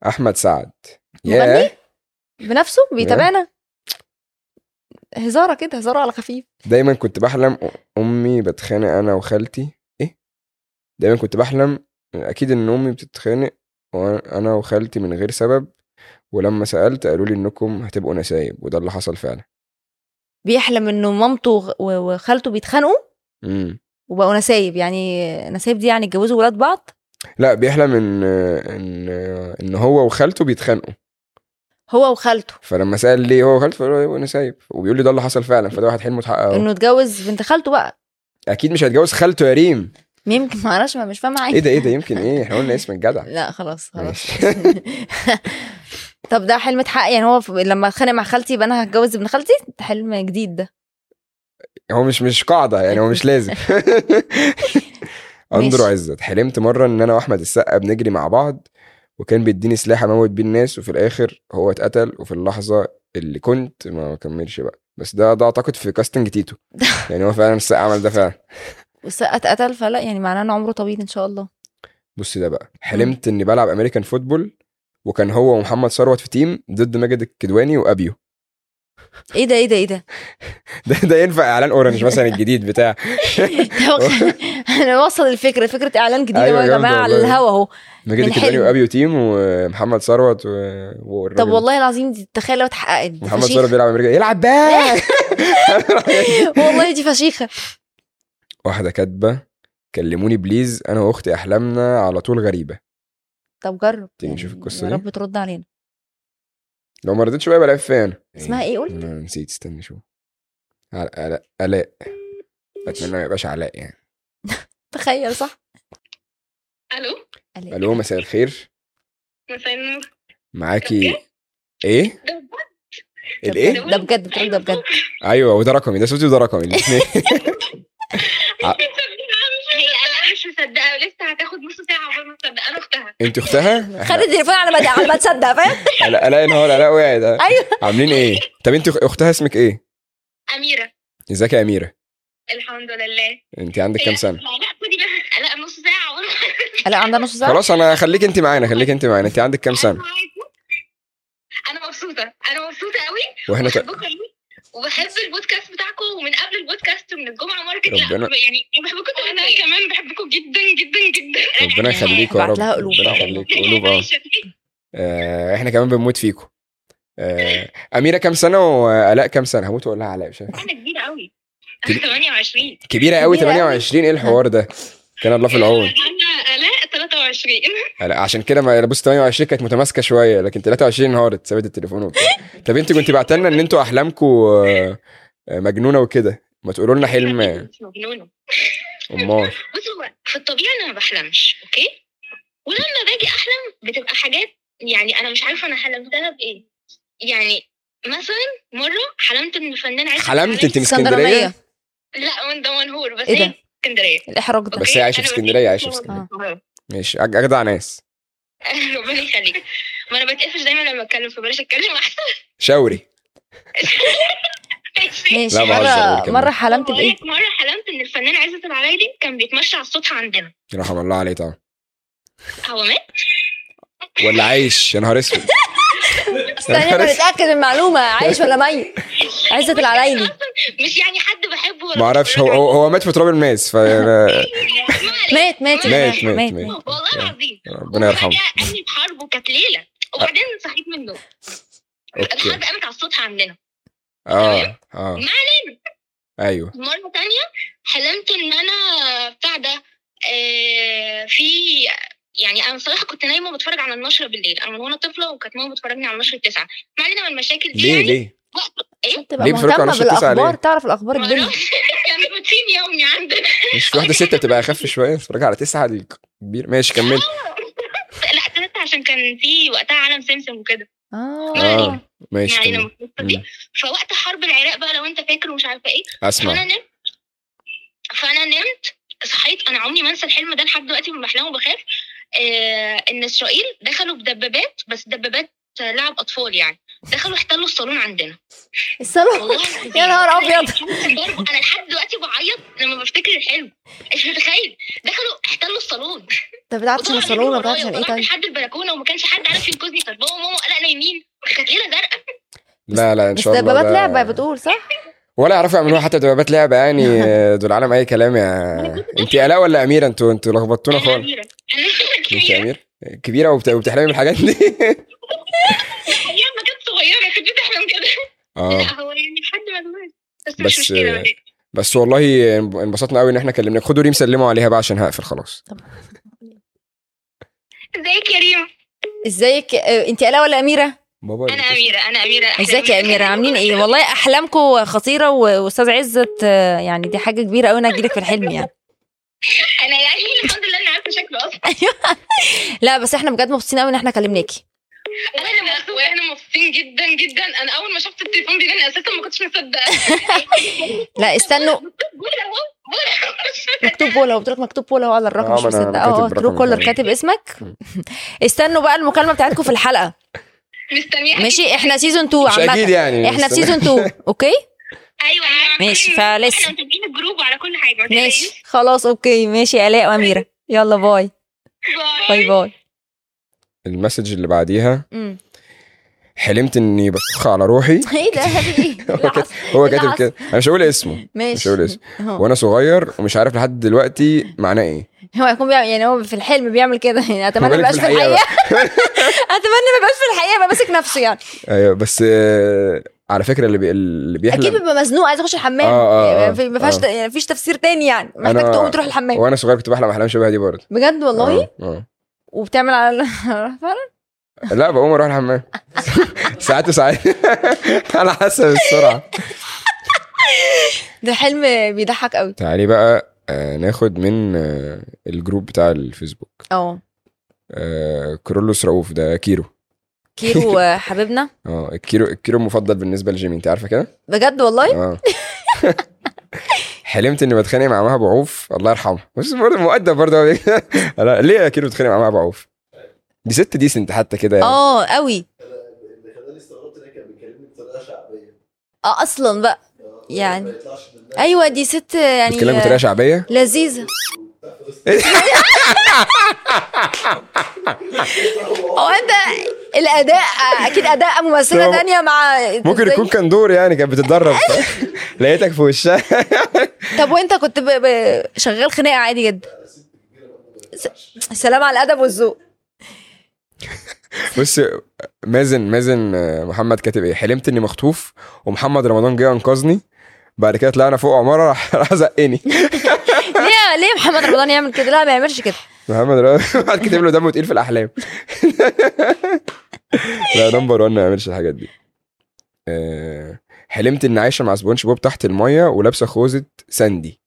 Speaker 1: احمد سعد
Speaker 2: مغني؟
Speaker 1: يا
Speaker 2: بنفسه بيتابعنا هزاره كده هزاره على خفيف
Speaker 1: دايما كنت بحلم امي بتخانق انا وخالتي ايه دايما كنت بحلم اكيد ان امي بتتخانق وانا وخالتي من غير سبب ولما سالت قالوا لي انكم هتبقوا نسايب وده اللي حصل فعلا
Speaker 2: بيحلم انه مامته وغ- و- وخالته بيتخانقوا
Speaker 1: امم
Speaker 2: وبقوا نسايب يعني نسايب دي يعني اتجوزوا ولاد بعض
Speaker 1: لا بيحلم ان ان ان هو وخالته بيتخانقوا
Speaker 2: هو وخالته
Speaker 1: فلما سال ليه هو خالته فقال له انا سايب وبيقول لي ده اللي حصل فعلا فده واحد حلمه اتحقق أهو.
Speaker 2: انه اتجوز بنت خالته بقى
Speaker 1: اكيد مش هيتجوز خالته يا ريم
Speaker 2: يمكن ما اعرفش ما مش فاهمه
Speaker 1: ايه
Speaker 2: عادي
Speaker 1: ده ايه ده يمكن ايه احنا قلنا اسم الجدع
Speaker 2: لا خلاص أيوة. خلاص
Speaker 1: ماشي
Speaker 2: طب ده حلم اتحقق يعني هو ف- لما اتخانق مع خالتي يبقى انا هتجوز ابن خالتي ده حلم جديد ده
Speaker 1: هو مش مش قاعده يعني هو مش لازم اندرو
Speaker 2: ماشي.
Speaker 1: عزت حلمت مره ان انا واحمد السقا بنجري مع بعض وكان بيديني سلاح اموت بيه الناس وفي الاخر هو اتقتل وفي اللحظه اللي كنت ما كملش بقى بس ده ده اعتقد في كاستنج تيتو يعني هو فعلا السقا عمل ده فعلا
Speaker 2: والسقا اتقتل فلا يعني معناه ان عمره طويل ان شاء الله
Speaker 1: بص ده بقى حلمت اني بلعب امريكان فوتبول وكان هو ومحمد ثروت في تيم ضد ماجد الكدواني وابيو
Speaker 2: ايه ده ايه ده ايه ده
Speaker 1: ده ده ينفع اعلان اورنج مثلا الجديد بتاع
Speaker 2: انا وصل الفكره فكره اعلان جديد
Speaker 1: أيوة
Speaker 2: أهو يا
Speaker 1: جامدة
Speaker 2: جماعه على
Speaker 1: والله.
Speaker 2: الهوا اهو
Speaker 1: ماجد
Speaker 2: من
Speaker 1: الكدواني
Speaker 2: حلم.
Speaker 1: وابيو تيم ومحمد ثروت و...
Speaker 2: طب
Speaker 1: والراجل
Speaker 2: والله العظيم دي تخيل لو اتحققت دي
Speaker 1: محمد
Speaker 2: فشيخة.
Speaker 1: ثروت بيلعب امريكا يلعب بقى
Speaker 2: والله دي فشيخه
Speaker 1: واحده كاتبه كلموني بليز انا واختي احلامنا على طول غريبه
Speaker 2: طب جرب
Speaker 1: تيجي
Speaker 2: يعني
Speaker 1: نشوف القصة
Speaker 2: يا
Speaker 1: دي؟
Speaker 2: رب ترد علينا
Speaker 1: لو ما رضيتش بقى بلاقي فين
Speaker 2: اسمها ايه قلت؟
Speaker 1: انا نسيت استنى شو علاء علاء اتمنى ما يبقاش علاء يعني
Speaker 2: تخيل صح
Speaker 3: الو
Speaker 2: قال إيه؟
Speaker 1: الو مساء الخير
Speaker 3: مساء النور
Speaker 1: معاكي ايه
Speaker 3: ده بجد؟
Speaker 1: الايه
Speaker 2: ده بجد بتقول ده بجد
Speaker 1: ايوه وده رقمي ده صوتي وده رقمي الاثنين ع-
Speaker 3: هي انا مش مصدقه ولسه هتاخد نص ساعه عقبال ما اصدق انا اختها
Speaker 1: انت اختها؟
Speaker 2: خد التليفون على ما على ما تصدق فاهم
Speaker 1: لا لا نهار لا وقعت
Speaker 2: ايوه
Speaker 1: عاملين ايه؟ طب انت أخ- اختها اسمك ايه؟
Speaker 3: اميره
Speaker 1: ازيك يا اميره؟
Speaker 3: الحمد لله
Speaker 1: انت عندك كام سنه؟
Speaker 3: لا خدي بقى لا نص ساعه عقبال ما
Speaker 2: لا عندها نص ساعه
Speaker 1: خلاص انا خليك انت معانا خليك انت معانا انت عندك كام سنه؟
Speaker 3: انا مبسوطه انا مبسوطه قوي
Speaker 1: واحنا ت...
Speaker 3: بحبكم قوي وبحب البودكاست بتاعكم ومن قبل البودكاست ومن الجمعه ماركت لا،
Speaker 1: ربنا-
Speaker 3: يعني بحبكم انا كمان بحبكم جدا جدا جدا
Speaker 1: ربنا يخليك يا
Speaker 2: أيوة. بعت
Speaker 1: رب
Speaker 2: لها قلوب.
Speaker 1: ربنا
Speaker 4: إيه،
Speaker 1: يخليك قلوب اه آه، احنا كمان بنموت فيكم آه، اميره كام سنه والاء كام سنه هموت واقول لها علاء مش عارف
Speaker 3: انا كبيره قوي
Speaker 4: 28
Speaker 1: كبيره قوي
Speaker 2: كبيرة أوي.
Speaker 1: 28 ايه الحوار ده كان الله في العون
Speaker 4: انا الاء 23
Speaker 1: أنا- يعني عشان كده ما بص 28 كانت متماسكه شويه لكن 23 انهارت سابت التليفون وبتاع طب انت كنت بعتلنا ان انتوا احلامكم آه، آه، مجنونه وكده ما تقولوا لنا حلم
Speaker 4: مش مجنونه
Speaker 1: امال
Speaker 4: بص هو في الطبيعه انا ما بحلمش اوكي ولما باجي احلم بتبقى حاجات يعني انا مش عارفه انا حلمتها بايه يعني مثلا مره حلمت ان الفنان عايش
Speaker 1: حلمت انت من اسكندريه
Speaker 2: اسكندرانيه
Speaker 4: لا وان ده منهور بس
Speaker 2: إيه ده؟
Speaker 4: هي اسكندريه
Speaker 2: الاحراج ده
Speaker 1: بس هي عايشه في
Speaker 4: أنا
Speaker 1: اسكندريه عايشه في
Speaker 4: بتقفش
Speaker 1: اسكندريه
Speaker 4: لما بتكلم
Speaker 1: ماشي أج- اجدع ناس
Speaker 4: في القاهرة. ربنا يخليك ما انا بتقفش دايما لما اتكلم فبلاش اتكلم احسن
Speaker 1: شاوري
Speaker 4: ماشي
Speaker 2: ماشي
Speaker 1: لا، بهزر،
Speaker 2: مره
Speaker 1: بقول كده.
Speaker 2: مره حلمت بايه
Speaker 4: بقولك مره حلمت ان الفنان عزت العلايلي كان بيتمشى على السطح عندنا
Speaker 1: رحم الله عليه طبعا
Speaker 4: هو مات
Speaker 1: ولا عايش يا نهار اسود يا
Speaker 2: استنى
Speaker 1: نهار
Speaker 2: أنا
Speaker 1: اسود
Speaker 2: نتاكد من المعلومه عايش ولا ميت عزت العلايلي
Speaker 4: مش يعني حد بحبه ولا
Speaker 1: ما اعرفش هو هو هو مات في تراب الماس ف
Speaker 2: مات مات
Speaker 1: مات مات مات
Speaker 4: والله العظيم
Speaker 1: ربنا يرحمه
Speaker 4: وفجأة قامت حرب وكانت ليله وبعدين صحيت من النوم
Speaker 1: اوكي
Speaker 4: الحرب قامت على السطح عندنا
Speaker 1: اه اه ايوه
Speaker 4: مره تانية حلمت ان انا بتاع ده آه، في يعني انا صراحه كنت نايمه وبتفرج على النشره بالليل انا من وانا طفله وكانت ماما بتفرجني على النشره التسعه ما علينا من المشاكل دي
Speaker 1: ليه
Speaker 4: يعني
Speaker 1: ليه
Speaker 2: تبقى
Speaker 1: ليه بيتفرجوا على
Speaker 2: مهتمه
Speaker 1: نشرة تسعة
Speaker 2: بالاخبار
Speaker 1: ليه؟
Speaker 2: تعرف الاخبار الدنيا
Speaker 4: معرفش. يعني روتين يومي عندنا
Speaker 1: مش في واحده ستة بتبقى اخف شويه اتفرج على تسعة دي كبير ماشي كمل
Speaker 4: لا تلاتة عشان كان في وقتها عالم سمسم وكده
Speaker 2: اه
Speaker 1: اه ماشي
Speaker 4: يعني
Speaker 1: كمل
Speaker 4: لما كنت دي فوقت حرب العراق بقى لو انت فاكر ومش عارفه ايه فانا
Speaker 1: اسمع
Speaker 4: نمت فانا نمت صحيت انا عمري ما انسى الحلم ده لحد دلوقتي من بحلمه بخاف آه ان اسرائيل دخلوا بدبابات بس دبابات لعب اطفال يعني دخلوا احتلوا الصالون عندنا
Speaker 2: الصالون
Speaker 4: والله العظيم.
Speaker 2: يا نهار أبيض.
Speaker 4: برضه انا لحد دلوقتي بعيط لما بفتكر الحلم مش متخيل دخلوا احتلوا الصالون
Speaker 2: انت بتعرفش عشان الصالون
Speaker 4: يعني
Speaker 2: ولا بتعرفش عشان ايه طيب
Speaker 4: طلعت لحد البلكونه وما كانش حد عارف ينقذني كانت بابا وماما قلقنا يمين كانت ليله زرقاء
Speaker 1: لا لا ان
Speaker 2: بس
Speaker 1: شاء الله
Speaker 2: دبابات
Speaker 1: ده-
Speaker 2: لعبه بتقول صح
Speaker 1: ولا يعرفوا يعملوها حتى دبابات لعبه يعني دول عالم اي كلام يا انت الاء ولا اميره انتوا انتوا لخبطتونا
Speaker 4: انا
Speaker 1: خالص
Speaker 4: اميره
Speaker 1: انت
Speaker 4: انا
Speaker 1: امير كبيره وبت- وبتحلمي بالحاجات دي
Speaker 4: ايام ما كنت صغيره كنت بتحلم كده
Speaker 1: اه
Speaker 4: لا هو يعني لحد ما دلوقتي بس,
Speaker 1: بس-
Speaker 4: مش مشكله بقى.
Speaker 1: بس والله انبسطنا قوي ان احنا كلمناك خدوا ريم سلموا عليها بقى عشان هقفل خلاص
Speaker 4: ازيك يا ريما
Speaker 2: ازيك آه، انت الا ولا اميره
Speaker 1: بابا
Speaker 4: انا اميره انا اميره أحلى
Speaker 2: ازيك يا اميره عاملين ايه والله احلامكم خطيره و- واستاذ عزت آه، يعني دي حاجه كبيره قوي انا اجيلك في الحلم يعني
Speaker 4: انا يعني الحمد لله انا عارفه شكله اصلا
Speaker 2: لا بس احنا بجد مبسوطين قوي ان احنا كلمناكي
Speaker 4: انا اللي مبسوطه واحنا مبسوطين جدا جدا انا اول ما شفت التليفون بيجي اساسا ما كنتش مصدقه
Speaker 2: لا استنوا
Speaker 4: بولا هو، بولا هو.
Speaker 2: مكتوب بولا قلت لك مكتوب بولا هو على الرقم
Speaker 1: آه،
Speaker 2: مش
Speaker 1: ما أنا- أنا
Speaker 2: مصدقه اه اه
Speaker 1: كاتب
Speaker 2: ترو
Speaker 1: رقم
Speaker 2: كولر
Speaker 1: تاني.
Speaker 2: كاتب اسمك استنوا بقى المكالمه بتاعتكم في الحلقه
Speaker 4: مستنياك
Speaker 2: ماشي احنا سيزون 2
Speaker 1: مش اكيد
Speaker 2: عامه
Speaker 1: يعني
Speaker 2: احنا في
Speaker 1: استنى.
Speaker 2: سيزون 2 اوكي
Speaker 4: ايوه أيوة.
Speaker 2: ماشي،
Speaker 4: كل-
Speaker 2: فلسه.
Speaker 4: احنا متابعين الجروب على كل حاجه ما تقلقيش.
Speaker 2: ماشي خلاص اوكي ماشي يا الاء واميره يلا باي
Speaker 4: باي.
Speaker 2: باي باي
Speaker 1: المسج اللي بعديها
Speaker 2: مم.
Speaker 1: حلمت اني بطخ على روحي
Speaker 2: ايه ده ايه
Speaker 1: هو
Speaker 2: اللي
Speaker 1: كاتب-
Speaker 2: حصل؟
Speaker 1: هو
Speaker 2: إيه
Speaker 1: كاتب
Speaker 2: اللي حصل؟
Speaker 1: كده انا مش هقول اسمه
Speaker 2: ماشي
Speaker 1: مش هقول اسم.
Speaker 2: أهو.
Speaker 1: وانا صغير ومش عارف لحد دلوقتي معناه ايه
Speaker 2: هو هيكون بيعمل يعني هو في الحلم بيعمل كده يعني اتمنى ما
Speaker 1: بالك
Speaker 2: يبقاش
Speaker 1: في
Speaker 2: في
Speaker 1: الحقيقة
Speaker 2: الحقيقه اتمنى ما يبقاش في الحقيقه يبقى ماسك نفسه يعني
Speaker 1: ايوه بس آه، على فكره اللي بي... اللي
Speaker 2: اكيد
Speaker 1: بيحلم
Speaker 2: بيبقى مزنوق عايز يخش
Speaker 1: آه،
Speaker 2: الحمام
Speaker 1: آه، آه.
Speaker 2: يعني في- ما فيهاش
Speaker 1: آه.
Speaker 2: ت- يعني مفيش تفسير تاني يعني محتاج
Speaker 1: أنا-
Speaker 2: تقوم تروح الحمام
Speaker 1: وانا صغير كنت بحلم احلام شبه دي برضه
Speaker 2: بجد والله
Speaker 1: آه، آه.
Speaker 2: وبتعمل على فعلا
Speaker 1: لا بقوم اروح الحمام ساعات وساعات على حسب السرعه
Speaker 2: ده حلم بيضحك قوي
Speaker 1: تعالي بقى آه، ناخد من آه، الجروب بتاع الفيسبوك
Speaker 2: اه
Speaker 1: آه، كرولوس رؤوف ده كيرو
Speaker 2: كيرو آه، حبيبنا
Speaker 1: اه الكيلو الكيلو المفضل بالنسبه لجيمي انت عارفه كده؟
Speaker 2: بجد والله
Speaker 1: اه حلمت اني بتخانق مع مها بعوف الله يرحمها بس برضه مؤدب برضه لا، ليه يا كيلو بتخانق مع مها بعوف؟ دي ست ديسنت حتى كده يعني
Speaker 2: اه قوي
Speaker 5: اللي خلاني استغربت ان هي كانت بتكلمني بطريقه شعبيه
Speaker 2: اه اصلا بقى يعني.
Speaker 5: آه، ما يطلعش من دماغي
Speaker 2: ايوه دي ست آه، يعني
Speaker 1: بتتكلم بطريقه
Speaker 2: آه،
Speaker 1: شعبيه
Speaker 2: لذيذه هو انت الاداء آه، اكيد اداء ممثله
Speaker 1: لا،
Speaker 2: تانية مع
Speaker 1: ممكن يكون كان دور يعني كانت بتتدرب لقيتك في وشها
Speaker 2: طب وانت كنت ب... ب... شغال خناقه عادي جدا س... سلام على الادب والذوق
Speaker 1: بص إيه؟ مازن مازن آه، محمد كاتب ايه حلمت اني مخطوف ومحمد رمضان جه انقذني بعد كده طلعنا فوق عماره راح راح زقني
Speaker 2: ليه ليه محمد رمضان يعمل كده لا ما يعملش كده
Speaker 1: محمد رمضان بعد كتب له دمه تقيل في الاحلام لا نمبر 1 ما يعملش الحاجات دي آه، حلمت ان عايشه مع سبونج بوب تحت الميه ولابسه خوذه ساندي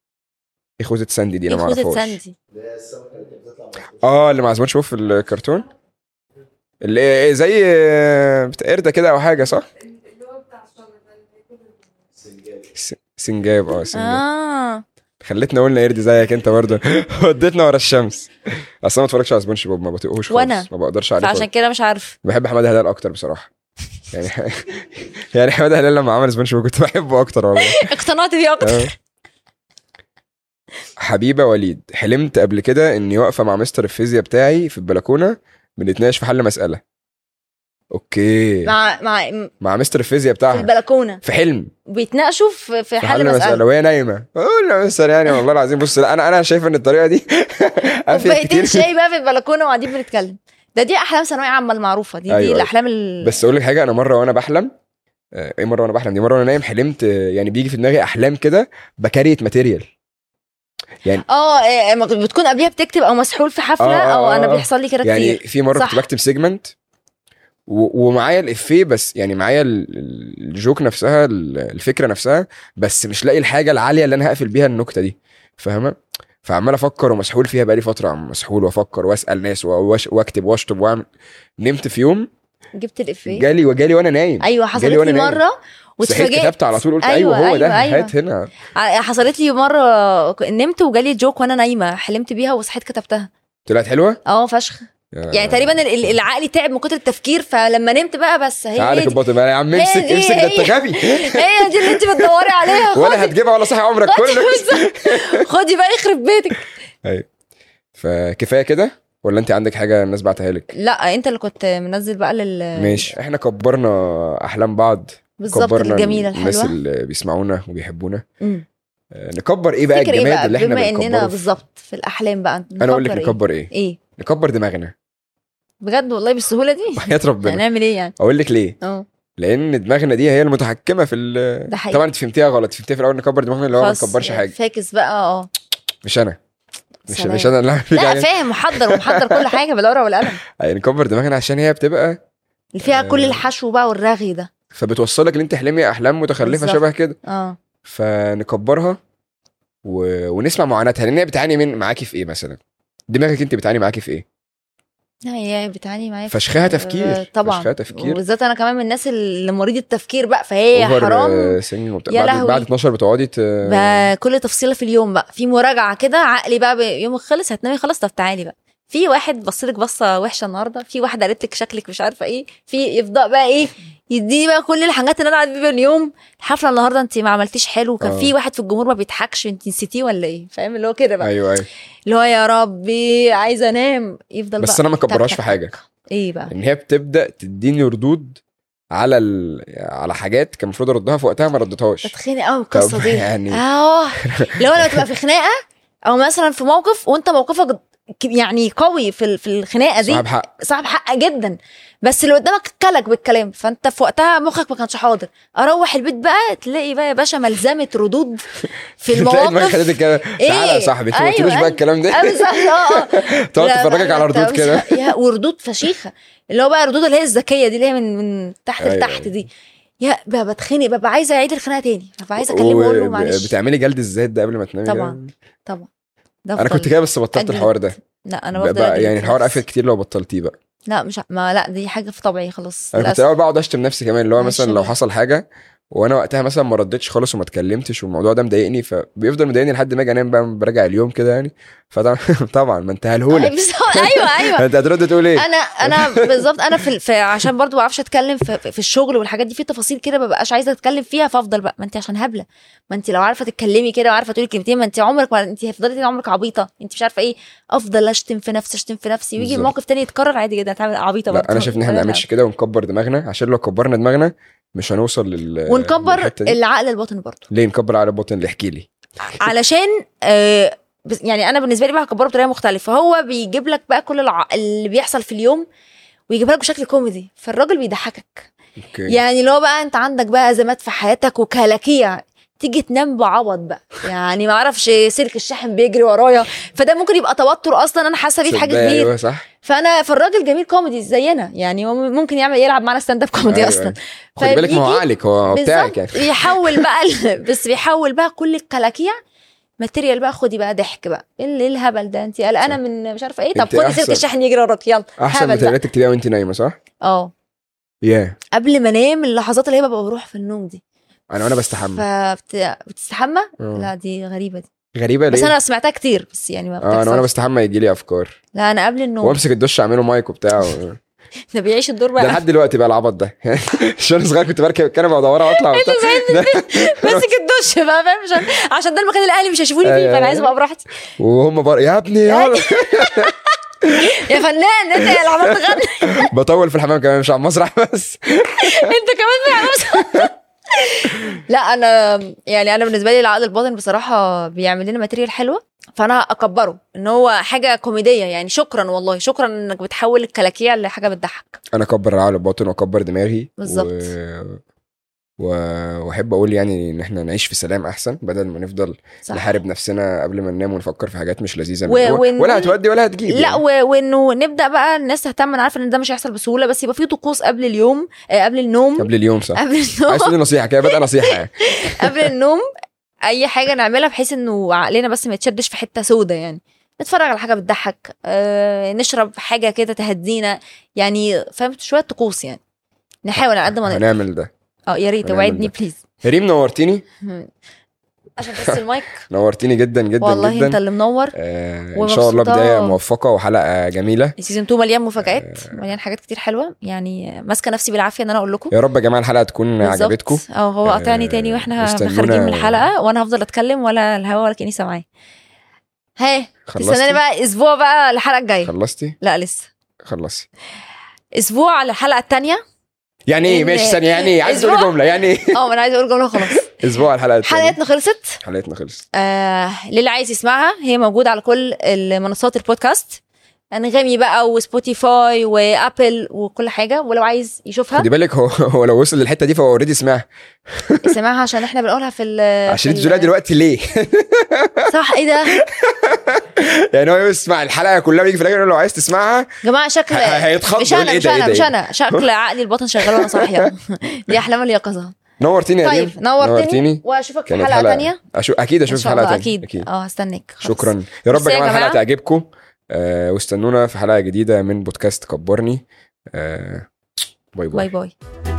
Speaker 1: ايه خوذه ساندي دي انا ما
Speaker 2: يخوذ
Speaker 1: اعرفهاش
Speaker 2: إيه ساندي
Speaker 5: اللي هي السمكه اللي كانت بتطلع من
Speaker 1: اه اللي مع سبونج بوب في الكرتون اللي إيه زي آه، بتاع قرده كده او حاجه صح
Speaker 5: السنجاب
Speaker 1: س- سنجاب اه سنجاب
Speaker 2: اه
Speaker 1: خلتنا قلنا قرد زيك انت برضه وديتنا ورا الشمس اصلا ما اتفرجش على سبونج بوب ما بطيقهوش خالص
Speaker 2: وأنا.
Speaker 1: ما بقدرش عليه خالص.
Speaker 2: فعشان كده مش عارف
Speaker 1: بحب حماده هلال اكتر بصراحه يعني يعني حماده هلال لما عمل سبونج بوب كنت بحبه اكتر والله
Speaker 2: اقتنعت بيه اكتر
Speaker 1: آه. حبيبه وليد حلمت قبل كده اني واقفه مع مستر الفيزياء بتاعي في البلكونه بنتناقش في حل مساله اوكي
Speaker 2: مع مع
Speaker 1: مع مستر الفيزياء
Speaker 2: نعم. في
Speaker 1: بتاعها
Speaker 2: البلكونه
Speaker 1: في حلم
Speaker 2: بيتناقشوا في في
Speaker 1: في
Speaker 2: حل مساله
Speaker 1: وهي نايمه بقول له يا مستر يعني والله العظيم بص لا انا انا شايف ان الطريقه دي افيد
Speaker 2: كوبايتين
Speaker 1: كتير
Speaker 2: شاي بقى في البلكونه وقاعدين بنتكلم ده دي احلام ثانويه عامه المعروفه دي
Speaker 1: أيوة،
Speaker 2: دي
Speaker 1: أيوة.
Speaker 2: الاحلام ال...
Speaker 1: بس اقول لك حاجه انا مره وانا بحلم آه، ايه مره وانا بحلم دي مره وانا نايم حلمت آه، يعني بيجي في دماغي احلام كده بكريت ماتيريال
Speaker 2: اه إيه، ما كنت- بتكون قبلها بتكتب او مسحول في حفله
Speaker 1: آه، آه،
Speaker 2: او
Speaker 1: آه،
Speaker 2: انا
Speaker 1: آه.
Speaker 2: بيحصل لي كده
Speaker 1: يعني
Speaker 2: كتير
Speaker 1: في مره
Speaker 2: صح.
Speaker 1: كنت بكتب سيجمنت و- ومعايا الافيه بس يعني معايا ال- ال- الجوك نفسها ال- الفكره نفسها بس مش لاقي الحاجه العاليه اللي انا هقفل بيها النكته دي فاهمه فعمال افكر ومسحول فيها بقالي فتره عم مسحول وافكر واسال ناس وأوش- واكتب واشطب واعمل نمت في يوم
Speaker 2: جبت الافيه
Speaker 1: جالي وجالي وانا نايم
Speaker 2: ايوه حصلت
Speaker 1: جالي
Speaker 2: لي
Speaker 1: وأنا نايم.
Speaker 2: مره
Speaker 1: صحيت
Speaker 2: واتفاجئت
Speaker 1: كتبت على طول قلت ايوه,
Speaker 2: أيوة،
Speaker 1: هو ده
Speaker 2: أيوة، أيوة.
Speaker 1: هات هنا
Speaker 2: ع- حصلت لي مره ك- نمت وجالي جوك وانا نايمه حلمت بيها وصحيت كتبتها
Speaker 1: طلعت حلوه
Speaker 2: اه فشخ يعني تقريبا ال- ال- العقل تعب من كتر التفكير فلما نمت بقى بس هي
Speaker 1: عقلك
Speaker 2: هي دي,
Speaker 1: الباطن بقى يا عم
Speaker 2: هي
Speaker 1: امسك
Speaker 2: دي،
Speaker 1: امسك ده انت
Speaker 2: هي.
Speaker 1: غبي
Speaker 2: هي دي اللي انت بتدوري عليها
Speaker 1: ولا
Speaker 2: خدي
Speaker 1: هتجيبها ولا صح عمرك كله
Speaker 2: خدي بقى يخرب بيتك
Speaker 1: فكفايه كده ولا انت عندك حاجه الناس بعتها لك
Speaker 2: لا انت اللي كنت منزل بقى لل
Speaker 1: ماشي احنا كبرنا احلام بعض
Speaker 2: بالظبط
Speaker 1: كبرنا
Speaker 2: الجميله
Speaker 1: الناس
Speaker 2: الحلوه
Speaker 1: اللي بيسمعونا وبيحبونا
Speaker 2: مم.
Speaker 1: آه، نكبر ايه بقى
Speaker 2: تفتكر ايه
Speaker 1: الجماد
Speaker 2: بقى
Speaker 1: اللي احنا
Speaker 2: بما اننا
Speaker 1: بنكبره في-
Speaker 2: بالظبط في الاحلام بقى
Speaker 1: انا اقول لك
Speaker 2: إيه؟
Speaker 1: نكبر ايه
Speaker 2: ايه
Speaker 1: نكبر دماغنا
Speaker 2: بجد والله بالسهوله دي
Speaker 1: وحياه ربنا
Speaker 2: هنعمل ايه يعني
Speaker 1: اقول لك ليه
Speaker 2: اه
Speaker 1: لان دماغنا دي هي المتحكمه في ال...
Speaker 2: ده حقيقي
Speaker 1: طبعا انت فهمتيها غلط فهمتيها في الاول نكبر دماغنا اللي هو ما
Speaker 2: خلاص،
Speaker 1: نكبرش حاجه
Speaker 2: فاكس بقى اه
Speaker 1: مش انا مش
Speaker 2: سلام.
Speaker 1: مش انا اللي هعمل
Speaker 2: لا
Speaker 1: حاجة.
Speaker 2: فاهم محضر ومحضر كل حاجه بالورقه والقلم
Speaker 1: يعني نكبر دماغنا عشان هي بتبقى
Speaker 2: اللي فيها
Speaker 1: آه.
Speaker 2: كل الحشو بقى والرغي ده
Speaker 1: فبتوصلك ان انت احلامي احلام متخلفه
Speaker 2: بالظبط.
Speaker 1: شبه كده
Speaker 2: اه
Speaker 1: فنكبرها و... ونسمع معاناتها لان هي بتعاني من معاكي في ايه مثلا دماغك انت بتعاني معاكي في ايه
Speaker 2: لا، هي بتعاني معايا في-
Speaker 1: فشخها
Speaker 2: آه،
Speaker 1: تفكير
Speaker 2: طبعا
Speaker 1: فشخها تفكير
Speaker 2: وبالذات انا كمان من الناس اللي مريض التفكير بقى فهي
Speaker 1: أوفر،
Speaker 2: حرام
Speaker 1: آه، سنين وبتاع
Speaker 2: يا
Speaker 1: بعد,
Speaker 2: لهوي.
Speaker 1: بعد 12 بتقعدي ت...
Speaker 2: بقى كل تفصيله في اليوم بقى في مراجعه كده عقلي بقى بي- يومك خلص هتنامي خلاص طب تعالي بقى في واحد بصلك بصه وحشه النهارده في واحده قالت لك شكلك مش عارفه ايه في يفضل بقى ايه يديني بقى كل الحاجات اللي انا قاعد بيها اليوم الحفله النهارده انت ما عملتيش حلو كان
Speaker 1: آه.
Speaker 2: في واحد في الجمهور ما بيضحكش انت نسيتيه ولا ايه فاهم اللي هو كده بقى
Speaker 1: ايوه ايوه
Speaker 2: اللي هو يا ربي عايزه انام يفضل
Speaker 1: بس
Speaker 2: بقى
Speaker 1: انا ما
Speaker 2: تك-
Speaker 1: كبرهاش
Speaker 2: تك-
Speaker 1: في حاجه
Speaker 2: تك. ايه بقى
Speaker 1: ان هي بتبدا تديني ردود على ال... على حاجات كان المفروض اردها في وقتها ما ردتهاش
Speaker 2: بتخنق قوي القصه
Speaker 1: طب
Speaker 2: دي
Speaker 1: يعني-
Speaker 2: اه لو انا بتبقى في خناقه او مثلا في موقف وانت موقفك ك- يعني قوي في ال- في الخناقه دي
Speaker 1: صاحب حق
Speaker 2: صعب حق جدا بس اللي قدامك كلك بالكلام فانت في وقتها مخك ما كانش حاضر اروح البيت بقى تلاقي بقى يا باشا ملزمه ردود في
Speaker 1: تلاقي دماغك
Speaker 2: المواقف
Speaker 1: خدت كده تعالى يا صاحبي انت ما
Speaker 2: أيوة،
Speaker 1: قلتلوش بقى
Speaker 2: أيوة.
Speaker 1: الكلام ده
Speaker 2: آه بالظبط، أيوة، اه اه
Speaker 1: تقعد
Speaker 2: لا،
Speaker 1: تفرجك
Speaker 2: لا،
Speaker 1: على
Speaker 2: أنت
Speaker 1: ردود
Speaker 2: مش-
Speaker 1: كده
Speaker 2: يا وردود فشيخه اللي هو بقى الردود اللي هي الذكيه دي اللي هي من من تحت
Speaker 1: أيوة،
Speaker 2: لتحت
Speaker 1: أيوة.
Speaker 2: دي يا بقى بتخنق ببقى عايزه اعيد الخناقه تاني ببقى عايزه اكلمه اقول له معلش
Speaker 1: بتعملي جلد الذات ده قبل ما تنامي
Speaker 2: طبعاً.
Speaker 1: ده؟
Speaker 2: طبعا ده
Speaker 1: انا
Speaker 2: أفضل.
Speaker 1: كنت كده بس بطلت
Speaker 2: أجلد.
Speaker 1: الحوار ده
Speaker 2: لا انا
Speaker 1: بقى-
Speaker 2: بفضل
Speaker 1: بقى
Speaker 2: أجلد
Speaker 1: يعني
Speaker 2: في
Speaker 1: الحوار
Speaker 2: نفسي.
Speaker 1: قفل كتير لو بطلتيه بقى
Speaker 2: لا مش ع- ما لا دي حاجه في طبعي خلاص
Speaker 1: انا كنت
Speaker 2: للأسف.
Speaker 1: الاول بقعد اشتم نفسي كمان اللي هو
Speaker 2: معلش
Speaker 1: مثلا لو
Speaker 2: بقى.
Speaker 1: حصل حاجه وانا وقتها مثلا ما ردتش خالص وما اتكلمتش والموضوع ده مضايقني فبيفضل مضايقني لحد ما اجي انام بقى براجع اليوم كده يعني فطبعا ما انت هلهولك
Speaker 2: بالظبط، ايوه ايوه
Speaker 1: انت هترد تقول ايه؟
Speaker 2: انا انا بالظبط انا في, في عشان برضو ما بعرفش اتكلم في, في- في الشغل والحاجات دي في تفاصيل كده ما ببقاش عايزه اتكلم فيها فافضل بقى ما انت عشان هبله ما انت لو عارفه تتكلمي كده وعارفه تقولي كلمتين ما انت عمرك ما انت هتفضلي طول عمرك عبيطه انت مش عارفه ايه افضل اشتم في نفسي اشتم في نفسي ويجي
Speaker 1: بالظبط.
Speaker 2: الموقف تاني يتكرر عادي جدا هتعمل عبيطه برضه
Speaker 1: لا انا شايف ان احنا ما نعملش كده ونكبر دماغنا عشان لو كبرنا دماغنا مش هنوصل لل
Speaker 2: ونكبر
Speaker 1: للحتة دي.
Speaker 2: العقل الباطن برضه
Speaker 1: ليه نكبر على البطن اللي احكي لي
Speaker 2: علشان آه بس- يعني انا بالنسبه لي بقى هكبره بطريقه مختلفه هو بيجيب لك بقى كل الع... اللي بيحصل في اليوم ويجيبها لك بشكل كوميدي فالراجل بيضحكك
Speaker 1: اوكي
Speaker 2: يعني اللي هو بقى انت عندك بقى ازمات في حياتك وكلاكيع تيجي تنام بعوض بقى يعني ما اعرفش سلك الشاحن بيجري ورايا فده ممكن يبقى توتر اصلا انا حاسه بيه في حاجه
Speaker 1: صدقني،
Speaker 2: كبيره
Speaker 1: ايوه صح
Speaker 2: فانا فالراجل جميل كوميدي زينا يعني هو ممكن يعمل يلعب معانا ستاند اب كوميدي
Speaker 1: أيوة،
Speaker 2: اصلا
Speaker 1: أيوة. خد بالك ما هو
Speaker 2: فبيجي
Speaker 1: عقلك هو بتاعك يعني
Speaker 2: طيب بالظبط يحول بقى ال- بس بيحول بقى كل الكلاكيع ماتيريال بقى خدي بقى ضحك بقى ايه اللي- إيه الهبل ده انت قلقانه
Speaker 1: صح.
Speaker 2: من مش عارفه ايه طب
Speaker 1: أنت
Speaker 2: خدي
Speaker 1: أحسن-
Speaker 2: سلك الشاحن يجري وراك يلا
Speaker 1: احسن
Speaker 2: هبل بقى
Speaker 1: ماتيريالات تكتبيها وانت نايمه صح؟
Speaker 2: اه
Speaker 1: ياه
Speaker 2: قبل ما انام اللحظات اللي هي ببقى بروح في النوم دي
Speaker 1: انا وانا بستحمى
Speaker 2: فبتستحمى
Speaker 1: آه.
Speaker 2: لا دي غريبه دي
Speaker 1: غريبه
Speaker 2: بس
Speaker 1: ليه؟
Speaker 2: انا سمعتها كتير بس يعني ما
Speaker 1: اه انا وانا
Speaker 2: بتحصلش
Speaker 1: بستحمى يجي لي افكار
Speaker 2: لا انا قبل النوم
Speaker 1: وامسك الدش اعمله مايك وبتاع و-
Speaker 2: ده بيعيش الدور
Speaker 1: ده
Speaker 2: بقى
Speaker 1: لحد دلوقتي بقى العبط ده عشان أنا صغير كنت بركب الكنبه وادورها واطلع
Speaker 2: إيه
Speaker 1: وبتاع ده-
Speaker 2: ماسك الدش بقى فاهم عشان عشان ده المكان اللي اهلي مش هيشوفوني فيه
Speaker 1: أيوة،
Speaker 2: فانا
Speaker 1: أيوة.
Speaker 2: عايز ابقى براحتي
Speaker 1: وهم بر... يا ابني يلا
Speaker 2: يا فنان انت اللي عملت غنى
Speaker 1: بطول في الحمام كمان مش على المسرح بس
Speaker 2: انت كمان فاهم لا انا يعني انا بالنسبه لي العقد الباطن بصراحه بيعمل لنا ماتيريال حلوه فانا اكبره ان هو حاجه كوميديه يعني شكرا والله شكرا انك بتحول الكلاكيع لحاجه بتضحك
Speaker 1: انا اكبر العقل الباطن واكبر دماغي
Speaker 2: بالظبط.
Speaker 1: و... و... واحب اقول يعني ان احنا نعيش في سلام احسن بدل ما نفضل
Speaker 2: صح
Speaker 1: نحارب نفسنا قبل ما ننام ونفكر في حاجات مش لذيذه من
Speaker 2: و-
Speaker 1: جوه.
Speaker 2: ون-
Speaker 1: ولا هتودي ولا هتجيب
Speaker 2: لا
Speaker 1: يعني.
Speaker 2: و... وانه نبدا بقى الناس تهتم انا عارفه ان ده مش هيحصل بسهوله بس يبقى في طقوس قبل اليوم آه، قبل النوم
Speaker 1: قبل اليوم صح
Speaker 2: قبل النوم
Speaker 1: عايز تقولي نصيحه كده بدأ نصيحه يعني
Speaker 2: قبل النوم اي حاجه نعملها بحيث انه عقلنا بس ما يتشدش في حته سودة يعني نتفرج على حاجه بتضحك آه، نشرب حاجه كده تهدينا يعني فهمت شويه طقوس يعني نحاول على قد ما نقدر
Speaker 1: هنعمل ده
Speaker 2: اه يا ريت
Speaker 1: هنعمل
Speaker 2: اوعدني
Speaker 1: ده.
Speaker 2: بليز
Speaker 1: ريم نورتيني
Speaker 2: عشان بس المايك
Speaker 1: نورتيني جدا جدا
Speaker 2: والله
Speaker 1: جدا
Speaker 2: انت اللي منور
Speaker 1: آه ان
Speaker 2: ومبسوطة.
Speaker 1: شاء الله بدايه موفقه وحلقه جميله
Speaker 2: السيزون 2 مليان مفاجآت مليان حاجات كتير حلوه يعني ماسكه نفسي بالعافيه ان انا اقول لكم
Speaker 1: آه. يا رب يا جماعه الحلقه تكون
Speaker 2: بالظبط.
Speaker 1: عجبتكم
Speaker 2: اه هو قطعني
Speaker 1: آه،
Speaker 2: تاني واحنا
Speaker 1: استنونا.
Speaker 2: خارجين من الحلقه وانا هفضل اتكلم ولا الهوا ولا كاني سامعاه ها استناني
Speaker 1: خلصتي
Speaker 2: بقى اسبوع بقى الحلقه الجايه
Speaker 1: خلصتي
Speaker 2: لا لسه
Speaker 1: خلصتي
Speaker 2: اسبوع على الحلقه الثانيه
Speaker 1: يعني ايه
Speaker 2: إن-
Speaker 1: ماشي ثانيه يعني ايه عايز تقولي
Speaker 2: أسبوع.
Speaker 1: جمله يعني ايه
Speaker 2: اه ما انا عايزه اقول جمله خلاص
Speaker 1: اسبوع الحلقه الثانيه
Speaker 2: حلقتنا خلصت
Speaker 1: حلقتنا خلصت
Speaker 2: آه للي عايز يسمعها هي موجوده على كل منصات البودكاست انغامي بقى وسبوتيفاي وابل وكل حاجه ولو عايز يشوفها
Speaker 1: خدي بالك هو هو لو وصل للحته دي فهو اوريدي سمعها
Speaker 2: يسمعها عشان احنا بنقولها في ال
Speaker 1: عشان انت
Speaker 2: في آه، ال-
Speaker 1: تقولها دلوقتي ليه؟
Speaker 2: صح ايه ده يا
Speaker 1: يعني هو يسمع الحلقه كلها ويجي في الاخر يقول لو عايز تسمعها
Speaker 2: جماعه شكل
Speaker 1: ه- ه- هيتخض
Speaker 2: مش
Speaker 1: يقول
Speaker 2: انا
Speaker 1: إيه
Speaker 2: مش
Speaker 1: ده، إيه
Speaker 2: انا
Speaker 1: ده،
Speaker 2: مش
Speaker 1: إيه
Speaker 2: انا شكل عقلي الباطن شغال وانا صاحيه دي احلام اليقظه
Speaker 1: نورتيني يا ريم
Speaker 2: طيب نورتني
Speaker 1: نورتيني.
Speaker 2: واشوفك في
Speaker 1: كانت
Speaker 2: حلقه
Speaker 1: حلقة
Speaker 2: ثانيه
Speaker 1: أشو... اكيد
Speaker 2: ان
Speaker 1: اشوف
Speaker 2: شاء
Speaker 1: حلقه
Speaker 2: الله
Speaker 1: تانية.
Speaker 2: اكيد اه هستناك خلاص.
Speaker 1: شكرا يا رب
Speaker 2: بس يا
Speaker 1: يا جماعه الحلقه
Speaker 2: جماعة-
Speaker 1: تعجبكم آه واستنونا في حلقه جديده من بودكاست كبرني آه باي باي
Speaker 2: باي باي